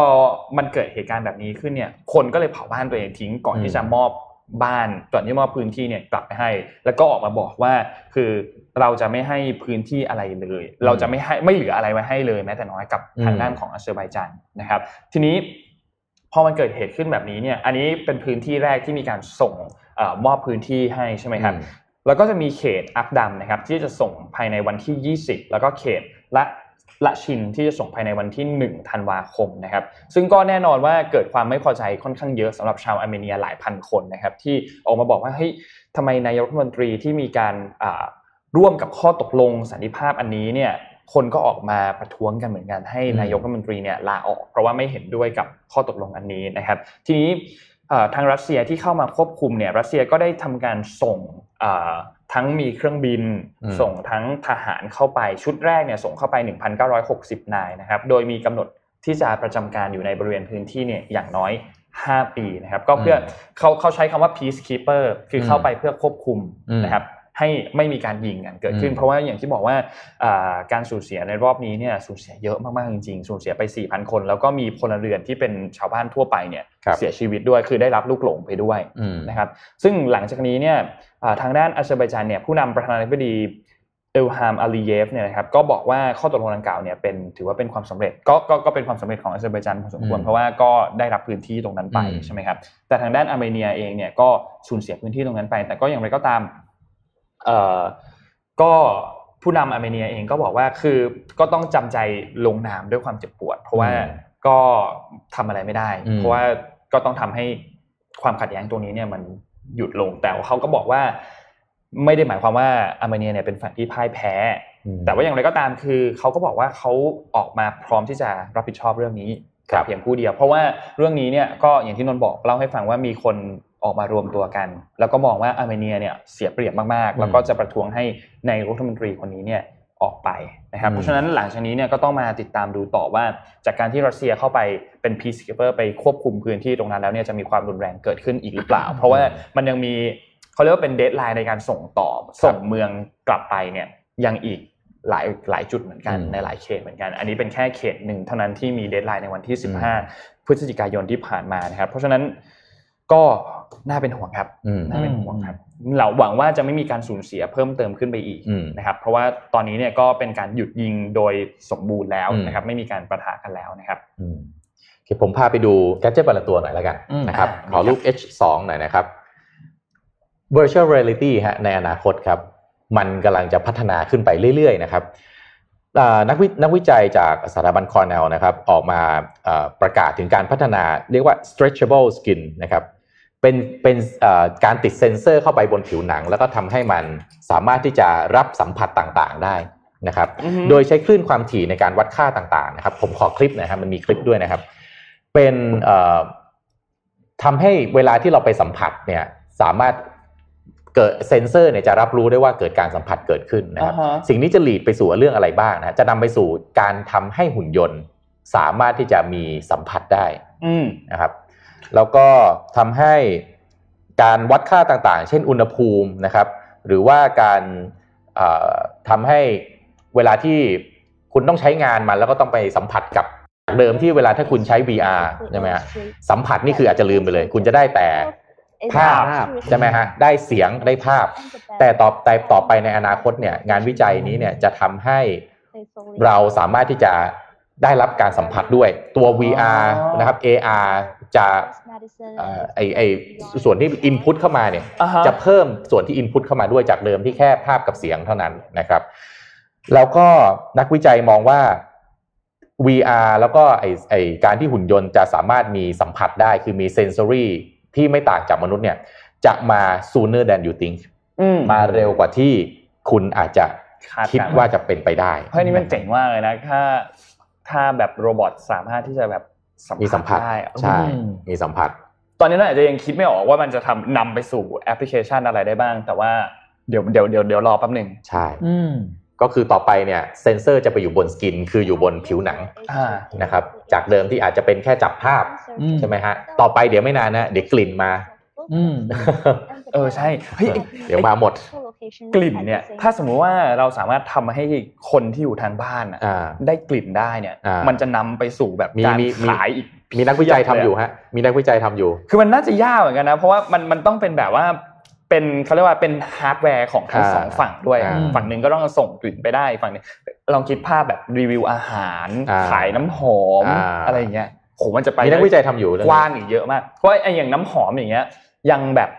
Speaker 3: มันเกิดเหตุการณ์แบบนี้ขึ้นเนี่ย คนก็เลยเผาบ้านตัวเองทิ้งก่อน
Speaker 4: อืม
Speaker 3: ที่จะมอบบ้านก่อนที่มอบพื้นที่เนี่ยกลับไปให้ แล้วก็ออกมาบอกว่าคือเราจะไม่ให้พื้นที่อะไรเลย เราจะไม่ให้ไม่เหลืออะไรไว้ให้เลยแม้แต่น้อยกับทางด้านของอาเซอร์ไบจานนะครับ ทีนี้พอมันเกิดเหตุขึ้นแบบนี้เนี่ย อันนี้เป็นพื้นที่แรกที่มีการส่งเออมอบพื้นที่ให้ใช่ไหมครับ แล้วก็จะมีเขตอัพดัมนะครับที่จะส่งภายในวันที่ 20 แล้วก็เขตละละชินที่จะส่งภายในวันที่ 1 ธันวาคมนะครับ ซึ่งก็แน่นอนว่าเกิดความไม่พอใจค่อนข้างเยอะสำหรับชาวอาร์เมเนียหลายพันคนนะครับที่ออกมาบอกว่าเฮ้ยทำไมนายกรัฐมนตรีที่มีการอ่าร่วมกับข้อตกลงสันติภาพอันนี้เนี่ยคนก็ออกมาประท้วงกันเหมือนกันให้นายกรัฐมนตรีเนี่ยลาออก เพราะว่าไม่เห็นด้วยกับข้อตกลงอันนี้นะครับ ทีนี้ เอ่อทางรัสเซียที่เข้ามาควบคุมเนี่ยรัสเซียก็ได้ทำการส่งเอ่อทั้งมีเครื่องบิน
Speaker 4: อืม
Speaker 3: ส่งทั้งทหารเข้าไปชุดแรกเนี่ยส่งเข้าไป 1,960 นายนะครับโดยมีกำหนดที่จะประจำการอยู่ในบริเวณพื้นที่เนี่ยอย่างน้อย 5 ปีนะครับก็เพื่อเขาเขาใช้คำว่า peacekeeper คือเข้าไปเพื่อควบคุม
Speaker 4: อืม
Speaker 3: นะครับให้ไม่มีการยิงกันเกิดขึ้น
Speaker 4: อืม
Speaker 3: เพราะว่าอย่างที่บอกว่าเอ่อการสูญเสียในรอบนี้เนี่ยสูญเสียเยอะมากๆจริงๆสูญเสียไป 4,000 คน แล้วก็มีพลเรือนที่เป็นชาวบ้านทั่วไปเนี่ย
Speaker 4: ครับ
Speaker 3: เสียชีวิตด้วยคือได้รับลูกหลงไปด้วย
Speaker 4: อืม
Speaker 3: นะครับ ซึ่งหลังจากนี้เนี่ยอ่าทางด้านอาเซอร์ไบจานเนี่ยผู้นำประธานาธิบดีเอลฮามอาลีเยฟเนี่ยนะครับก็บอกว่าข้อตกลงดังกล่าวเนี่ยเป็นถือว่าเป็นความสำเร็จก็ก็ก็เป็นความสำเร็จของอาเซอร์ไบจานพอสมควร
Speaker 4: อืม
Speaker 3: เพราะว่าก็ได้รับพื้นที่ตรงนั้นไป
Speaker 4: อืม
Speaker 3: ใช่ไหมครับแต่ทางด้านอาร์เมเนียเองเนี่ยก็สูญเสียพื้นที่ตรงนั้นไป แต่ก็อย่างไรก็ตามเอ่อก็ ผู้นำอาร์เมเนียเองก็บอกว่าคือก็ต้องจำใจลงนามด้วยความเจ็บปวด เพราะว่า
Speaker 4: อืม
Speaker 3: ก็ทำอะไรไม่ได้
Speaker 4: อืม
Speaker 3: เพราะว่าก็ต้องทำให้ความขัดแย้งตรงนี้เนี่ยมันหยุดลงแต่ว่าเขาก็บอกว่า ไม่ได้หมายความว่าอาร์เมเนียเนี่ยเป็นฝ่ายที่พ่ายแพ้ แต่ว่าอย่างไรก็ตามคือเขาก็บอกว่าเขาออกมาพร้อมที่จะรับผิดชอบเรื่องนี้
Speaker 4: ครับ
Speaker 3: แต่เพียงผู้เดียว เพราะว่าเรื่องนี้เนี่ยก็อย่างที่นนท์บอกเล่าให้ฟังว่ามีคนออกมารวมตัวกัน แล้วก็มองว่าอาร์เมเนียเนี่ยเสียเปรียบมากๆ แล้วก็จะประท้วงให้ในายกรัฐมนตรีคนนี้เนี่ยออกไปนะครับ
Speaker 4: อืม
Speaker 3: เพราะฉะนั้นหลังจากนี้เนี่ยก็ต้องมาติดตามดูต่อว่า จากการที่รัสเซียเข้าไปเป็น peacekeeper ไปควบคุมพื้นที่ตรงนั้นแล้วเนี่ยจะมีความรุนแรงเกิดขึ้นอีกหรือเปล่า เพราะว่ามันยังมีเขาเรียกว่าเป็นเดทไลน์ในการส่งต่อส่งเมืองกลับไปเนี่ยยังอีกหลายหลายจุดเหมือนกัน
Speaker 4: อืม
Speaker 3: ในหลายเขตเหมือนกัน อันนี้เป็นแค่เขตหนึ่งเท่านั้นที่มีเดทไลน์ในวันที่
Speaker 4: อืม
Speaker 3: 15 พฤศจิกายนที่ผ่านมานะครับ เพราะฉะนั้นก็น่าเป็นห่วงครับ
Speaker 4: อืม
Speaker 3: น่าเป็นห่วงครับเราหวังว่าจะไม่มีการสูญเสียเพิ่มเติมขึ้นไปอีก
Speaker 4: อืม
Speaker 3: นะครับเพราะว่าตอนนี้เนี่ยก็เป็นการหยุดยิงโดยสมบูรณ์แล้ว
Speaker 4: อืม
Speaker 3: นะครับไม่มีการประทะกันแล้วนะครับ
Speaker 4: อืมโอเคผมพาไปดูแกจเจตแต่ละตัวหน่อยแล้วกัน
Speaker 3: อืม
Speaker 4: นะครับ
Speaker 3: อ่า
Speaker 4: ขอรูป H2 หน่อยนะครับ Virtual Reality ฮะในอนาคตครับ มันกำลังจะพัฒนาขึ้นไปเรื่อยๆนะครับอ่านักวินักวิจัยจากสถาบันคอร์เนลนะครับ ออกมาเอ่อประกาศถึงการพัฒนาเรียกว่า stretchable skin นะครับ เป็นเป็นเอ่อการติดเซ็นเซอร์เข้าไปบนผิวหนัง แล้วก็ทำให้มันสามารถที่จะรับสัมผัสต่างๆได้นะครับ โดยใช้คลื่นความถี่ในการวัดค่าต่างๆนะครับ ผมขอคลิปหนะครับ มันมีคลิปด้วยนะครับ เป็นเอ่อทำให้เวลาที่เราไปสัมผัสเนี่ยสามารถเกิดเซนเซอร์เนี่ยจะรับรู้ได้ว่าเกิดการสัมผัสเกิดขึ้นนะครับ
Speaker 3: อ่าฮะ
Speaker 4: สิ่งนี้จะหลีดไปสู่เรื่องอะไรบ้างนะฮะจะนำไปสู่การทำให้หุ่นยนต์ สามารถที่จะมีสัมผัสได้
Speaker 3: อืม
Speaker 4: นะครับ แล้วก็ทำให้การวัดค่าต่างๆ เช่นอุณหภูมินะครับ หรือว่าการเอ่อทำให้เวลาที่คุณต้องใช้งานมันแล้วก็ต้องไปสัมผัสกับเดิมที่เวลาถ้าคุณใช้ VR ใช่ไหมฮะสัมผัสนี่คืออาจจะลืมไปเลย คุณจะได้แต่ภาพ
Speaker 5: ภาพ
Speaker 4: ใช่ไหมฮะได้เสียงได้ภาพ แต่ต่อแต่ต่อไปในอนาคตเนี่ยงานวิจัยนี้เนี่ยจะทำให้ เราสามารถที่จะได้รับการสัมผัสด้วยตัว VR นะครับ AR จะเอ่อไอไอส่วนที่ input เข้ามาเนี่ย
Speaker 3: อ่าฮะ
Speaker 4: จะเพิ่มส่วนที่ input เข้ามาด้วยจากเดิมที่แค่ภาพกับเสียงเท่านั้นนะครับ แล้วก็นักวิจัยมองว่า VR แล้วก็ไอไอการที่หุ่นยนต์จะสามารถมีสัมผัสได้คือมีเซน s o รีที่ไม่ต่างจากมนุษย์เนี่ยจะมา sooner than you think
Speaker 3: อืม
Speaker 4: มาเร็วกว่าที่คุณอาจจะ
Speaker 3: ด
Speaker 4: คิดว่าจะเป็นไปได้
Speaker 3: เฮ้ยนี่มันเจ๋งมากเลยนะถ้าถ้าแบบโรบอทสามารถที่จะแบบสัม
Speaker 4: มีสัม
Speaker 3: ผั
Speaker 4: ผั
Speaker 3: ส
Speaker 4: ส
Speaker 3: ได้
Speaker 4: ใช่
Speaker 3: อืม
Speaker 4: มีสัมผัส
Speaker 3: ตอนนี้เราอาจจะยังคิดไม่ออกว่ามันจะทำนำไปสู่แอปพลิเคชันอะไรได้บ้าง แต่ว่าเดี๋ยวเดี๋ยวเดี๋ยวเดี๋ยวรอแป๊บหนึ่ง
Speaker 4: ใช่
Speaker 5: อืม
Speaker 4: ก็คือต่อไปเนี่ยเซนเซอร์จะไปอยู่บนสกิน คืออยู่บนผิวหนัง
Speaker 3: อ่า
Speaker 4: นะครับ จากเดิมที่อาจจะเป็นแค่จับภาพ
Speaker 5: อืม
Speaker 4: ใช่ไหมฮะ ต่อไปเดี๋ยวไม่นานนะ เดี๋ยวกลิ่นมา
Speaker 5: อืม
Speaker 3: เออใช่เฮ้ย
Speaker 4: เดี๋ยวมาหมด
Speaker 3: กลิ่นเนี่ยถ้าสมมุติว่าเราสามารถทำให้คนที่อยู่ทางบ้านน่ะ
Speaker 4: อ่า
Speaker 3: ได้กลิ่นได้เนี่ย
Speaker 4: อ่ามั
Speaker 3: มันจะนำไปสู่แบบ
Speaker 4: มี
Speaker 3: การ
Speaker 4: มีมี
Speaker 3: ขายอีก
Speaker 4: มีนักวิจัยทำอยู่ฮะ มีนักวิจัยทำอยู่
Speaker 3: คือมันน่าจะยากเหมือนกันนะ เพราะว่ามันมันต้องเป็นแบบว่าเป็นเขาเรียกว่าเป็นฮาร์ดแวร์ของทั้ง
Speaker 4: อ่า
Speaker 3: สองฝั่งด้วย
Speaker 4: อ่า
Speaker 3: ฝั่งหนึ่งก็ต้องส่งกลิ่นไปได้ฝั่งหนึงลองคิดภาพแบบรีวิวอาหาร
Speaker 4: อ่า
Speaker 3: ขายน้ำหอม
Speaker 4: อ่า
Speaker 3: อะไรอย่างเงี้ยผมมันจะไป
Speaker 4: มีนัก
Speaker 3: ได้
Speaker 4: วิจัยทำอยู่เรื่อง
Speaker 3: ก
Speaker 4: นี้
Speaker 3: ว้างอีกเยอะมาก เพราะไอ้อย่างน้ำหอมอย่างเงี้ย ยังแบบ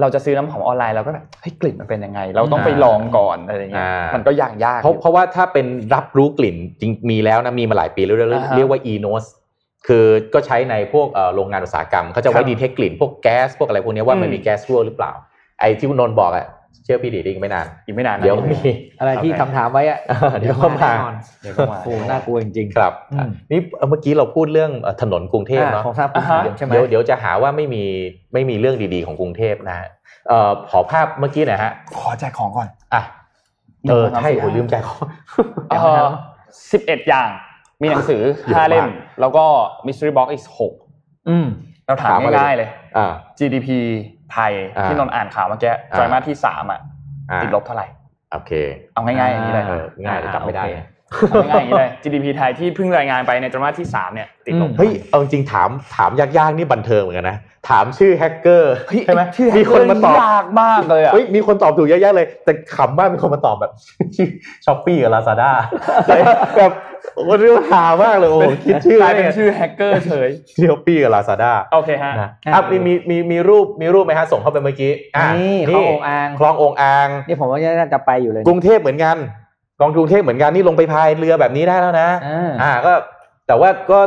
Speaker 3: เราจะซื้อน้ำหอมออนไลน์เราก็แบบเฮ้ยกลิ่นมันเป็นยังไง เราต้องไปลองก่อนอะไรเงี้ย
Speaker 4: อ่ามั
Speaker 3: มันก็ยากยากๆ
Speaker 4: เพราะ
Speaker 3: อยู่
Speaker 4: เพราะว่าถ้าเป็นรับรู้กลิ่นจริงมีแล้วนะมีมาหลายปีแล้วเรื่อง
Speaker 3: อ่าฮะ
Speaker 4: เรียกว่า e-nos คือก็ใช้ในพวกเอ่อโรงงานอุตสาหกรรมเขาจะไว้
Speaker 3: ครับ
Speaker 4: ดีเทคกลิ่น พวกแก๊สพวกอะไรพวกเนี้ยว่ามัน
Speaker 3: อืม
Speaker 4: มีแก๊สรั่วหรือเปล่า ไอ้ที่คุณนนท์บอกอะเชื่อพี่ดีดีกไม่นาน
Speaker 3: อีกไม่นานนะ
Speaker 4: เดี๋ยวมี
Speaker 5: อะไรที่คำถามไว้อะ
Speaker 4: เดี๋ยวเข้ามา
Speaker 3: เดี๋ยวก็มา
Speaker 5: โอ้โหน่ากลัวจริง
Speaker 4: ครับ
Speaker 5: อืม
Speaker 4: นี่เอ่อเมื่อกี้เราพูดเรื่องเอ่อถนนกรุงเทพ
Speaker 5: ๆ
Speaker 4: เนาะ
Speaker 5: ของทราบคุณ
Speaker 3: อ่าฮะ
Speaker 5: ใช่ไหม
Speaker 4: เดี๋ยวเดี๋ยวจะหาว่าไม่มีไม่มีเรื่องดีๆของกรุงเทพนะฮะเอ่อขอภาพเมื่อกี้หน่อยฮะ
Speaker 3: ขอแจกของก่อน
Speaker 4: อ่ะเออใช่โอ้ยลืมใจเขา
Speaker 3: สิบเอ็ดอย่าง มีหนังสือ
Speaker 4: เยอะมาก
Speaker 3: ห้าเล่ม แล้วก็ mystery box อีกหก
Speaker 5: อืม
Speaker 3: เราถาม
Speaker 4: ถามอะไร
Speaker 3: ง่ายๆเลย
Speaker 4: อ่า
Speaker 3: GDP ไทย
Speaker 4: อ่า
Speaker 3: ที่นนท์อ่านข่าวเมื่อกี้ไตรมาสที่สามอ่ะ
Speaker 4: อ่า
Speaker 3: ติดลบเท่าไหร่
Speaker 4: โอเค
Speaker 3: เอาง่ายๆอย่างนี้เลย
Speaker 4: เออง่ายแต่จำไม่ได้
Speaker 3: โอเค เอาง่ายๆอย่างนี้เลย GDP ไทยที่เพิ่งรายงานไปในไตรมาสที่สามเนี่ยติดลบ
Speaker 5: อืม
Speaker 4: เฮ้ย เอาจริงๆถามถามยากๆ นี่บันเทิงเหมือนกันนะ ถามชื่อแฮกเกอร์ใช่ไหมมีคนมาตอบ
Speaker 3: ยากมากเลยอ่ะ
Speaker 4: เฮ้ยมีคนตอบถูกเยอะแยะเลย แต่ขำมากมีคนมาตอบ แบบช้อปปี้กับลาซาด้าแบบโอ้โหเรื่องหามากเลยโอ้โหคิดชื่อก
Speaker 3: ลายเป็น
Speaker 4: เนี่ย
Speaker 3: ชื่อแฮกเกอร์เฉย
Speaker 4: ช้อปปี้กับลาซาด้า
Speaker 3: โอเคฮะ
Speaker 4: นะอ่ะมีมีมีมีรูปมีรูปไหมฮะส่งเข้าไปเมื่อกี้อ่ะ
Speaker 5: นี่คลององค์อ่าง
Speaker 4: คลององอ่าง
Speaker 5: นี่ผมว่าน่าจะไปอยู่เลย
Speaker 4: กรุงเทพเหมือนกัน กองกรุงเทพเหมือนกันนี่ลงไปพายเรือแบบนี้ได้แล้วนะ
Speaker 5: อ่า
Speaker 4: อ่าก็แต่ว่าก็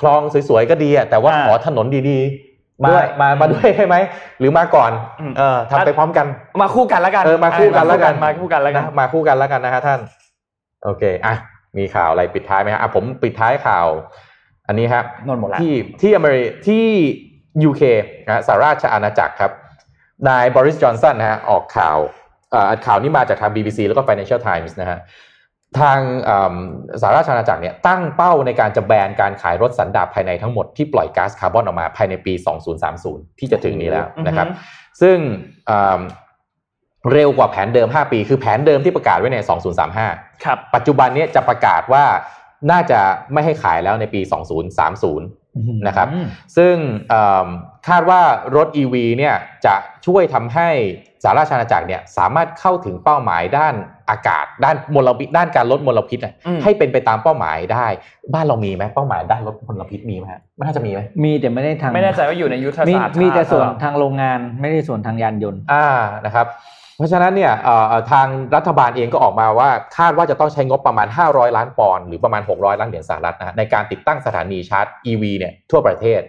Speaker 4: คลองสวยๆก็ดีอ่ะแต่ว่า
Speaker 3: อ่า
Speaker 4: ขอถนนดีๆ มา
Speaker 3: ด้วย
Speaker 4: มามาด้วยได้ไหมหรือมาก่อน
Speaker 3: อืม
Speaker 4: เออทำไปพร้อมกัน
Speaker 3: มาคู่กันแล้วกัน
Speaker 4: เออมาคู่กันแล้วกัน
Speaker 3: มาคู่กันแล้วกัน
Speaker 4: นะมาคู่กันแล้วกันนะฮะท่าน โอเคอ่ะมีข่าวอะไรปิดท้ายไหมฮะอ่ะผมปิดท้ายข่าว อันนี้ฮะ
Speaker 5: นนท์หมดละ
Speaker 4: ที่ที่อเมริที่ยูเคนะฮะสหราชอาณาจักรครับ นายบริสจอนสันนะฮะออกข่าวเอ่อข่าวนี้มาจากทาง BBC แล้วก็ Financial Times นะฮะทางเอิ่มสหราชอาณาจักรเนี่ยตั้งเป้าในการจะแบนการขายรถสันดาปภายในทั้งหมดที่ปล่อยก๊าซคาร์บอนออกมาภายในปี 2030 ที่จะถึงนี้แล้วนะครับ ซึ่งเอิ่มเร็วกว่าแผนเดิม 5 ปี คือแผนเดิมที่ประกาศไว้ใน 2035
Speaker 3: ครับ
Speaker 4: ปัจจุบันเนี้จะประกาศว่าน่าจะไม่ให้ขายแล้วในปี 2030 นะครับ ซึ่งเอิ่มคาดว่ารถ EV เนี่ยจะช่วยทำให้สาราชอาณาจักรเนี่ยสามารถเข้าถึงเป้าหมายด้านอากาศ ด้านมลพิษด้านการลดมลพิษน่ะ
Speaker 3: อืม
Speaker 4: ให้เป็นไปตามเป้าหมายได้ บ้านเรามีไหมเป้าหมายด้านลดมลพิษมีไหมฮะไม่น่าจะมีไหม
Speaker 5: มีแต่ไม่ได้ทาง
Speaker 3: ไม่แน่ใจว่าอยู่ในยุทธ
Speaker 5: มี
Speaker 3: ศาสตร์
Speaker 5: มีแต่ส่วน
Speaker 3: ชาติ
Speaker 5: ทางโรงงานไม่ได้ส่วนทางยานยนต์
Speaker 4: อ่านะครับ เพราะฉะนั้นเนี่ยเอ่อเอ่อทางรัฐบาลเองก็ออกมาว่าคาดว่าจะต้องใช้งบประมาณ 500 ล้านปอนด์หรือประมาณ 600 ล้านเหรียญสหรัฐนะฮะในการติดตั้งสถานีชาร์จ EV เนี่ยทั่วประเทศ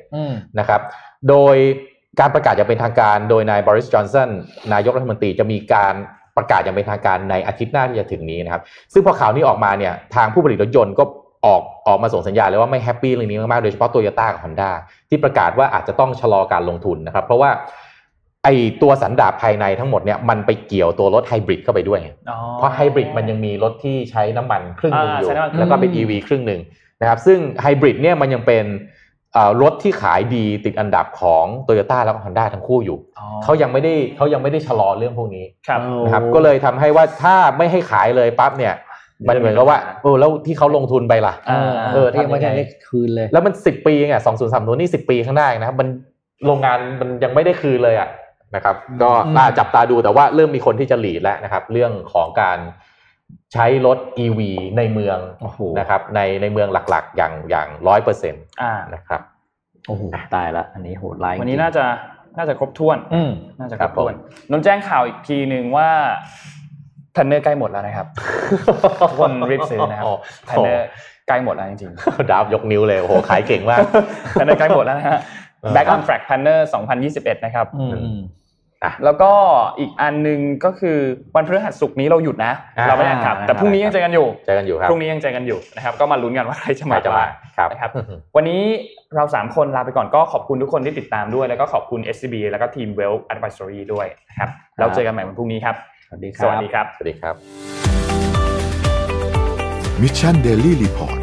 Speaker 4: นะครับ โดยการประกาศอย่างเป็นทางการโดยนายบริสจอนสันนายกรัฐมนตรีจะมีการประกาศอย่างเป็นทางการในอาทิตย์หน้าที่จะถึงนี้นะครับ ซึ่งพอข่าวนี้ออกมาเนี่ยทางผู้ผลิตรถยนต์ก็ออกออกมาส่งสัญญาณเลยว่าไม่แฮปปี้เรื่องนี้มากๆ โดยเฉพาะโตโยต้ากับฮอนด้าที่ประกาศว่าอาจจะต้องชะลอการลงทุนนะครับ เพราะว่าไอตัวสันดาปภายในทั้งหมดเนี่ยมันไปเกี่ยวตัวรถไฮบริดเข้าไปด้วยไง
Speaker 3: อ๋อ
Speaker 4: เพราะไฮบริดมันยังมีรถที่ใช้น้ำมันครึ่งหนึง
Speaker 3: อ่า
Speaker 4: อยู่
Speaker 3: ใช้น้ำมันครึ่ง
Speaker 4: แล้วก็เป็น
Speaker 5: อืม
Speaker 4: EV ครึ่งหนึ่งนะครับซึ่งไฮบริดเนี่ยมันยังเป็นเอ่อรถที่ขายดีติดอันดับของ t o y ยต้แล้วก็ Honda ทั้งคู่อยู่
Speaker 3: อ๋อ
Speaker 4: เขายังไม่ได้เขายังไม่ได้ชะลอเรื่องพวกนี้
Speaker 3: ครับ
Speaker 4: นะครับก็เลยทำให้ว่าถ้าไม่ให้ขายเลยปั๊บเนี่ยมันเหมือนกับว่าเออแล้วที่เขาลงทุนไปล่ะ
Speaker 5: เออ
Speaker 4: เออ
Speaker 5: ที่ยังไม่
Speaker 4: ทำ
Speaker 5: ได้
Speaker 4: ยังไง
Speaker 5: ได้คืนเลย
Speaker 4: แล้วมันสิบปีไงสองศูนย์สามนี่สิบปีข้างหน้าเองนะครับมันโรงงานมันยังไม่ได้คืนเลยอ่ะนะครับ ก็
Speaker 5: อืม
Speaker 4: น่าจับตาดูแต่ว่าเริ่มมีคนที่จะหลีดแล้วนะครับ เรื่องของการใช้รถ EV ในเมือง
Speaker 5: โอ้โห
Speaker 4: นะครับ ในในเมืองหลักๆ อย่างอย่างร้อยเปอร์เซ็นต์
Speaker 3: อ่า
Speaker 4: นะครับ
Speaker 5: โอ้โหตายละอันนี้โหดร้าย
Speaker 3: วันนี้
Speaker 5: จริง
Speaker 3: น่าจะน่าจะครบถ้วน
Speaker 5: อืม
Speaker 3: น่าจะค
Speaker 4: ครั
Speaker 3: ร
Speaker 4: บบ ผม
Speaker 3: ถ้วนนนท์แจ้งข่าวอีกทีหนึ่งว่าทันเนอร์ใกล้หมดแล้วนะครับ ทุกคนรีบซื้อนะครับ
Speaker 4: โอ้
Speaker 3: ทัน
Speaker 4: โห
Speaker 3: เนอร์ใกล้หมดแล้วจริง
Speaker 4: ดาบยกนิ้วเลยโอ้โหขายเก่งมาก
Speaker 3: ๆ ทันเนอร์ใกล้หมดแล้วนะฮะ Back on Track Planner 2021 นะครับ แล้วก็อีกอันหนึงก็คือวันพฤหัสศุกร์นี้เราหยุดนะ
Speaker 4: อ่า
Speaker 3: เราไม่ได้อ่านข่าว
Speaker 5: อ่า
Speaker 3: แต่พรุ่งนี้ยังเจอกันอยู่
Speaker 4: เจอกันอยู่ครับ
Speaker 3: พรุ่งนี้ยังเจอกันอยู่นะครับ ก็มาลุ้นกันว่าใครจะ
Speaker 4: ใคร
Speaker 3: มา
Speaker 4: จะมา
Speaker 3: บ้าง
Speaker 4: ครับ
Speaker 3: นะครับ วันนี้เราสามคนลาไปก่อนก็ขอบคุณทุกคนที่ติดตามด้วย แล้วก็ขอบคุณ SCB แล้วก็ทีม Wealth Advisory ด้วยนะครับ เราเจอกันใหม่วันพรุ่งนี้ครับ
Speaker 5: สวัสดีค
Speaker 3: ส
Speaker 5: รั
Speaker 3: วัส
Speaker 5: บ
Speaker 3: ดีครับ
Speaker 4: สวัสดีครับ
Speaker 1: มิชชันเดลี่รีพอร์ต